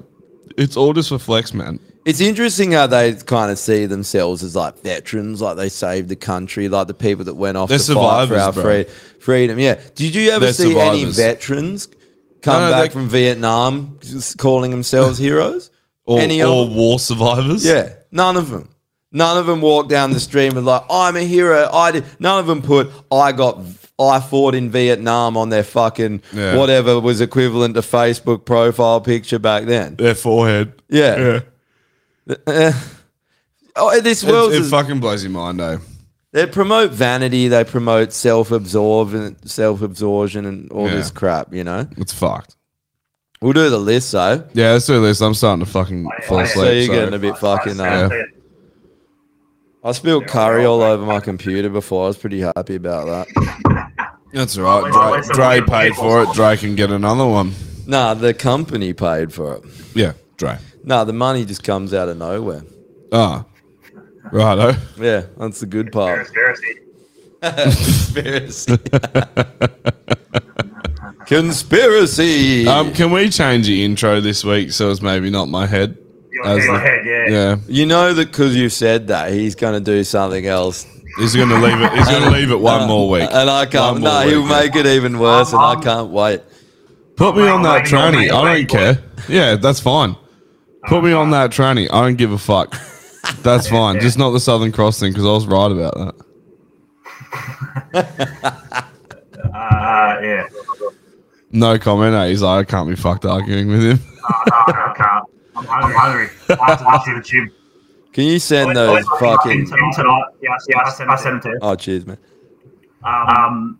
[SPEAKER 2] It's all just for flex, man.
[SPEAKER 4] It's interesting how they kind of see themselves as like veterans, like they saved the country, like the people that went off
[SPEAKER 2] They're
[SPEAKER 4] to fight for
[SPEAKER 2] survivors,
[SPEAKER 4] our
[SPEAKER 2] bro.
[SPEAKER 4] free, freedom. Yeah. Did you ever
[SPEAKER 2] They're
[SPEAKER 4] see any
[SPEAKER 2] survivors.
[SPEAKER 4] veterans come
[SPEAKER 2] No, no,
[SPEAKER 4] back
[SPEAKER 2] they-
[SPEAKER 4] from Vietnam just calling themselves heroes?
[SPEAKER 2] Or,
[SPEAKER 4] any of
[SPEAKER 2] or
[SPEAKER 4] them?
[SPEAKER 2] war survivors.
[SPEAKER 4] Yeah, none of them. None of them walked down the stream and like, I'm a hero. I did. None of them put, I got, I fought in Vietnam on their fucking
[SPEAKER 2] Yeah.
[SPEAKER 4] whatever was equivalent to Facebook profile picture back then.
[SPEAKER 2] Their forehead.
[SPEAKER 4] Yeah. Yeah. oh, this
[SPEAKER 2] It-
[SPEAKER 4] world
[SPEAKER 2] it
[SPEAKER 4] is
[SPEAKER 2] fucking blows your mind, though.
[SPEAKER 4] They promote vanity. They promote self-absorb and self-absorption and all this
[SPEAKER 2] Yeah.
[SPEAKER 4] crap. You know,
[SPEAKER 2] it's fucked.
[SPEAKER 4] We'll do the list though.
[SPEAKER 2] Yeah, let's do this. I'm starting to fucking fall asleep.
[SPEAKER 4] So you're
[SPEAKER 2] so-
[SPEAKER 4] getting a bit fucking. Uh,
[SPEAKER 2] Yeah.
[SPEAKER 4] I spilled curry all over my computer before. I was pretty happy about that.
[SPEAKER 2] That's all right. Dry, Dre paid for it. Dre can get another one.
[SPEAKER 4] Nah, the company paid for it.
[SPEAKER 2] Yeah, Dre.
[SPEAKER 4] Nah, the money just comes out of nowhere.
[SPEAKER 2] Ah, righto.
[SPEAKER 4] Yeah, that's the good part. Conspiracy. <laughs> Conspiracy.
[SPEAKER 2] <laughs> Um, can we change the intro this week so it's maybe not my head? As the- yeah.
[SPEAKER 4] You know that because you said that, he's going to do something else.
[SPEAKER 2] He's going to leave it. He's
[SPEAKER 4] <laughs>
[SPEAKER 2] going to leave it one more week.
[SPEAKER 4] Uh, And I can't.
[SPEAKER 2] One more
[SPEAKER 4] No, he'll
[SPEAKER 2] week.
[SPEAKER 4] make it even worse, and I can't wait.
[SPEAKER 2] Put me on that tranny. I don't care. Yeah, that's fine. Put me on that tranny. I don't give a fuck. That's fine. Just not the Southern Cross thing because I was right about that.
[SPEAKER 5] Uh, yeah.
[SPEAKER 2] No comment. Eh? He's like, I can't be fucked arguing with him.
[SPEAKER 5] No, no, no, I can't. I'm hungry. I'm hungry. I have to go to the gym.
[SPEAKER 4] Can you send
[SPEAKER 5] I
[SPEAKER 4] those
[SPEAKER 5] went- I went
[SPEAKER 4] fucking?
[SPEAKER 5] to the gym tonight. Yeah, yeah, I sent, I sent him to.
[SPEAKER 4] Oh, cheers, man.
[SPEAKER 5] Um,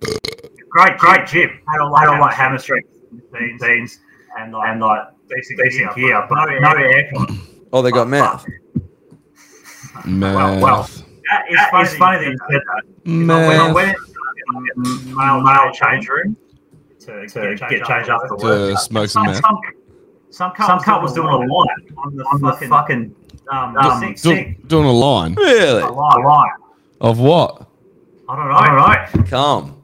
[SPEAKER 5] great, great gym. I don't like, I don't like hammer strength machines and like, and like decent, decent gear, but no aircon.
[SPEAKER 4] Oh, they got mouth.
[SPEAKER 2] Man.
[SPEAKER 5] Well, that is funny, that you said that. When I
[SPEAKER 2] Man.
[SPEAKER 5] went in the male, male change room to, to get changed after work,
[SPEAKER 2] To smoke some meth.
[SPEAKER 5] some, some, cunt some cunt was doing a line on the, on the fucking um, um,
[SPEAKER 2] Do- do- doing a line
[SPEAKER 4] Really?
[SPEAKER 5] a line. line.
[SPEAKER 2] of what?
[SPEAKER 5] I don't know. I don't know.
[SPEAKER 4] Come.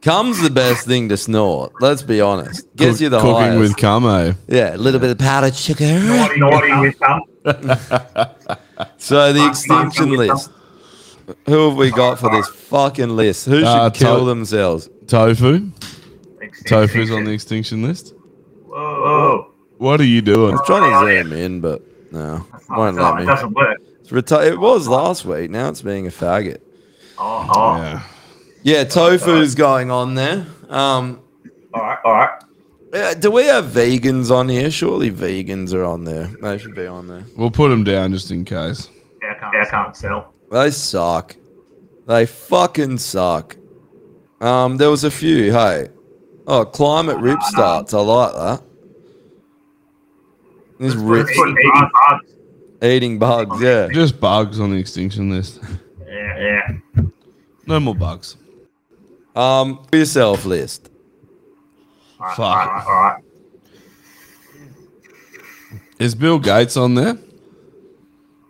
[SPEAKER 4] Cum's Um, the best thing to snort. Let's be honest. Gives you the
[SPEAKER 2] Cooking
[SPEAKER 4] highest.
[SPEAKER 2] with camo.
[SPEAKER 4] yeah, a little bit of powdered sugar.
[SPEAKER 5] Naughty, naughty with cum.
[SPEAKER 4] <laughs> So the extinction list. Who have we got for this fucking list? Who should
[SPEAKER 2] Uh,
[SPEAKER 4] kill
[SPEAKER 2] to-
[SPEAKER 4] themselves?
[SPEAKER 2] Tofu. Tofu's on the extinction list.
[SPEAKER 5] Whoa.
[SPEAKER 2] What are you doing?
[SPEAKER 4] I was trying to zoom in, but no, won't
[SPEAKER 5] not-
[SPEAKER 4] let me.
[SPEAKER 5] it doesn't work.
[SPEAKER 4] It's reti- it was last week. Now it's being a faggot.
[SPEAKER 5] Oh, oh.
[SPEAKER 2] Yeah.
[SPEAKER 4] Yeah, tofu's going on there. Um,
[SPEAKER 5] all right, all right.
[SPEAKER 4] do we have vegans on here? Surely vegans are on there. They should be on there.
[SPEAKER 2] We'll put him down just in case.
[SPEAKER 5] Yeah, I can't, yeah, I can't sell.
[SPEAKER 4] They suck. They fucking suck. Um, there was a few. Hey, oh, climate rip starts. I like that. This
[SPEAKER 5] It's
[SPEAKER 4] rips
[SPEAKER 5] putting eating bugs.
[SPEAKER 4] eating bugs. Yeah,
[SPEAKER 2] Just bugs on the extinction list.
[SPEAKER 5] Yeah, yeah.
[SPEAKER 2] No more bugs.
[SPEAKER 4] Um, for yourself list.
[SPEAKER 5] All right,
[SPEAKER 2] Fuck.
[SPEAKER 5] all right, all right.
[SPEAKER 2] Is Bill Gates on there?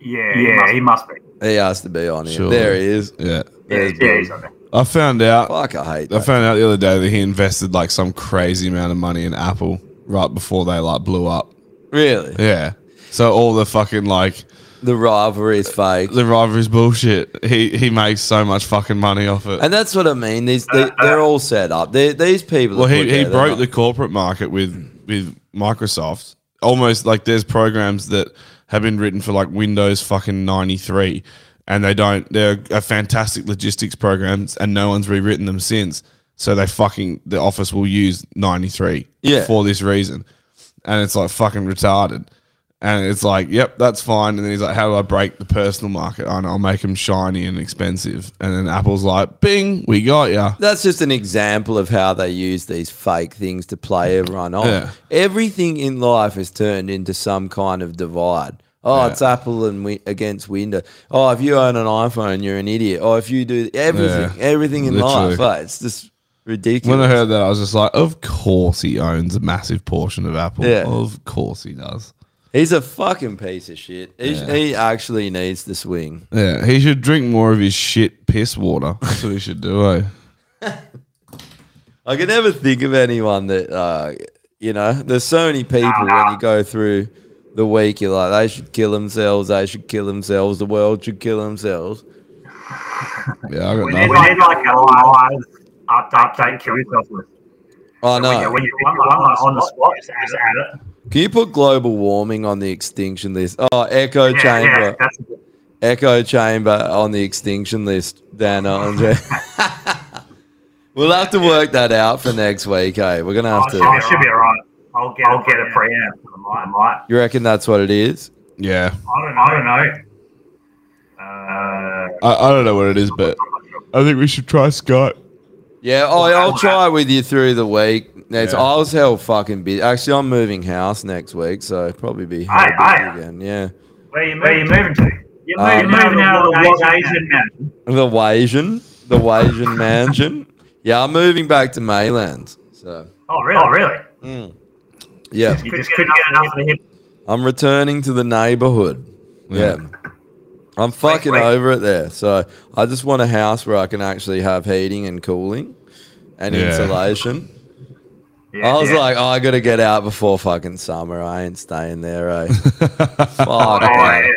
[SPEAKER 5] Yeah, yeah, he must be.
[SPEAKER 4] He has to be on here.
[SPEAKER 2] Sure.
[SPEAKER 4] There he is.
[SPEAKER 2] Yeah.
[SPEAKER 4] There's
[SPEAKER 5] Yeah,
[SPEAKER 4] Billy.
[SPEAKER 5] he's on there.
[SPEAKER 2] I found out.
[SPEAKER 4] Fuck, I hate.
[SPEAKER 2] I found out the other day that he invested like some crazy amount of money in Apple right before they like blew up.
[SPEAKER 4] Really?
[SPEAKER 2] Yeah. So all the fucking like
[SPEAKER 4] the rivalry is fake.
[SPEAKER 2] The rivalry's bullshit. He he makes so much fucking money off it.
[SPEAKER 4] And that's what I mean. These
[SPEAKER 5] Uh,
[SPEAKER 4] they, they're all set up. they these people.
[SPEAKER 2] well,
[SPEAKER 4] that
[SPEAKER 2] he,
[SPEAKER 4] put
[SPEAKER 2] he
[SPEAKER 4] there, they're
[SPEAKER 2] broke
[SPEAKER 4] not-
[SPEAKER 2] the corporate market with with Microsoft. Almost like there's programs that have been written for like Windows fucking ninety three, and they don't. They're a fantastic logistics programs, and no one's rewritten them since. So they fucking the office will use ninety three
[SPEAKER 4] Yeah.
[SPEAKER 2] for this reason, and it's like fucking retarded. And it's like, yep, that's fine. And then he's like, how do I break the personal market? And I'll make them shiny and expensive. And then Apple's like, bing, we got ya.
[SPEAKER 4] That's just an example of how they use these fake things to play everyone on.
[SPEAKER 2] Yeah.
[SPEAKER 4] Everything in life is turned into some kind of divide. Oh,
[SPEAKER 2] Yeah.
[SPEAKER 4] it's Apple and we, against Windows. Oh, if you own an iPhone, you're an idiot. Oh, if you do everything,
[SPEAKER 2] Yeah.
[SPEAKER 4] everything in
[SPEAKER 2] Literally.
[SPEAKER 4] life, like, it's just ridiculous.
[SPEAKER 2] When I heard that, I was just like, of course he owns a massive portion of Apple.
[SPEAKER 4] Yeah.
[SPEAKER 2] Of course he does.
[SPEAKER 4] He's a fucking piece of shit. He's,
[SPEAKER 2] Yeah.
[SPEAKER 4] He actually needs the swing.
[SPEAKER 2] Yeah, he should drink more of his shit piss water. That's what he should do, eh?
[SPEAKER 4] I can never think of anyone that, uh, you know, there's so many people when you go through the week, you're like, they should kill themselves, they should kill themselves, the world should kill themselves.
[SPEAKER 2] Yeah, I got
[SPEAKER 5] We need like, a live up, update, kill yourself list.
[SPEAKER 4] I
[SPEAKER 5] So when you-
[SPEAKER 4] know.
[SPEAKER 5] When you pick one like, on the spot, just add it.
[SPEAKER 4] Oh, Can you put global warming on the extinction list? Oh, echo
[SPEAKER 5] Yeah, yeah,
[SPEAKER 4] chamber.
[SPEAKER 5] that's a
[SPEAKER 4] echo chamber on the extinction list, Dan uh,
[SPEAKER 5] <laughs>
[SPEAKER 4] Andre. we'll have to work that out for next week, eh? We're going to
[SPEAKER 5] Oh,
[SPEAKER 4] have
[SPEAKER 5] it
[SPEAKER 4] to.
[SPEAKER 5] should, be, it should be all right. I'll get, I'll get a preamp for the mic. I
[SPEAKER 4] You reckon that's what it is?
[SPEAKER 2] Yeah.
[SPEAKER 5] don't know. I don't know. Uh,
[SPEAKER 2] I, I don't know what it is, but I think we should try Skype.
[SPEAKER 4] Yeah, oh, yeah, I'll try with you through the week. Next, I was hell fucking busy. Actually, I'm moving house next week, so it'll probably be hell
[SPEAKER 5] Aye,
[SPEAKER 4] busy
[SPEAKER 5] aye.
[SPEAKER 4] again. Yeah,
[SPEAKER 5] where you moving, where you moving to? You're
[SPEAKER 4] Um,
[SPEAKER 5] moving, you're moving out of the West Asian now.
[SPEAKER 4] the Wasian, the Wasian mansion. Yeah, I'm moving back to mainland. So Mm.
[SPEAKER 5] Oh, really? Oh, really?
[SPEAKER 4] yeah,
[SPEAKER 5] You just couldn't get enough of the hip.
[SPEAKER 4] I'm returning to the neighborhood. Yeah. Um, I'm fucking
[SPEAKER 5] wait.
[SPEAKER 4] over it there. So I just want a house where I can actually have heating and cooling and
[SPEAKER 2] Yeah.
[SPEAKER 4] insulation.
[SPEAKER 5] Yeah,
[SPEAKER 4] I was
[SPEAKER 5] yeah.
[SPEAKER 4] like, oh, I got to get out before fucking summer. I ain't staying there,
[SPEAKER 2] <laughs>
[SPEAKER 4] eh? Fuck
[SPEAKER 5] Oh,
[SPEAKER 4] that.
[SPEAKER 5] yeah.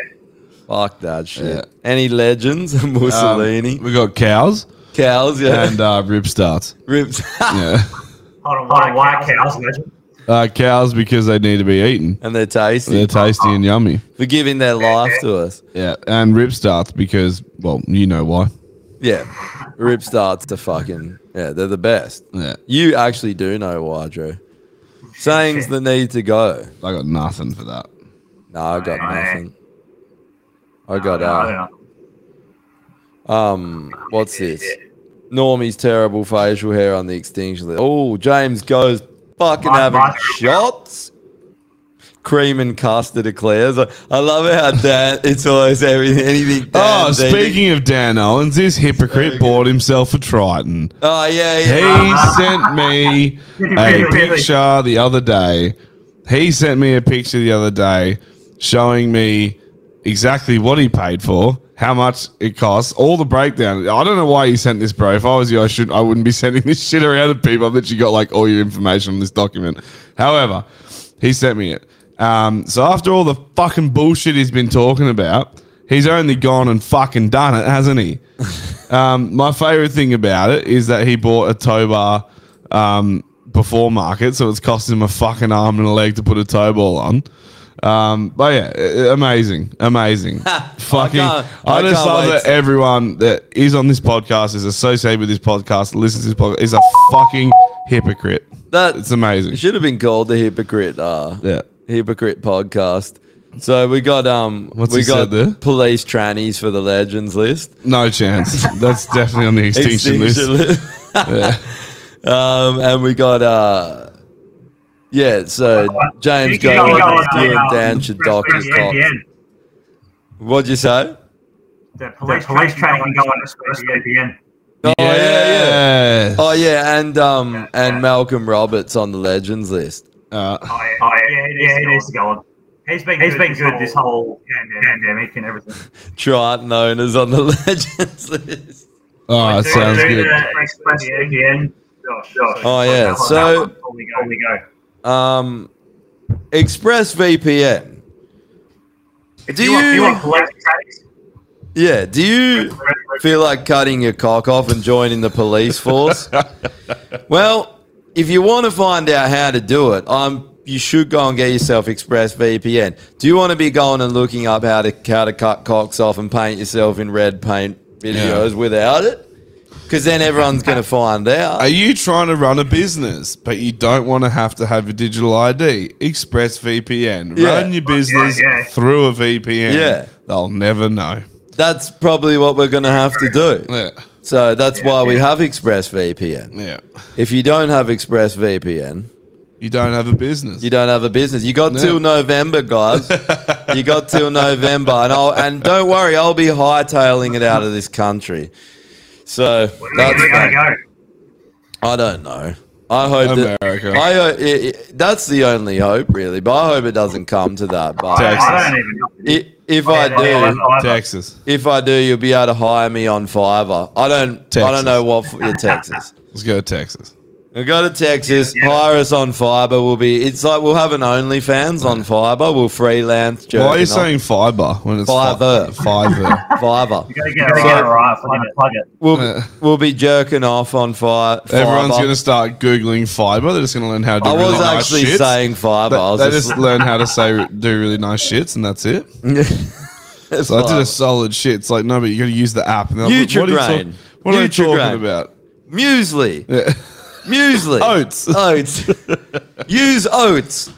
[SPEAKER 4] Fuck that shit. Any legends? <laughs> Mussolini.
[SPEAKER 2] we got cows.
[SPEAKER 4] Cows, yeah.
[SPEAKER 2] Um,
[SPEAKER 4] <laughs>
[SPEAKER 2] And uh, rib starts.
[SPEAKER 4] Ripped. <laughs>
[SPEAKER 2] yeah.
[SPEAKER 5] Hold on, white, white cows, legend.
[SPEAKER 2] Uh, cows because they need to be eaten.
[SPEAKER 4] And they're tasty.
[SPEAKER 2] They're tasty and yummy.
[SPEAKER 4] For giving their life to us.
[SPEAKER 2] Yeah. And rib starts because, well, you know why.
[SPEAKER 4] Yeah. Rip starts to fucking yeah, they're the best.
[SPEAKER 2] Yeah.
[SPEAKER 4] You actually do know why, Drew. Sayings that need to go.
[SPEAKER 2] I got nothing for that.
[SPEAKER 4] No, I got
[SPEAKER 5] Aye.
[SPEAKER 4] nothing. I got
[SPEAKER 5] Yeah.
[SPEAKER 4] uh, um what's this? Normie's terrible facial hair on the extinction list. Oh, James goes fucking
[SPEAKER 5] My-
[SPEAKER 4] having
[SPEAKER 5] my-
[SPEAKER 4] shots. Cream and custard declares. I, I love it how Dan <laughs> it's always everything anything.
[SPEAKER 2] Oh,
[SPEAKER 4] Dan's eating.
[SPEAKER 2] speaking of Dan Owens, this hypocrite bought himself a Triton.
[SPEAKER 4] Oh yeah,
[SPEAKER 2] He
[SPEAKER 4] yeah.
[SPEAKER 2] sent me
[SPEAKER 4] Really,
[SPEAKER 2] a
[SPEAKER 4] really?
[SPEAKER 2] picture the other day. He sent me a picture the other day showing me exactly what he paid for, how much it costs, all the breakdown. I don't know why he sent this, bro. If I was you, I should I wouldn't be <laughs> sending this shit around to people. I bet you got like all your information on this document. However, he sent me it. Um, so after all the fucking bullshit he's been talking about, he's only gone and fucking done it, hasn't he? um, my favorite thing about it is that he bought a tow bar um, before market, so it's cost him a fucking arm and a leg to put a tow ball on. Um, but yeah, a- a- amazing, amazing.
[SPEAKER 4] <laughs>
[SPEAKER 2] fucking,
[SPEAKER 4] I
[SPEAKER 2] I,
[SPEAKER 4] can't- I
[SPEAKER 2] just
[SPEAKER 4] can't
[SPEAKER 2] love
[SPEAKER 4] wait.
[SPEAKER 2] that everyone that is on this podcast is associated with this podcast, listens to this podcast, is a fucking hypocrite.
[SPEAKER 4] That
[SPEAKER 2] it's amazing.
[SPEAKER 4] It should have been called the hypocrite. Uh,
[SPEAKER 2] yeah,
[SPEAKER 4] hypocrite podcast. So we got um,
[SPEAKER 2] What's
[SPEAKER 4] we
[SPEAKER 2] he
[SPEAKER 4] got
[SPEAKER 2] said there?
[SPEAKER 4] police trannies for the legends
[SPEAKER 2] <laughs>
[SPEAKER 4] list.
[SPEAKER 2] No
[SPEAKER 4] <laughs>
[SPEAKER 2] chance. That's definitely on the extinction, list. Yeah.
[SPEAKER 4] <laughs>
[SPEAKER 2] <laughs>
[SPEAKER 4] um, and we got uh, yeah. So James
[SPEAKER 5] You can go on,
[SPEAKER 4] Gold,
[SPEAKER 5] uh,
[SPEAKER 4] you and
[SPEAKER 5] uh,
[SPEAKER 4] Dan should dock
[SPEAKER 5] press
[SPEAKER 4] his
[SPEAKER 5] the end,
[SPEAKER 4] cock.
[SPEAKER 5] the end.
[SPEAKER 4] What'd you say?
[SPEAKER 5] The police, the police train can go on express at the end.
[SPEAKER 4] Oh yeah, yeah.
[SPEAKER 2] Yes.
[SPEAKER 4] Oh yeah, and um, and Malcolm Roberts on the legends list.
[SPEAKER 2] Uh,
[SPEAKER 4] <laughs>
[SPEAKER 5] Oh, yeah, yeah, it needs to go on. He's been he's been good this whole pandemic and everything.
[SPEAKER 4] <laughs> Triton owners on the <laughs> legends list.
[SPEAKER 2] Oh, it sounds
[SPEAKER 5] Do
[SPEAKER 2] good.
[SPEAKER 5] the express at the end. Josh, Josh.
[SPEAKER 4] Oh, yeah,
[SPEAKER 5] That one,
[SPEAKER 4] so-
[SPEAKER 5] that one. Before we go, we go.
[SPEAKER 4] Um, ExpressVPN.
[SPEAKER 5] If
[SPEAKER 4] Do
[SPEAKER 5] you, want, if you
[SPEAKER 4] you-
[SPEAKER 5] want collective tracks,
[SPEAKER 4] Yeah, do you feel like cutting your cock off and joining the police
[SPEAKER 2] <laughs>
[SPEAKER 4] force? well, if you want to find out how to do it, um, you should go and get yourself ExpressVPN. Do you want to be going and looking up how to how to cut cocks off and paint yourself in red paint videos without it? Because then everyone's
[SPEAKER 2] <laughs>
[SPEAKER 4] going to find out.
[SPEAKER 2] Are you trying to run a business, but you don't want to have to have a digital ID? ExpressVPN.
[SPEAKER 4] Yeah.
[SPEAKER 2] Run your business
[SPEAKER 4] Yeah, yeah.
[SPEAKER 2] through a VPN.
[SPEAKER 4] Yeah.
[SPEAKER 2] They'll never know.
[SPEAKER 4] That's probably what we're going to have to do.
[SPEAKER 2] Yeah.
[SPEAKER 4] So that's why we have ExpressVPN.
[SPEAKER 2] Yeah.
[SPEAKER 4] If you don't have ExpressVPN,
[SPEAKER 2] you don't have a business.
[SPEAKER 4] You don't have a business. You got
[SPEAKER 2] No.
[SPEAKER 4] till November,
[SPEAKER 2] <laughs>
[SPEAKER 4] guys. you got till November, and I'll, and don't worry, I'll be hightailing it out of this country. So that's
[SPEAKER 5] we gotta
[SPEAKER 4] that.
[SPEAKER 5] go.
[SPEAKER 4] I don't know. I hope that,
[SPEAKER 2] America.
[SPEAKER 4] I, ho- i i that's the only hope, really. But I hope it doesn't come to that. But
[SPEAKER 5] I don't even know.
[SPEAKER 4] I- if
[SPEAKER 5] Yeah,
[SPEAKER 4] I
[SPEAKER 5] I love- I
[SPEAKER 4] do,
[SPEAKER 5] love-
[SPEAKER 2] Texas.
[SPEAKER 4] If I do, you'll be able to hire me on Fiverr. I don't. I
[SPEAKER 2] Texas.
[SPEAKER 4] don't know what for, yeah, Texas.
[SPEAKER 2] Let's go to Texas.
[SPEAKER 4] We go to Texas. Hire us on Fiber. We'll be. It's like we'll have an OnlyFans on Fiber. We'll freelance.
[SPEAKER 2] Why are you
[SPEAKER 4] jerking off.
[SPEAKER 2] saying fiber when it's fi-
[SPEAKER 4] Fiverr. <laughs>
[SPEAKER 2] Fiverr.
[SPEAKER 4] Fiverr?
[SPEAKER 5] You gotta get it right. Plug it. Plug it.
[SPEAKER 4] We'll we'll be jerking off on fire.
[SPEAKER 2] Everyone's going to start googling fiber. They're just going to learn how to do
[SPEAKER 4] I
[SPEAKER 2] really
[SPEAKER 4] was
[SPEAKER 2] nice
[SPEAKER 4] actually
[SPEAKER 2] shits.
[SPEAKER 4] saying fiber.
[SPEAKER 2] They,
[SPEAKER 4] I was
[SPEAKER 2] they
[SPEAKER 4] just-
[SPEAKER 2] just learn how to say do really nice shits, and
[SPEAKER 4] <laughs>
[SPEAKER 2] that's it. so I did
[SPEAKER 4] Fiber.
[SPEAKER 2] a solid shit. It's like no, but you got to use the app. And they're like, what are you,
[SPEAKER 4] Nutrigrain.
[SPEAKER 2] talk- what are you
[SPEAKER 4] Nutrigrain.
[SPEAKER 2] talking about?
[SPEAKER 4] Muesli. Muesli.
[SPEAKER 2] Oats.
[SPEAKER 4] Oats.
[SPEAKER 2] <laughs>
[SPEAKER 4] Use oats.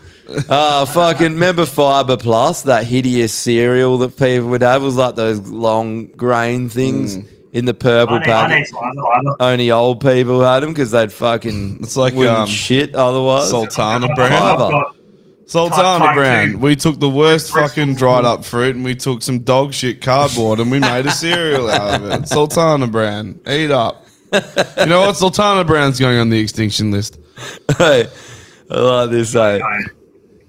[SPEAKER 4] Uh, fucking remember Fiber Plus, that hideous cereal that people would have? It was like those long grain
[SPEAKER 2] Mm.
[SPEAKER 4] things in the purple
[SPEAKER 5] I need, I need
[SPEAKER 4] packet.
[SPEAKER 5] some. I love-
[SPEAKER 4] Only old people had them because they'd fuking it's like wouldn't
[SPEAKER 2] um,
[SPEAKER 4] shit otherwise.
[SPEAKER 2] Sultana
[SPEAKER 4] Fiber.
[SPEAKER 2] brand. Sultana
[SPEAKER 4] Type two.
[SPEAKER 2] brand. We took the worst fucking dried up fruit and we took some dog shit cardboard and we made a cereal out of it. Sultana brand. Eat up. You know what? Sultana brand's going on the extinction list.
[SPEAKER 4] hey, I like this. Hey.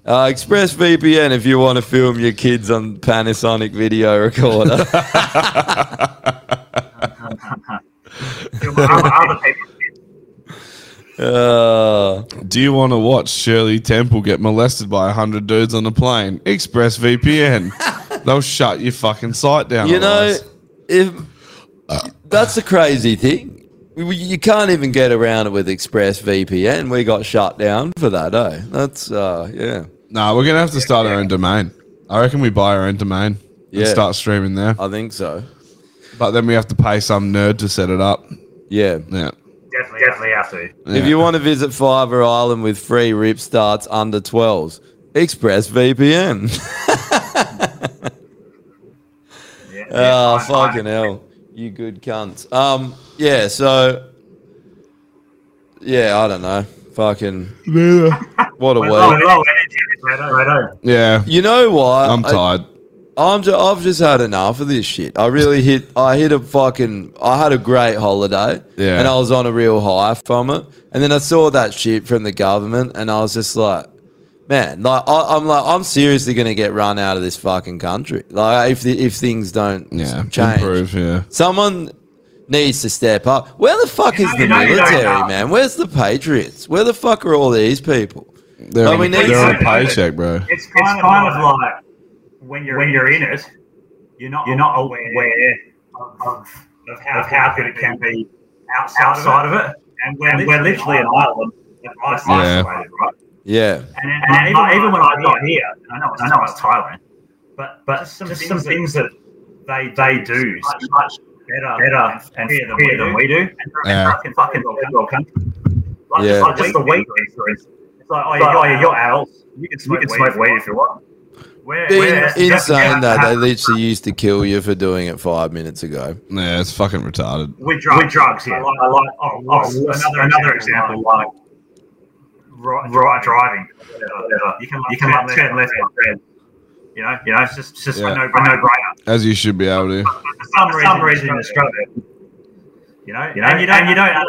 [SPEAKER 4] Uh, ExpressVPN if you want to film your kids on Panasonic video
[SPEAKER 2] <laughs>
[SPEAKER 4] recorder.
[SPEAKER 5] Other people.
[SPEAKER 2] Do you want to watch Shirley Temple get molested by 100 dudes on a plane?
[SPEAKER 4] <laughs>
[SPEAKER 2] ExpressVPN. They'll shut your fucking site down.
[SPEAKER 4] you know,
[SPEAKER 2] otherwise.
[SPEAKER 4] if that's the crazy thing. We- You can't even get around it with ExpressVPN. We got shut down for that, eh? That's uh, yeah.
[SPEAKER 2] Nah, we're going to have to start our own domain. I reckon we buy our own domain and
[SPEAKER 4] Yeah.
[SPEAKER 2] start streaming there.
[SPEAKER 4] I think so.
[SPEAKER 2] But then we have to pay some nerd to set it up.
[SPEAKER 4] Yeah.
[SPEAKER 2] Yeah.
[SPEAKER 5] Definitely, definitely have to.
[SPEAKER 4] If you want to visit Fiverr Island with free rip starts under 12s, <laughs> ExpressVPN. oh, fucking hell. You good cunts. Um, yeah, so. Yeah, I don't know. Fucking. What a
[SPEAKER 5] We're low,
[SPEAKER 4] week.
[SPEAKER 5] low energy. Righto, righto.
[SPEAKER 2] Yeah.
[SPEAKER 4] You know what?
[SPEAKER 2] I'm tired.
[SPEAKER 4] I, am ju- I've just had enough of this shit. I really hit. I hit a fucking. I had a great holiday.
[SPEAKER 2] Yeah.
[SPEAKER 4] And I was on a real high from it. And then I saw that shit from the government, and I was just like, man, like I, I'm like I'm seriously gonna get run out of this fucking country. Like if the, if things don't
[SPEAKER 2] Yeah.
[SPEAKER 4] change,
[SPEAKER 2] Improve, yeah.
[SPEAKER 4] someone needs to step up. Where the fuck is the
[SPEAKER 5] you know, you don't
[SPEAKER 4] military,
[SPEAKER 5] know.
[SPEAKER 4] man? Where's the patriots? Where the fuck are all these people?
[SPEAKER 2] They're,
[SPEAKER 4] Like,
[SPEAKER 2] on,
[SPEAKER 4] we need
[SPEAKER 2] they're on a
[SPEAKER 4] some-
[SPEAKER 2] paycheck, bro.
[SPEAKER 5] It's kind, of, like, when you're when you're in it, you're not you're not aware, of, of, of how, of how good it can be outside, of, it. and we're, and we're literally an island that's
[SPEAKER 4] Yeah.
[SPEAKER 5] isolated, right?
[SPEAKER 4] Yeah.
[SPEAKER 5] And, and, even, even when I got here, and I know it's, I know it's Thailand, but but just some, things that, they they do is much, much better better and freer than, we, do. and they're
[SPEAKER 2] Yeah.
[SPEAKER 5] a fucking fucking third world country. Like,
[SPEAKER 4] Yeah.
[SPEAKER 5] like just the weed, for instance. It's like, oh, yeah, oh, yeah, you're adults. You can smoke, weed, if you want. Where,
[SPEAKER 4] Being insane that they literally used to kill you for doing it five minutes ago.
[SPEAKER 2] Yeah, it's fucking retarded.
[SPEAKER 5] with drugs, with drugs yeah. I like, I like oh, oh, another, another example, like right, right driving. Uh, you can, you can like, turn left on red. You know, you know, it's just, it's just
[SPEAKER 2] Yeah.
[SPEAKER 5] a no, a no-brainer.
[SPEAKER 2] As you should be able to.
[SPEAKER 5] For some, reason, in Australia, you You know, you know, and you don't, and you don't have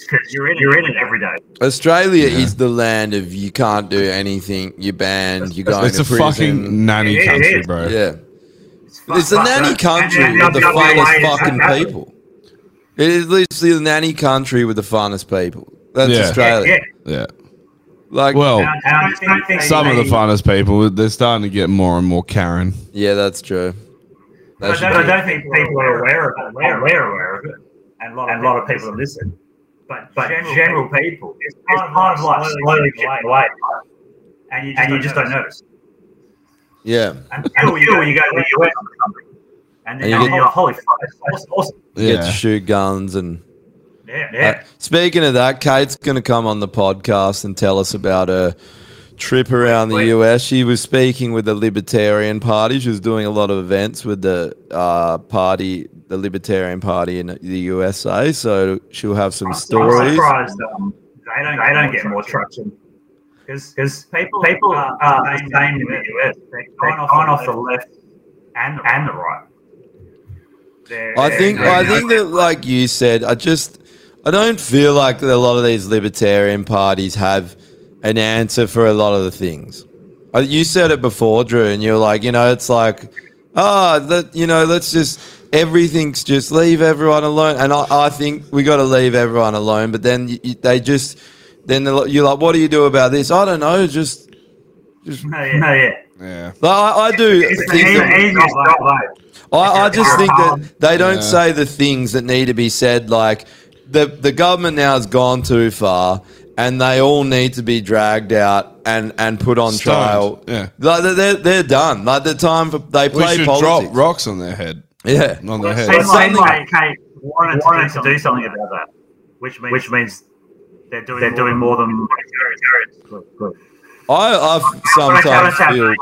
[SPEAKER 5] because you're in it, you're in it every day.
[SPEAKER 4] Australia is the land of you can't do anything. You're banned. You're going
[SPEAKER 2] It's
[SPEAKER 4] to
[SPEAKER 2] a
[SPEAKER 4] prison.
[SPEAKER 2] fucking nanny It is. country, bro.
[SPEAKER 4] Yeah, it's a
[SPEAKER 5] fuck,
[SPEAKER 4] nanny
[SPEAKER 5] right?
[SPEAKER 4] country
[SPEAKER 5] And- and
[SPEAKER 4] with the
[SPEAKER 5] WA
[SPEAKER 4] finest
[SPEAKER 5] is
[SPEAKER 4] fucking
[SPEAKER 5] fantastic.
[SPEAKER 4] people. It is literally the nanny country with the finest people. That's
[SPEAKER 2] Yeah. Oh.
[SPEAKER 4] Australia.
[SPEAKER 2] Yeah.
[SPEAKER 4] Like,
[SPEAKER 2] well,
[SPEAKER 5] And I don't think
[SPEAKER 2] some of the
[SPEAKER 5] they-
[SPEAKER 2] finest people they're starting to get more and more Karen.
[SPEAKER 4] Yeah, that's true.
[SPEAKER 5] I don't, I don't think people are aware of it. We're aware, of it, and a lot of, and a lot of people listen. But but general, people, it's kind of like slowly getting away, and you just, and you just don't notice.
[SPEAKER 4] Yeah.
[SPEAKER 5] Until you, you go to the US or something, and then
[SPEAKER 4] And you
[SPEAKER 5] you're
[SPEAKER 4] get-
[SPEAKER 5] like, holy fuck, that's awesome, awesome.
[SPEAKER 4] You get to shoot guns and
[SPEAKER 5] Yeah, yeah.
[SPEAKER 4] Uh, speaking of that, Kate's going to come on the podcast and tell us about her trip around the US. She was speaking with the Libertarian Party. She was doing a lot of events with the uh, party, the Libertarian Party in the USA. So she'll have some
[SPEAKER 5] I'm
[SPEAKER 4] stories.
[SPEAKER 5] surprised um, they don't, they don't get more traction. Because people, people are, are the same in the US. They're going off, going off the left and the, and the right. They're-
[SPEAKER 4] I
[SPEAKER 5] they're-
[SPEAKER 4] think
[SPEAKER 5] they're-
[SPEAKER 4] I think that like you said, I just I don't feel like that a lot of these libertarian parties have an answer for a lot of the things. Uh, You said it before, Drew, and you're like, you know, it's like, ah, that you know, let's just everything's just leave everyone alone, and I, I think we got to leave everyone alone. But then you, you, they just then they're like- you're like, what do you do about this? I don't know, just just
[SPEAKER 5] no, yeah. No, yeah.
[SPEAKER 2] Yeah.
[SPEAKER 4] Like, I, I do
[SPEAKER 5] It's the
[SPEAKER 4] think that-
[SPEAKER 5] easiest job, though.
[SPEAKER 4] I, I just think that they don't
[SPEAKER 5] Yeah.
[SPEAKER 4] say the things that need to be said. Like the the government now has gone too far, and they all need to be dragged out and, and put on
[SPEAKER 2] Stoned,
[SPEAKER 4] trial.
[SPEAKER 2] yeah.
[SPEAKER 4] like they're- they're they're done. Like the time for, they
[SPEAKER 2] We
[SPEAKER 4] play
[SPEAKER 2] should
[SPEAKER 4] politics.
[SPEAKER 2] drop rocks on their head.
[SPEAKER 4] Yeah.
[SPEAKER 2] On their head.
[SPEAKER 5] It seemed
[SPEAKER 4] Something-
[SPEAKER 5] like Kate wanted, to, do something about that, which means, which means they're doing they're doing more than
[SPEAKER 4] I I f- sometimes feel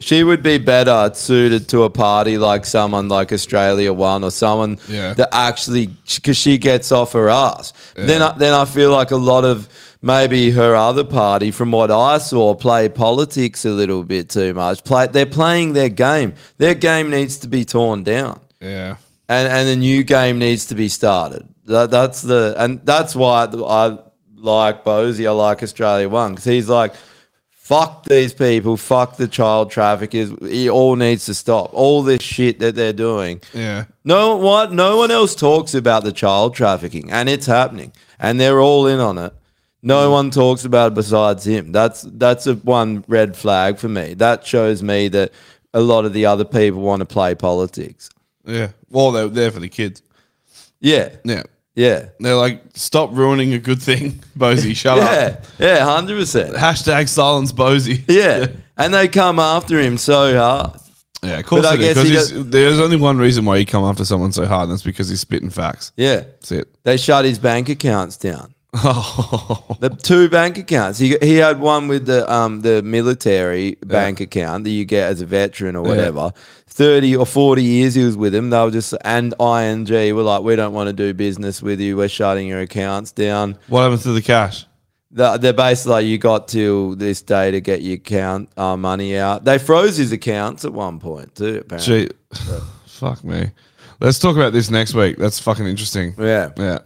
[SPEAKER 4] she would be better suited to a party like someone like Australia One or someone
[SPEAKER 2] Yeah.
[SPEAKER 4] that actually because she gets off her ass. Then I, then I feel like a lot of maybe her other party, from what I saw, play politics a little bit too much. Play they're playing their game. Their game needs to be torn down
[SPEAKER 2] Yeah.
[SPEAKER 4] and and a new game needs to be started. That, that's the and that's why I like Bozy. I like Australia One because he's like, fuck these people, fuck the child traffickers. It all needs to stop. All this shit that they're doing.
[SPEAKER 2] Yeah.
[SPEAKER 4] No one, no one else talks about the child trafficking, and it's happening, and they're all in on it. No one talks about it besides him. That's that's a one red flag for me. That shows me that a lot of the other people want to play politics.
[SPEAKER 2] Yeah. Well, they're there for the kids.
[SPEAKER 4] Yeah.
[SPEAKER 2] Yeah.
[SPEAKER 4] Yeah.
[SPEAKER 2] They're like, stop ruining a good thing, <laughs> Bozy. Shut up.
[SPEAKER 4] Yeah, hundred percent.
[SPEAKER 2] Hashtag silence Bozy.
[SPEAKER 4] Yeah. and they come after him so hard.
[SPEAKER 2] Yeah, Of course,
[SPEAKER 4] But I guess he does,
[SPEAKER 2] because there's only one reason why you come after someone so hard, and that's because he's spitting facts.
[SPEAKER 4] yeah,
[SPEAKER 2] That's it.
[SPEAKER 4] they shut his bank accounts down. the two bank accounts. He he had one with the um the military bank account that you get as a veteran or
[SPEAKER 2] Yeah.
[SPEAKER 4] whatever. Thirty or forty years he was with him. They were just and ING were like, we don't want to do business with you. We're shutting your accounts down.
[SPEAKER 2] What happened to the cash?
[SPEAKER 4] They- They're basically like, you got till this day to get your account uh, money out. They froze his accounts at one point too. Apparently.
[SPEAKER 2] Gee, <sighs> fuck me. Let's talk about this next week. That's fucking interesting.
[SPEAKER 4] Yeah.
[SPEAKER 2] Yeah.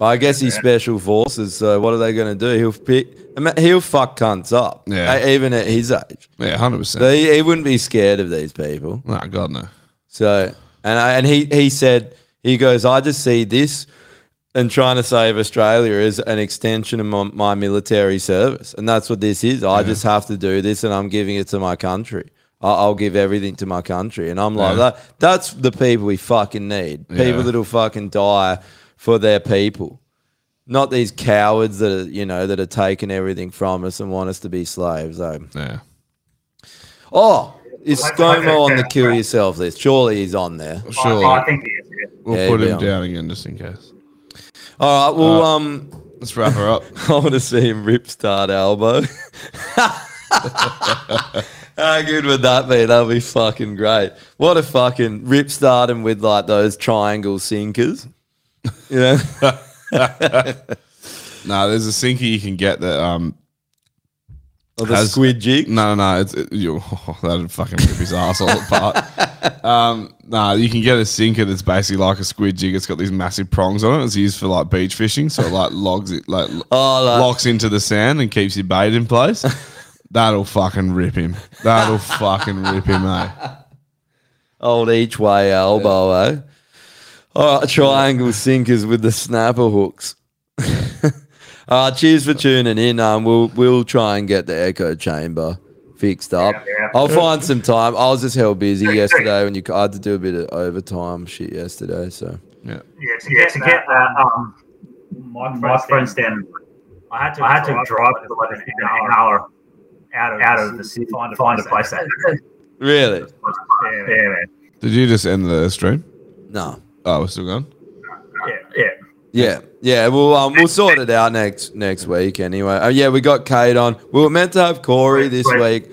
[SPEAKER 4] I guess he's special forces. So what are they going to do? He'll pick. I mean, he'll fuck cunts up.
[SPEAKER 2] Yeah.
[SPEAKER 4] e- Even at his age.
[SPEAKER 2] Yeah, 100%.
[SPEAKER 4] So he, he wouldn't be scared of these people.
[SPEAKER 2] No, God no.
[SPEAKER 4] So and I, and he he said he goes. I just see this and trying to save Australia is an extension of my, my military service, and that's what this is. I just have to do this, and I'm giving it to my country. I- I'll give everything to my country, and I'm like
[SPEAKER 2] Yeah.
[SPEAKER 4] that. That's the people we fucking need.
[SPEAKER 2] Yeah.
[SPEAKER 4] People that'll fucking die for their people not these cowards that are, you know that are taking everything from us and want us to be slaves. though.
[SPEAKER 2] yeah.
[SPEAKER 4] Oh, is
[SPEAKER 5] Well, I- I
[SPEAKER 4] ScoMo
[SPEAKER 5] think
[SPEAKER 4] on the
[SPEAKER 5] that-
[SPEAKER 4] kill yourself list? Surely he's on there.
[SPEAKER 2] Surely.
[SPEAKER 5] I think it is, yeah.
[SPEAKER 2] We'll
[SPEAKER 4] Yeah,
[SPEAKER 2] put
[SPEAKER 4] he'll be
[SPEAKER 2] him
[SPEAKER 4] on.
[SPEAKER 2] down again just in case.
[SPEAKER 4] All right. Well,
[SPEAKER 2] Uh,
[SPEAKER 4] um, <laughs>
[SPEAKER 2] let's wrap her up.
[SPEAKER 4] I want to see him rip start <laughs> elbow. How good would that be? That'd be fucking great. What a fucking rip start him with like those triangle sinkers. You know.
[SPEAKER 2] no, there's a sinker you can get that um
[SPEAKER 4] the squid jig?
[SPEAKER 2] No, no, no. It's, it, you, <laughs> that'd fucking rip his
[SPEAKER 4] <laughs>
[SPEAKER 2] asshole apart. Um, nah, you can get a sinker that's basically like a squid jig. It's got these massive prongs on it. It's used for like beach fishing, so
[SPEAKER 4] <laughs>
[SPEAKER 2] it like logs it, like, locks into the sand and keeps your bait in
[SPEAKER 4] <laughs>
[SPEAKER 2] place. That'll fucking rip him. That'll fucking rip him, eh?
[SPEAKER 4] Old each way elbow, eh? All right, triangle sinkers with the snapper hooks. <laughs> uh, cheers for tuning in. Um, we'll we'll try and get the echo chamber fixed up. I'll find some time. I was just hell busy yesterday when you I had to do a bit of overtime shit yesterday. So yeah,
[SPEAKER 5] Yeah, to get, to get that, um, microphone, stand, I had to, I had to drive for like an hour, out of, out of the city, find a, find a place that.
[SPEAKER 4] really.
[SPEAKER 5] yeah, man.
[SPEAKER 2] Did you just end the stream?
[SPEAKER 4] No.
[SPEAKER 2] Oh, we're still going.
[SPEAKER 5] yeah, yeah.
[SPEAKER 4] Yeah, yeah. We'll um, we'll sort it out next next week anyway. Oh yeah, we got Kate on. We were meant to have Corey this week,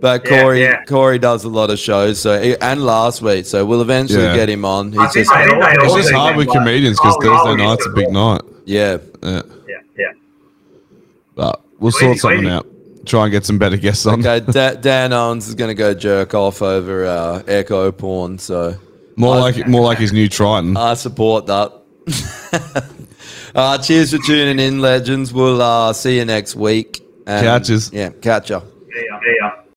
[SPEAKER 4] but
[SPEAKER 5] Yeah,
[SPEAKER 4] Corey
[SPEAKER 5] yeah.
[SPEAKER 4] Corey does a lot of shows. So and last week, so we'll eventually
[SPEAKER 2] Yeah.
[SPEAKER 4] get him on.
[SPEAKER 5] I think they all- they
[SPEAKER 2] It's
[SPEAKER 5] all
[SPEAKER 2] just
[SPEAKER 5] do
[SPEAKER 2] hard
[SPEAKER 5] that,
[SPEAKER 2] with
[SPEAKER 5] but-
[SPEAKER 2] comedians because
[SPEAKER 5] Oh, we
[SPEAKER 2] Thursday
[SPEAKER 5] always
[SPEAKER 2] night's a
[SPEAKER 5] do
[SPEAKER 2] big night.
[SPEAKER 4] Yeah.
[SPEAKER 2] Yeah.
[SPEAKER 5] Yeah, yeah.
[SPEAKER 2] But we'll sort something out. Try and get some better guests on.
[SPEAKER 4] Okay, da- Dan Owens is gonna go jerk off over uh, echo porn. So
[SPEAKER 2] More like more like his new Triton.
[SPEAKER 4] I support that. <laughs> uh, cheers for tuning in, legends. We'll uh, see you next week. And,
[SPEAKER 2] Catches.
[SPEAKER 4] Yeah, catch ya.